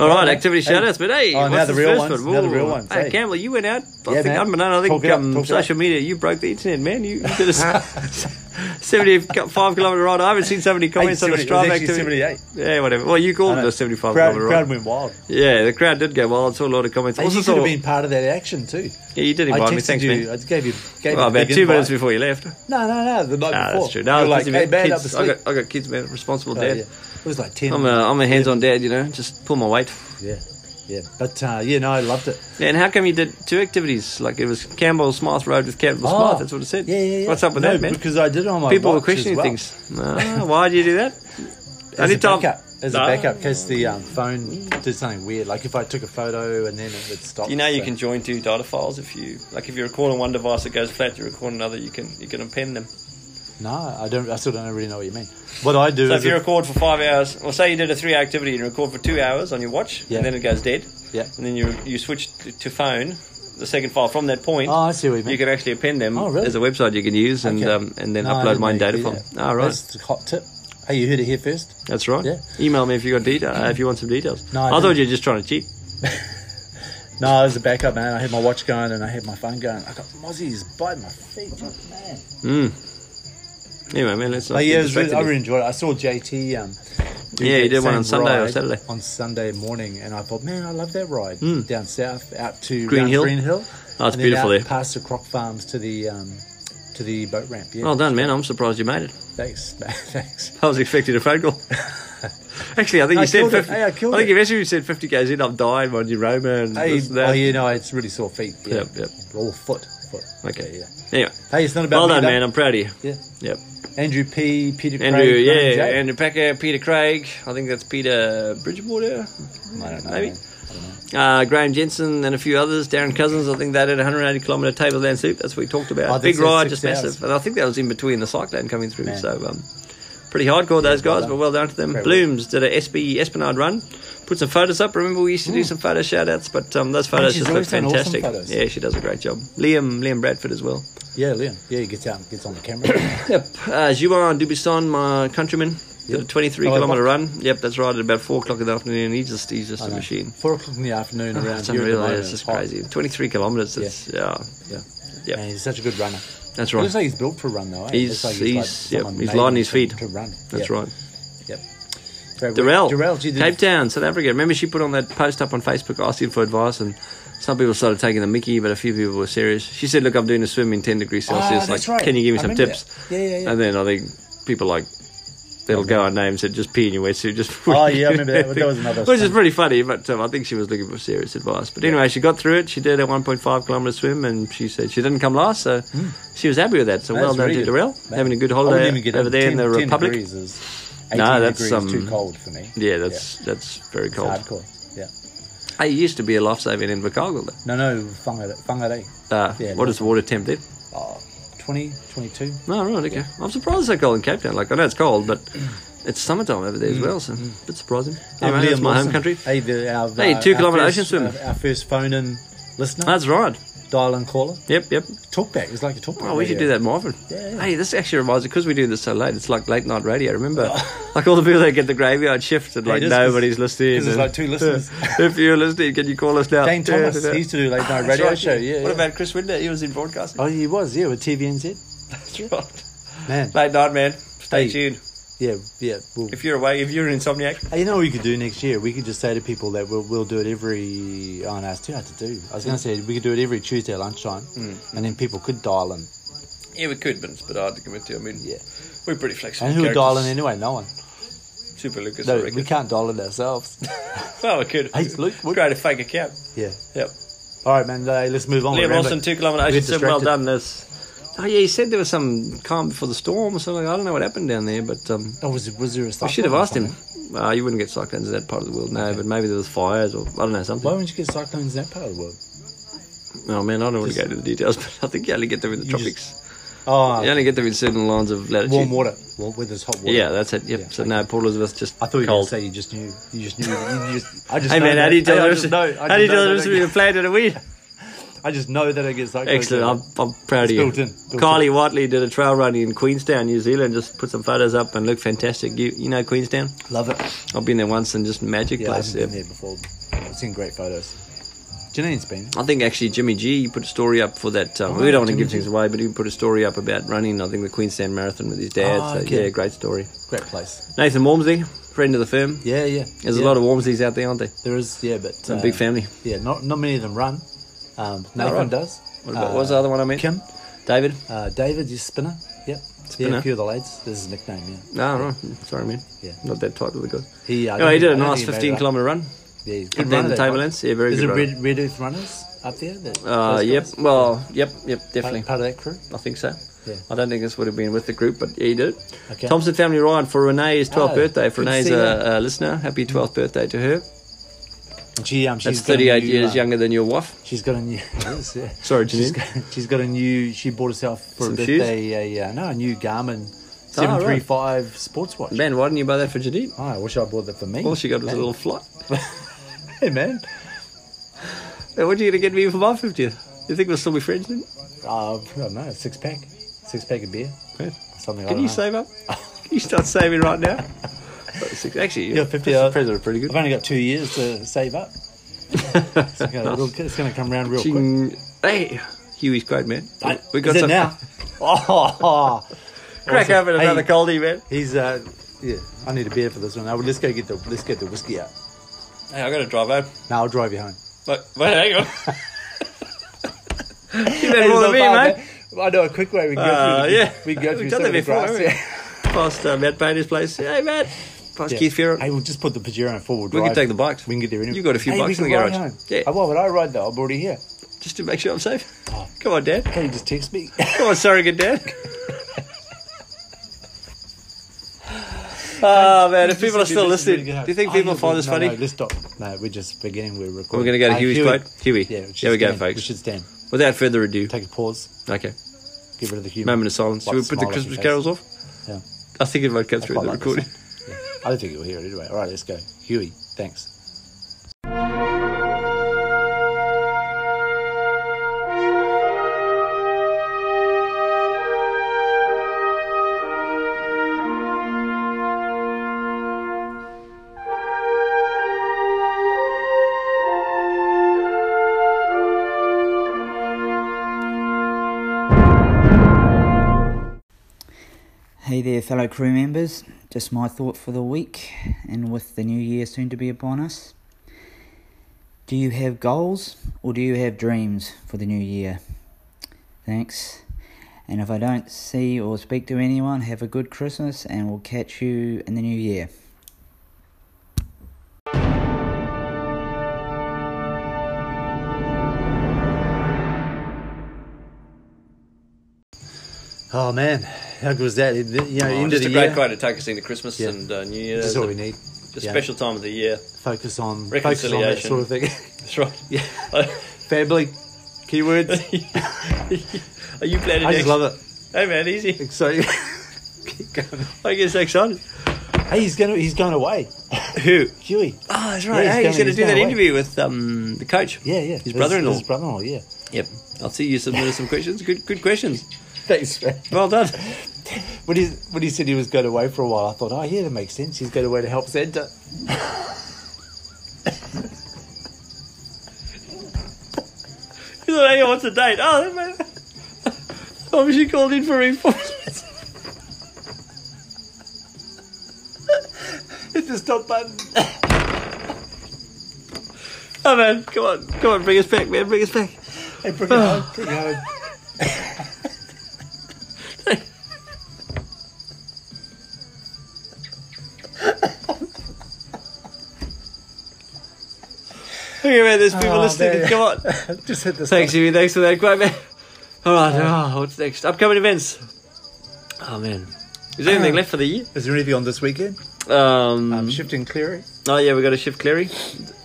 All right, Hey. activity shout outs. But hey, Oh, what's now the this real first ones, one? now the real Ooh. ones, Hey, hey. Campbell, you went out. I Yeah, think, man. I'm I think Talk it up, um, talk it up. social media, you broke the internet, man. You, you did a s- 75 kilometre ride. I haven't seen so many comments on 70, it the was Strava actually activity. 78. Yeah, whatever. Well, you called I it know. a 75 crowd, kilometre crowd ride. went wild. Yeah, the crowd did go wild. I saw a lot of comments. Hey, also you could saw, have been part of that action too. yeah, you did I invite me. texted Thanks, you. man. I gave you. Gave you a Well, about big two invite. minutes before you left. No, no, no. The night Ah, before. that's true. No, You I, were like, hey, man, up kids. the I, sleep. got, I got kids, man. Responsible Oh, dad. yeah. It was like 10 I'm uh, a, I'm a hands-on dad, you know. Just pull my weight. Yeah, yeah. But uh, yeah, no, I loved it. Yeah, and how come you did two activities? Like it was Campbell Smythe Road with Campbell Smythe. That's what it said. Oh. Yeah, yeah, yeah. What's up with No, that, man? Because I did it on my People were watch as questioning well. things. Ah, why did you do that? As a Anytime- backup, as No. a backup, in case the um, phone did something weird. Like if I took a photo and then it would stop. You know, you so- can join two data files if you like. If you record on one device, it goes flat. You record another, you can you can append them. No, I don't. I still don't really know what you mean. What I do So is if you if- record for five hours, or say you did a three hour activity and record for two hours on your watch, Yeah. and then it goes dead, Yeah. and then you you switch to, to phone, the second file from that point. Oh, I see what you mean. can actually append them Oh, really? as a website you can use and Okay. um, and then No, I upload didn't mine know you data could from. do that. All right, That's the hot tip. Hey, you heard it here first. That's right. Yeah. Email me if you got detail, uh, if you want some details. No, I I, thought didn't. you were just trying to cheat. No, I was a backup man. I had my watch going and I had my phone going. I got mozzies biting my feet, man. Mm. Anyway, man, let's. not But get yeah, it was really, distracted I here. really enjoyed it. I saw JT. Um, do Yeah, he that did one on same Sunday or ride Saturday. Hmm. On Sunday morning, and I thought, man, I love that ride down south out to Green round Hill? Green Hill. Oh, it's and then beautiful out there. Past the croc farms to the um, to the boat ramp. Yeah, Well done, man. I'm surprised you made it. Thanks, man. Thanks. I was expecting a phone call. Actually, I think I you said killed it. 50. Hey, I killed it. think you messaged me said 50 k's in, I'm dying, on your Roma and Hey, this and that. oh, you know, it's really sore feet. Yeah. Yep, yep. All foot, foot. Okay. yeah. Anyway, Hey, it's not about well me, done, though. man. I'm proud of you. Yeah. Yep. Andrew P. Peter Andrew, Craig, yeah, Brian J. Andrew Packer, Peter Craig. I think that's Peter Bridgewater, I don't know, maybe. man. Uh, Graham Jensen and a few others. Darren Cousins, I think they did a 180 kilometre tableland soup. That's what we talked I about. think Big so, ride, six just hours. massive. And I think that was in between the cyclone coming through. Man. So um, pretty hardcore those guys, but well done to them. Great work. Blooms did a SB Esplanade run. Put some photos up. Remember, we used Mm. to do some photo shout outs, but um, those And photos she's just look always done awesome fantastic. photos. Yeah, she does a great job. Liam, Liam Bradford as well. Yeah, Liam. Yeah, he gets out, and gets on the camera. Yep, uh, Juan Dubisson, my countryman, did a 23 Oh, kilometre what? run. Yep, that's right, at about 4 o'clock in the afternoon. He just, he's just I a know. machine. Four o'clock in the afternoon Oh, around it's here. at the unreal, eh? moment, It's just hot. crazy. 23 kilometres, that's, yeah. Yeah. Yep. And he's such a good runner. That's He right. looks like he's built for a run, though. Eh? He's, Looks like like he's, yep, someone he's made light on him his to- feet. To run. That's Yeah. right. Yep. Great work. Darrell, Darrell, you did Cape Town, South Africa. Remember, she put on that post up on Facebook asking for advice, and some people started taking the mickey, but a few people were serious. She said, "Look, I'm doing a swim in 10 degrees Ah, Celsius. like, that's right. can you give me I some remember tips?" that. Yeah, yeah, yeah. And then I think people like. That'll go our names and just pee in your wetsuit. Just Oh, yeah, I remember that. That was another Which is swim. pretty funny, but um, I think she was looking for serious advice. But anyway, she got through it. She did a 1.5 kilometre swim, and she said she didn't come last, so she was happy with that. So Hmm. That's well done really to good. Darrell, Man, having a good I wouldn't even holiday get over there 10 in the 10 Republic. um, degrees is- 18 degrees is too cold for me. Yeah, that's that's very cold. It's hardcore. Yeah. Hey, you used to be a lifesaver in Invercargill, though. No, no, Whangarei. Whangarei. Uh, Yeah, what is the water temp then? Oh, 20, 22. No, right, okay. I'm surprised it's so cold in Cape Town. Like, I know it's cold, but it's summertime over there as Mm, well, so a bit surprising. Um, Anyway, that's Liam my home Lawson. country. Hey, the, our, Hey, uh, two our kilometre first- ocean swim. uh, our first phone in listener. That's right. Dial in caller. Yep, yep. Talkback. It's like a talkback. Oh, we should do that more often. Yeah. Hey, this actually reminds me because we do this so late. It's like late night radio. Remember, like all the people that get the graveyard shift and Yeah, Oh. it like is, 'cause- nobody's listening. 'cause there's, and- like, two listeners. if you're listening, can you call us now? Dane Thomas, he used to do late night radio That's show, yeah, What yeah. about Chris Winder? He was in broadcasting. Oh, he was, yeah, with TVNZ. That's right. Man. Late night, man. Stay Hey. tuned. Yeah, yeah. Well, If you're awake, if you're an insomniac, Hey, You know what we could do next year? We could just say to people that we'll, we'll do it every. Oh, no, it's too hard to do. I was going to say we could do it every Tuesday at lunchtime, Mm, and then people could dial in. yeah, we could, but it's a bit hard to commit to. I mean, yeah, we're pretty flexible. And who would characters. dial in anyway? No one. Super Lucas, I No, reckon. we can't dial in ourselves. Well, we could. Hey, Luke, Create a fake account. yeah. Yep. All right, man. uh, let's move on. Liam We're around, Lawson, but two kilometre we ocean get swim. Well distracted. done. This. Oh yeah, he said there was some calm before the storm or something. I don't know what happened down there, but um, Oh, was, was there a I cyclone should have or asked him. something? Uh, you wouldn't get cyclones in that part of the world, no. But maybe there was fires or I don't know something. Why wouldn't you get cyclones in that part of the world? Oh man, I don't want to go into the details, but I think you only get them in the You tropics. Oh, you only get them in certain lines of latitude. warm water. Well, where there's hot water. Yeah, that's it. Yep. so no, Port Elizabeth just I thought you were going cold. to say you just knew. You just knew. You just, I just hey know man, that. how do you tell Hey, the I difference? just know- I How just do you know tell the that difference between a plate and a weed? I just know that it gets cyclones. Excellent. I'm, I'm proud of It's you. built in. Built Kylie Whiteley did a trail run in Queenstown, New Zealand. Just put some photos up and looked fantastic. You you know Queenstown? Love it. I've been there once and just magic Yeah, I place. haven't yeah. been there before. I've seen great photos. Janine's been. I think actually Jimmy G put a story up for that. Oh, Um, we don't want to give things away, but he put a story up about running. I think the Queenstown Marathon with his dad. Ah, so okay. yeah, great story. Great place. Nathan Wormsley, friend of the firm. Yeah, yeah. There's yeah. Uh, a lot of Wormsleys out there, aren't there? There is, yeah, but A big family. Yeah, not not many of them run. Um, Nathan All right. does. Uh, What about, what was the other one I meant? Kim, David. uh, David, your spinner. Yep. Yeah, Spinner. a few of the lads. This is his nickname. Yeah. No, no, sorry, man. Yeah. Not that type of a guy. He, uh, Anyway, Oh, he did a I don't nice think he made 15 it up. kilometre run. Yeah, he's a good Up there in runner, that the guy. Tablelands. Yeah, very Is good it runner. Red, Red Earth Runners up there? That, Uh, those yep. guys? Well, yep, yep, definitely. Part, part of that crew. I think so. Yeah. I don't think this would have been with the group, but yeah, he did. it. Okay. Thompson Family Ride for Renee's 12th Ah, birthday. If good to Renee's see a, a listener, happy 12th birthday to her. And She, um, she's That's got a 38 new, years uh, younger than your wife. She's got a new. it is, yeah. Sorry, she's Janine. got, she's got a new. She bought herself for Some a shoes? birthday a uh, no a new Garmin Ah, seven right. three five sports watch. Man, why didn't you buy that for Janine? Oh, I wish I bought that for me. All she got was a Man. little flight. Hey man, Hey, what are you going to get me for my 50th? You think we'll still be friends then? uh, I don't know six pack, six pack of beer, Yeah. something. Can you save up? Can you start saving right now? Actually, Yeah, your 50 50th hours. present are pretty good. I've only got two years to save up. it's, gonna, it'll- it's gonna come round real quick. Ching. Hey, Huey's great, man. Hey, We Is it now? Oh, Crack Awesome. open another Hey. coldie, man. he's uh, yeah. I need a beer for this one. Now let's go get the let's get the whiskey out. Hey, I got to drive home. Now I'll drive you home. But, but hang on. you better Hey, more it's than not me, bad, mate. man. I know a quick way we can go eh? Uh, through. the- yeah. we can go We've through done some that of the before, grass. haven't we? Yeah. Past uh, Matt Painter's place. Hey, Matt. Past Yeah. Keith Furon. Hey, we'll just put the Pajero in forward. We can drive. take the bikes. We can get there anyway. You got a few Hey, we bikes in can the ride garage. home. Yeah. Oh, why would I ride though? I'm already here. Just to make sure I'm safe. Come on, Dad. Can you just text me? Come on, surrogate Dad. Oh man, if people are still listening, do you think Oh, people no, find this no, funny? No, let's stop. No, we're just beginning. We're recording. We're gonna go to Hey, Huey's Huey. quote. Huey. Yeah, There should we go, stand. folks. We should stand. Without further ado, Take a pause. okay. Get rid of the human. Moment of silence. Should we put the Christmas carols off? Yeah. I think it might come through the recording. I don't think you'll hear it anyway. All right, let's go. Huey, thanks. Hey there, fellow crew members. Just my thought for the week, and with the new year soon to be upon us. Do you have goals or do you have dreams for the new year? Thanks. And if I don't see or speak to anyone, have a good Christmas and we'll catch you in the new year. Oh man, how good was that? It- You know, Oh, end just of the a great year, way to take us into Christmas and uh, New Year. That's all we need. Just Yeah. special time of the year. focus on focus on that Reconciliation. sort of thing. That's right. Yeah. Family, keywords. Are you planning? I just next? love it. Hey man, easy. Exciting. I get so excited. Hey, he's going. He's going away. Who? Huey. Oh, that's right. hey, he's going to do that interview with um, the coach. Yeah, yeah. His His- brother-in-law. his brother-in-law, yeah. Yep. I'll see you submitted some questions. Good, good questions. Thanks, man. Well done. When he, when he said he was going away for a while, I thought, oh, yeah, that makes sense. He's going away to help Santa. He's like, hey, what's the date? Oh, man. Obviously called in for reinforcements. Hit the stop button. Oh man, come on, come on, bring us back, man, bring us back. Hey, bring it home, bring it home. Okay, man, there's people Oh, listening. man. Come on. Just hit this. Thanks, Jimmy. Thanks for that. Great, man. All right. oh, what's next? Upcoming events. Oh, man. Is there Uh. anything left for the year? Is there anything on this weekend? Um, shifting Cleary. Oh, yeah, we've got to shift Cleary.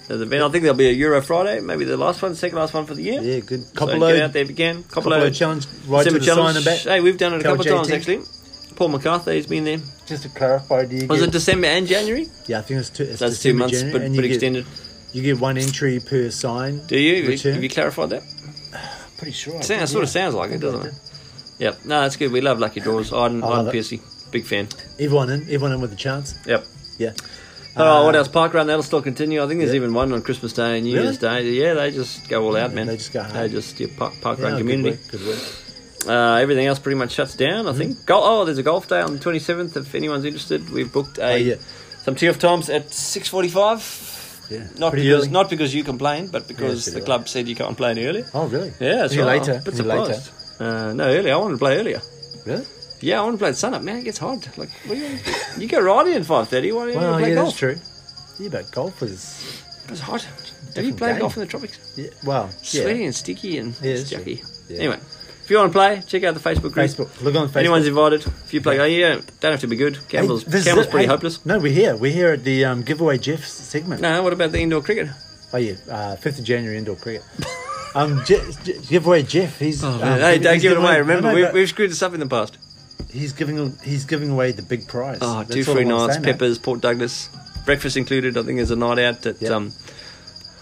There's an event. I think there'll be a Euro Friday, maybe the last one, second last one for the year. Yeah, good. so Copperload- get out there again. Copperload challenge, right to the sign and back. Hey, we've done it a Tell couple of times JT. actually. Paul McCarthy's been there. Just to clarify, do you Was get- it December and January? Yeah, I think it's two, it's That's two December, months, January, but- and you but get- extended. You get one entry per sign. Do you? Have you, Return. have you clarified that? Pretty sure. I Sounds, think, sort of yeah. sounds like it, doesn't it? Yep. No, that's good. We love lucky draws. Arden, I love Arden it. Piercy, big fan. Everyone in, everyone in with a chance. Yep. Yeah. Oh, Uh, what else? Park Run, that'll still continue. I think there's even one on Christmas Day and New Really? Year's Day. Yeah, they just go all out, man. They just go hard. They just, yeah, Park, park Yeah, Run good community. work, good work. Mm. Uh, everything else pretty much shuts down, I think. Gol- oh, there's a golf day on the 27th. If anyone's interested, we've booked Oh, a some tee off times at 6.45. Yeah, Not pretty because early. not because you complained, but because it's the pretty club said you can't play any earlier. Oh, really? Yeah, that's Any right. later? I'm a bit Any later? surprised. Uh, no, earlier. I wanted to play earlier. Really? Yeah, I want to play at sunup. Man, it gets hard. Like, what do you, you go riding at five thirty. Why don't you Well, play yeah, golf? that's true. Yeah, but golf is. It's hot. Have you Different played game. golf in the tropics? Yeah, well, yeah. sweaty and sticky and it's yucky. Yeah. Anyway, if you want to play, check out the Facebook group. Facebook. Look on Facebook. Anyone's invited. If you play, oh yeah, don't have to be good. Hey, Campbell's this is Campbell's it. pretty Hey, hopeless. No, we're here. We're here at the um, giveaway Jeff's segment. No, what about the indoor cricket? Oh yeah, uh, fifth of January indoor cricket. um, Je- Je- giveaway Jeff. He's um, Man, Oh, hey, he's don't give it giving away. Remember, no, no, we've, but we've screwed this up in the past. he's giving he's giving away the big prize. Oh, That's two all free I wanna nights, say, mate. peppers, Port Douglas, breakfast included. I think there's a night out at um,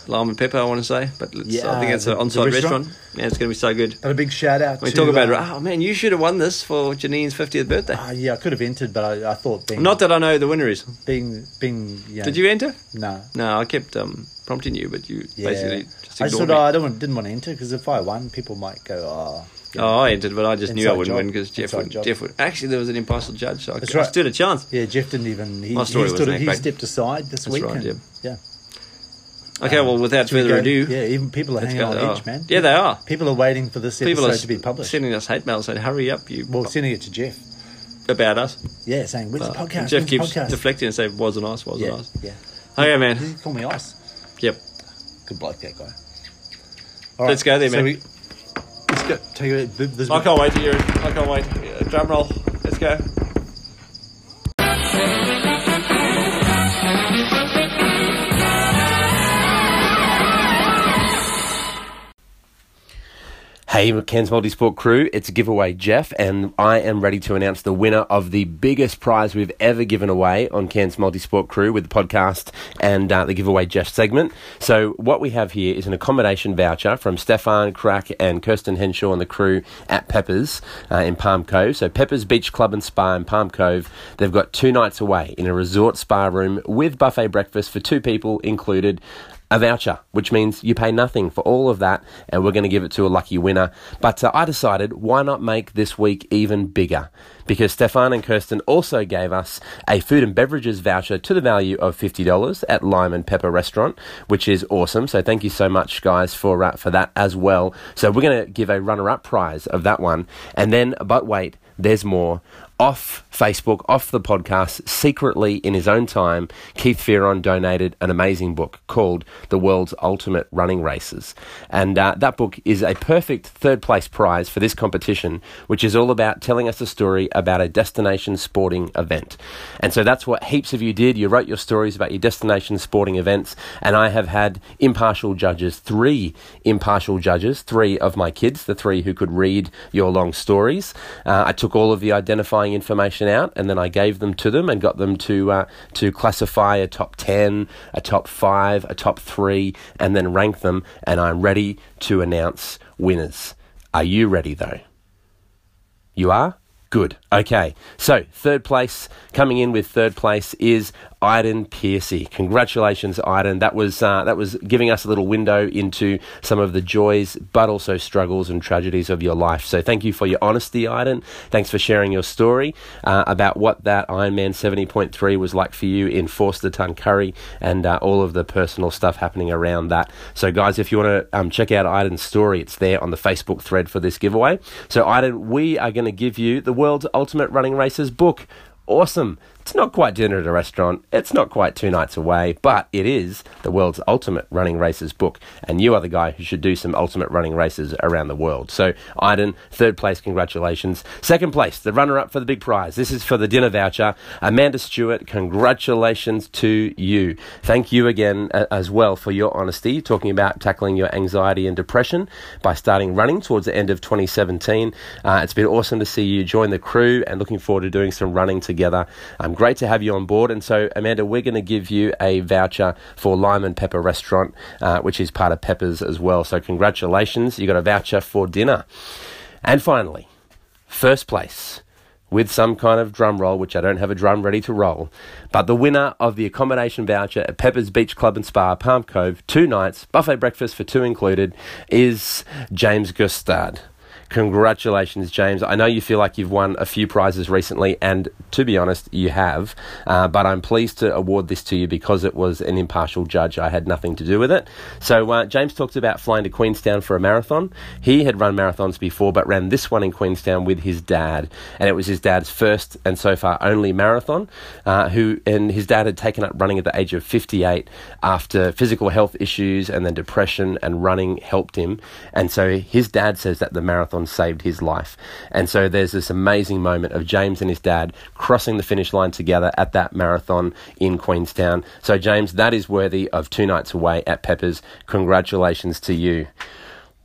Lime and Pepper. I want to say, but let's, Yeah, I think it's the- an the on-site restaurant. restaurant. Yeah, it's going to be so good. And a big shout out. We to, talk about uh, oh man, you should have won this for Janine's fiftieth birthday. uh, yeah, I could have entered, but I, I thought being Not that I know who the winner is. being being. You know, Did you enter? No. No, I kept um, prompting you, but you Yeah. basically just I just thought ignored me. oh, I don't want, didn't want to enter because if I won, people might go. Oh, Oh, I entered, but I just knew I Inside wouldn't job. win because Jeff Inside would. job. Jeff would. Actually, there was an impartial judge, so I, That's I right. stood a chance. Yeah, Jeff didn't even. He, My story he, wasn't stood, that he great. stepped aside this That's week. right, and- yeah. yeah. Okay, well, without Um, Should we further go- ado, yeah, even people are let's hanging go- on oh. edge, man. Yeah, they are. People are waiting for this People are episode to be published. sending us hurry hate mail saying, "Hurry up, you." Well, sending it to Jeff. about us. Yeah, saying when's the Uh, podcast? When's Jeff the keeps podcast? deflecting and saying, "Wasn't us, wasn't Yeah, us." yeah. Mm-hmm. Okay, man. He called me Ice. Yep. Good bloke, that guy. Let's go there, so man. we- let's go. Take it. th- This I can't wait to hear it. I can't wait. Uh, Drum roll. Let's go. Hey, Ken's Multisport crew, it's giveaway Jeff, and I am ready to announce the winner of the biggest prize we've ever given away on Ken's Multisport crew with the podcast and uh, the giveaway Jeff segment. So, what we have here is an accommodation voucher from Stefan Crack and Kirsten Henshaw and the crew at Peppers uh, in Palm Cove. So, Peppers Beach Club and Spa in Palm Cove, they've got two nights away in a resort spa room with buffet breakfast for two people included a voucher, which means you pay nothing for all of that, and we're going to give it to a lucky winner. But uh, I decided, why not make this week even bigger? Because Stefan and Kirsten also gave us a food and beverages voucher to the value of $50 at Lime and Pepper Restaurant, which is awesome. So thank you so much, guys, for, uh, for that as well. So we're going to give a runner up prize of that one. And then, but wait, there's more. Off Facebook, off the podcast, secretly in his own time, Keith Fearon donated an amazing book called The World's Ultimate Running Races. And uh, that book is a perfect third place prize for this competition, which is all about telling us a story about a destination sporting event. And so that's what heaps of you did. You wrote your stories about your destination sporting events. And I have had impartial judges, three impartial judges, three of my kids, the three who could read your long stories. Uh, I took all of the identifying information out and then I gave them to them and got them to uh, to classify a top ten, a top five, a top three, and then rank them. And I'm ready to announce winners. Are you ready though? You are. Good. Okay. So, third place, coming in with third place is Iden Piercy. Congratulations, Iden. That was uh, that was giving us a little window into some of the joys, but also struggles and tragedies of your life. So thank you for your honesty, Iden. Thanks for sharing your story uh, about what that Ironman seventy point three was like for you in Forster Tun Curry and uh, all of the personal stuff happening around that. So guys, if you want to um, check out Iden's story, it's there on the Facebook thread for this giveaway. So Iden, we are going to give you the world's ultimate running races book awesome. It's not quite dinner at a restaurant, it's not quite two nights away, but it is the world's ultimate running races book, and you are the guy who should do some ultimate running races around the world. So, Iden, third place, congratulations. Second place, the runner up for the big prize. This is for the dinner voucher. Amanda Stewart, congratulations to you. Thank you again uh, as well for your honesty, talking about tackling your anxiety and depression by starting running towards the end of 2017. Uh, it's been awesome to see you join the crew and looking forward to doing some running together. Um, great to have you on board. And so, Amanda, we're going to give you a voucher for Lime and Pepper Restaurant, uh, which is part of Pepper's as well. So, congratulations, you got a voucher for dinner. And finally, first place with some kind of drum roll, which I don't have a drum ready to roll. But the winner of the accommodation voucher at Pepper's Beach Club and Spa, Palm Cove, two nights, buffet breakfast for two included, is James Gustard. Congratulations, James. I know you feel like you've won a few prizes recently, and to be honest, you have. Uh, but I'm pleased to award this to you because it was an impartial judge. I had nothing to do with it. So, uh, James talked about flying to Queenstown for a marathon. He had run marathons before, but ran this one in Queenstown with his dad. And it was his dad's first and so far only marathon. Uh, who And his dad had taken up running at the age of 58 after physical health issues and then depression, and running helped him. And so, his dad says that the marathon saved his life. And so there's this amazing moment of James and his dad crossing the finish line together at that marathon in Queenstown. So, James, that is worthy of two nights away at Peppers. Congratulations to you.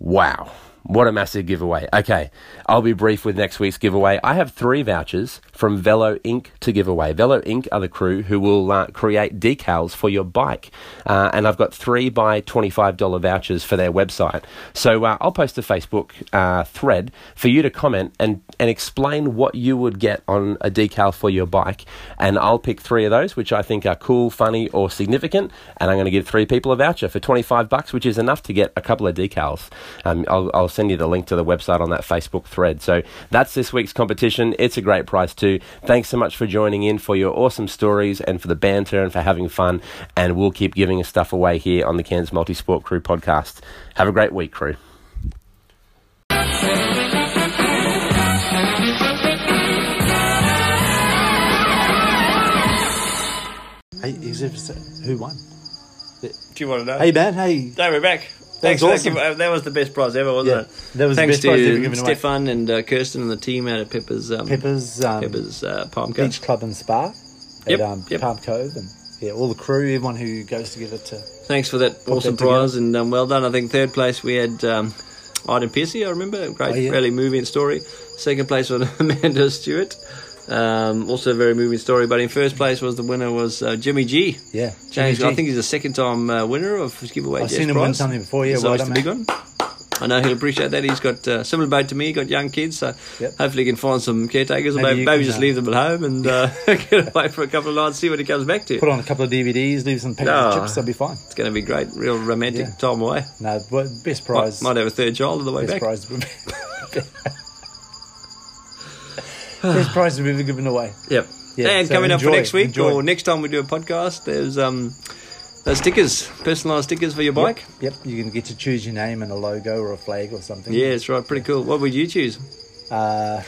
Wow. What a massive giveaway. Okay, I'll be brief with next week's giveaway. I have three vouchers from Velo Inc. to give away. Velo Inc. are the crew who will uh, create decals for your bike. Uh, and I've got three by $25 vouchers for their website. So uh, I'll post a Facebook uh, thread for you to comment and, and explain what you would get on a decal for your bike. And I'll pick three of those, which I think are cool, funny, or significant. And I'm going to give three people a voucher for 25 bucks, which is enough to get a couple of decals. Um, I'll, I'll send you the link to the website on that Facebook thread. So that's this week's competition. It's a great prize too. Thanks so much for joining in for your awesome stories and for the banter and for having fun. And we'll keep giving us stuff away here on the Cairns Multisport Crew podcast. Have a great week, crew. Hey, is it, who won? Do you want to know? Hey, man. Hey. No, we're back. That's Thanks. Thanks for that, give- uh, that was the best prize ever, wasn't Yeah, it? that was the Thanks best prize ever to given away. Stefan and uh, Kirsten and the team out of Pepper's um, Pepper's, um, Pepper's uh, Palm Cove. Beach Club and Spa at Yep, um, yep. Palm Cove, and yeah, all the crew, everyone who goes together to. Thanks for that awesome that together. prize and um, well done. I think third place we had um, Iden Piercy, I remember. Great, Oh, yeah. really moving story. Second place was Amanda Stewart. Um, also a very moving story. But in first place was the winner was uh, Jimmy G. Yeah, Jimmy James, G. I think he's a second time uh, winner of his giveaway. I've Jazz seen him win prize. something before, yeah, It's well always done, the big one. I know he'll appreciate that. He's got uh, similar boat to me. He got young kids, so hopefully he can find some caretakers, or Maybe maybe, you maybe can, just uh, leave them at home and uh, get away for a couple of nights, see what he comes back to. Put on a couple of DVDs, leave some packets Oh. of chips, that'll be fine. It's going to be great, real romantic time away. No, but best prize. Might, might have a third child on the way best back. prize would be best prize we've ever given away. Yep. Yeah, and so coming up for enjoy, next week enjoy. or next time we do a podcast, there's um, those stickers, personalised stickers for your bike. Yep, you can get to choose your name and a logo or a flag or something. Yeah, that's right. Pretty cool. What would you choose? Uh,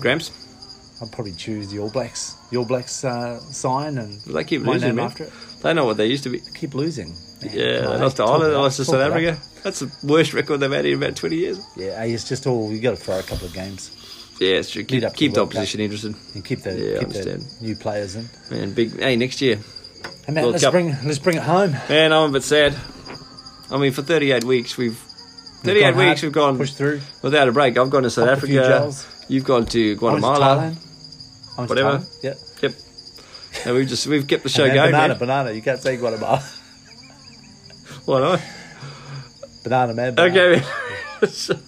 Gramps? I'd probably choose the All Blacks, the All Blacks uh, sign and They keep my losing, name man. after it. They know what they used to be. Keep losing. yeah, come they on, lost to talk Ireland, it they up, lost to talk South it up. Africa. That's the worst record they've had in about 20 years. Yeah, it's just all you got to throw a couple of games. Yeah, it's true. Keep, Lead up to keep the the World Cup. opposition interested. And keep the, yeah, I keep the understand. new players in. Man, big. Hey, next year. And Matt, World let's Cup. bring let's bring it home. Man, I'm a bit sad. I mean, for 38 weeks, we've. 38 gone weeks, hard, we've gone. pushed through. Without a break. I've gone to South Popped a few Africa. gels. You've gone to I went to Guatemala. Thailand. I went to Whatever. Thailand, Yep. Yep. And we've just we've kept the show And then going. Banana, man. banana. You can't say Guatemala. Why not? Banana man. Okay. man. Sorry.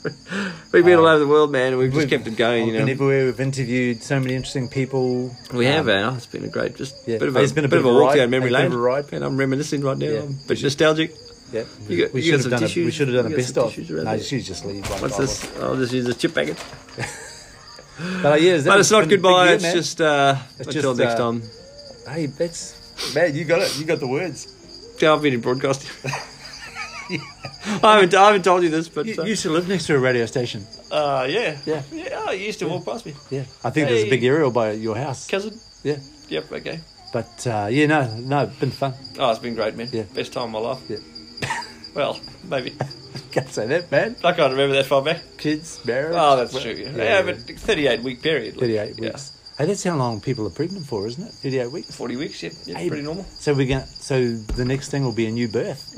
We've been all over the world, man, and we've just we've- kept it going. We've You been know, everywhere. We've interviewed so many interesting people. we have, Um, man. Oh, it's been a great, just yeah. bit of a, It's been a bit, of a walk ride, down memory a bit lane. of a ride. And I'm reminiscing right now. Yeah. I'm a bit nostalgic. Yeah. You got, we you should got have some done tissues. A, we should have done You a got best some of. tissues around No, there? you should just leave. Like, What's I this? I'll just use a chip packet. was. But uh, yeah, But it's not goodbye. it's man. just uh, until next uh, time. Hey, that's man. You got it. You got the words. Yeah, I've been in broadcasting. I haven't, I haven't told you this, but You, uh, you used to live next to a radio station. uh, yeah, yeah, yeah. Oh, you used to walk past me. Yeah, I think there's a big aerial by your house. cousin. Yeah, Yep. Okay. but uh, yeah, no, no, been fun. Oh, it's been great, man. Best time of my life. Yeah. well, maybe. Can't say that, man. I can't remember that far back. Kids, marriage. Oh, that's well, true. Yeah, yeah, but 38 week period. like, 38 yeah. weeks. Hey, that's how long people are pregnant for, isn't it? 38 weeks. 40 weeks, yeah. yeah Hey, pretty normal. So we're going. So the next thing will be a new birth.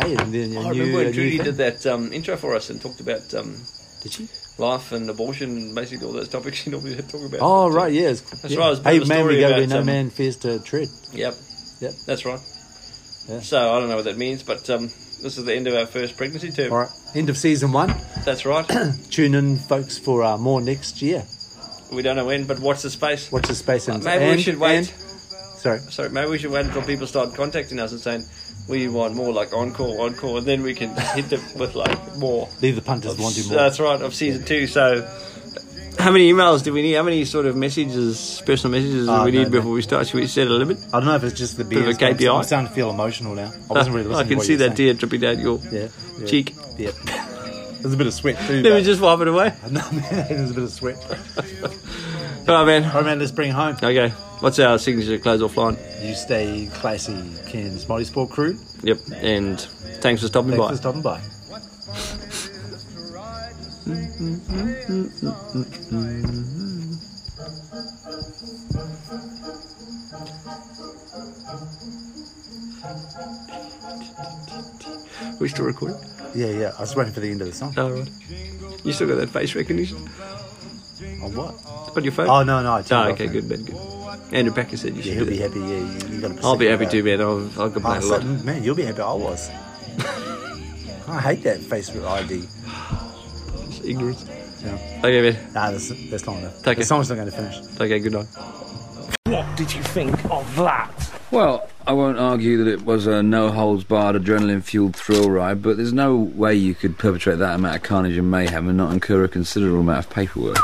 Hey, and then a Mm. new, I remember a when new Judy thing. did that um, intro for us and talked about um, did she? life and abortion and basically all those topics she normally talk about. Oh right, yeah. it's- That's yeah. right. it was a bit Hey of a man, story we go about, where no um, man fears to tread. Yep. Yep. That's right. Yeah. So I don't know what that means, but um, this is the end of our first pregnancy term. All right, end of season one. That's right. Tune in, folks, for uh, more next year. we don't know when, but watch the space. Watch the space Uh, and maybe and, we should wait. Sorry. Sorry, maybe we should wait until people start contacting us and saying we want more like encore, encore, and then we can hit them with like more. Leave the punters wanting more. That's right, of season two. So, how many emails do we need? How many sort of messages, personal messages, Oh, do we no, need no. before we start? Should we set a limit? I don't know if it's just the Bit of beer. a KPI. I'm starting to feel emotional now. I wasn't really Uh, I listening. to can what see you were that saying. tear dripping down your yeah. cheek. Yep. There's a bit of sweat too. Let me but- just wipe it away. No man, there's a bit of sweat. All right, man. All right, Oh, man. Let's bring it home. Okay. What's our signature close off line? You stay classy, Ken's Mighty Sport crew. Yep. And thanks for stopping Thanks by. for stopping by. we still recording? Yeah, yeah. I was waiting for the end of the song. All right. You still got that face recognition? On Oh, what? On your phone? Oh, no, no, I turned Oh, it off, okay, man. good, man, good. Andrew Packer said you should Yeah, he'll do be that. happy. Yeah, you, you got to. I'll be happy too, man. I'll, I'll complain a lot. Ah, Man, you'll be happy. I was. I hate that Facebook ID. It's ignorance. Yeah. Okay, man. Nah, that's, that's not enough. Take the it. song's not going to finish. Okay, good night. What did you think of that? Well, I won't argue that it was a no holds barred adrenaline fueled thrill ride, but there's no way you could perpetrate that amount of carnage and mayhem and not incur a considerable amount of paperwork.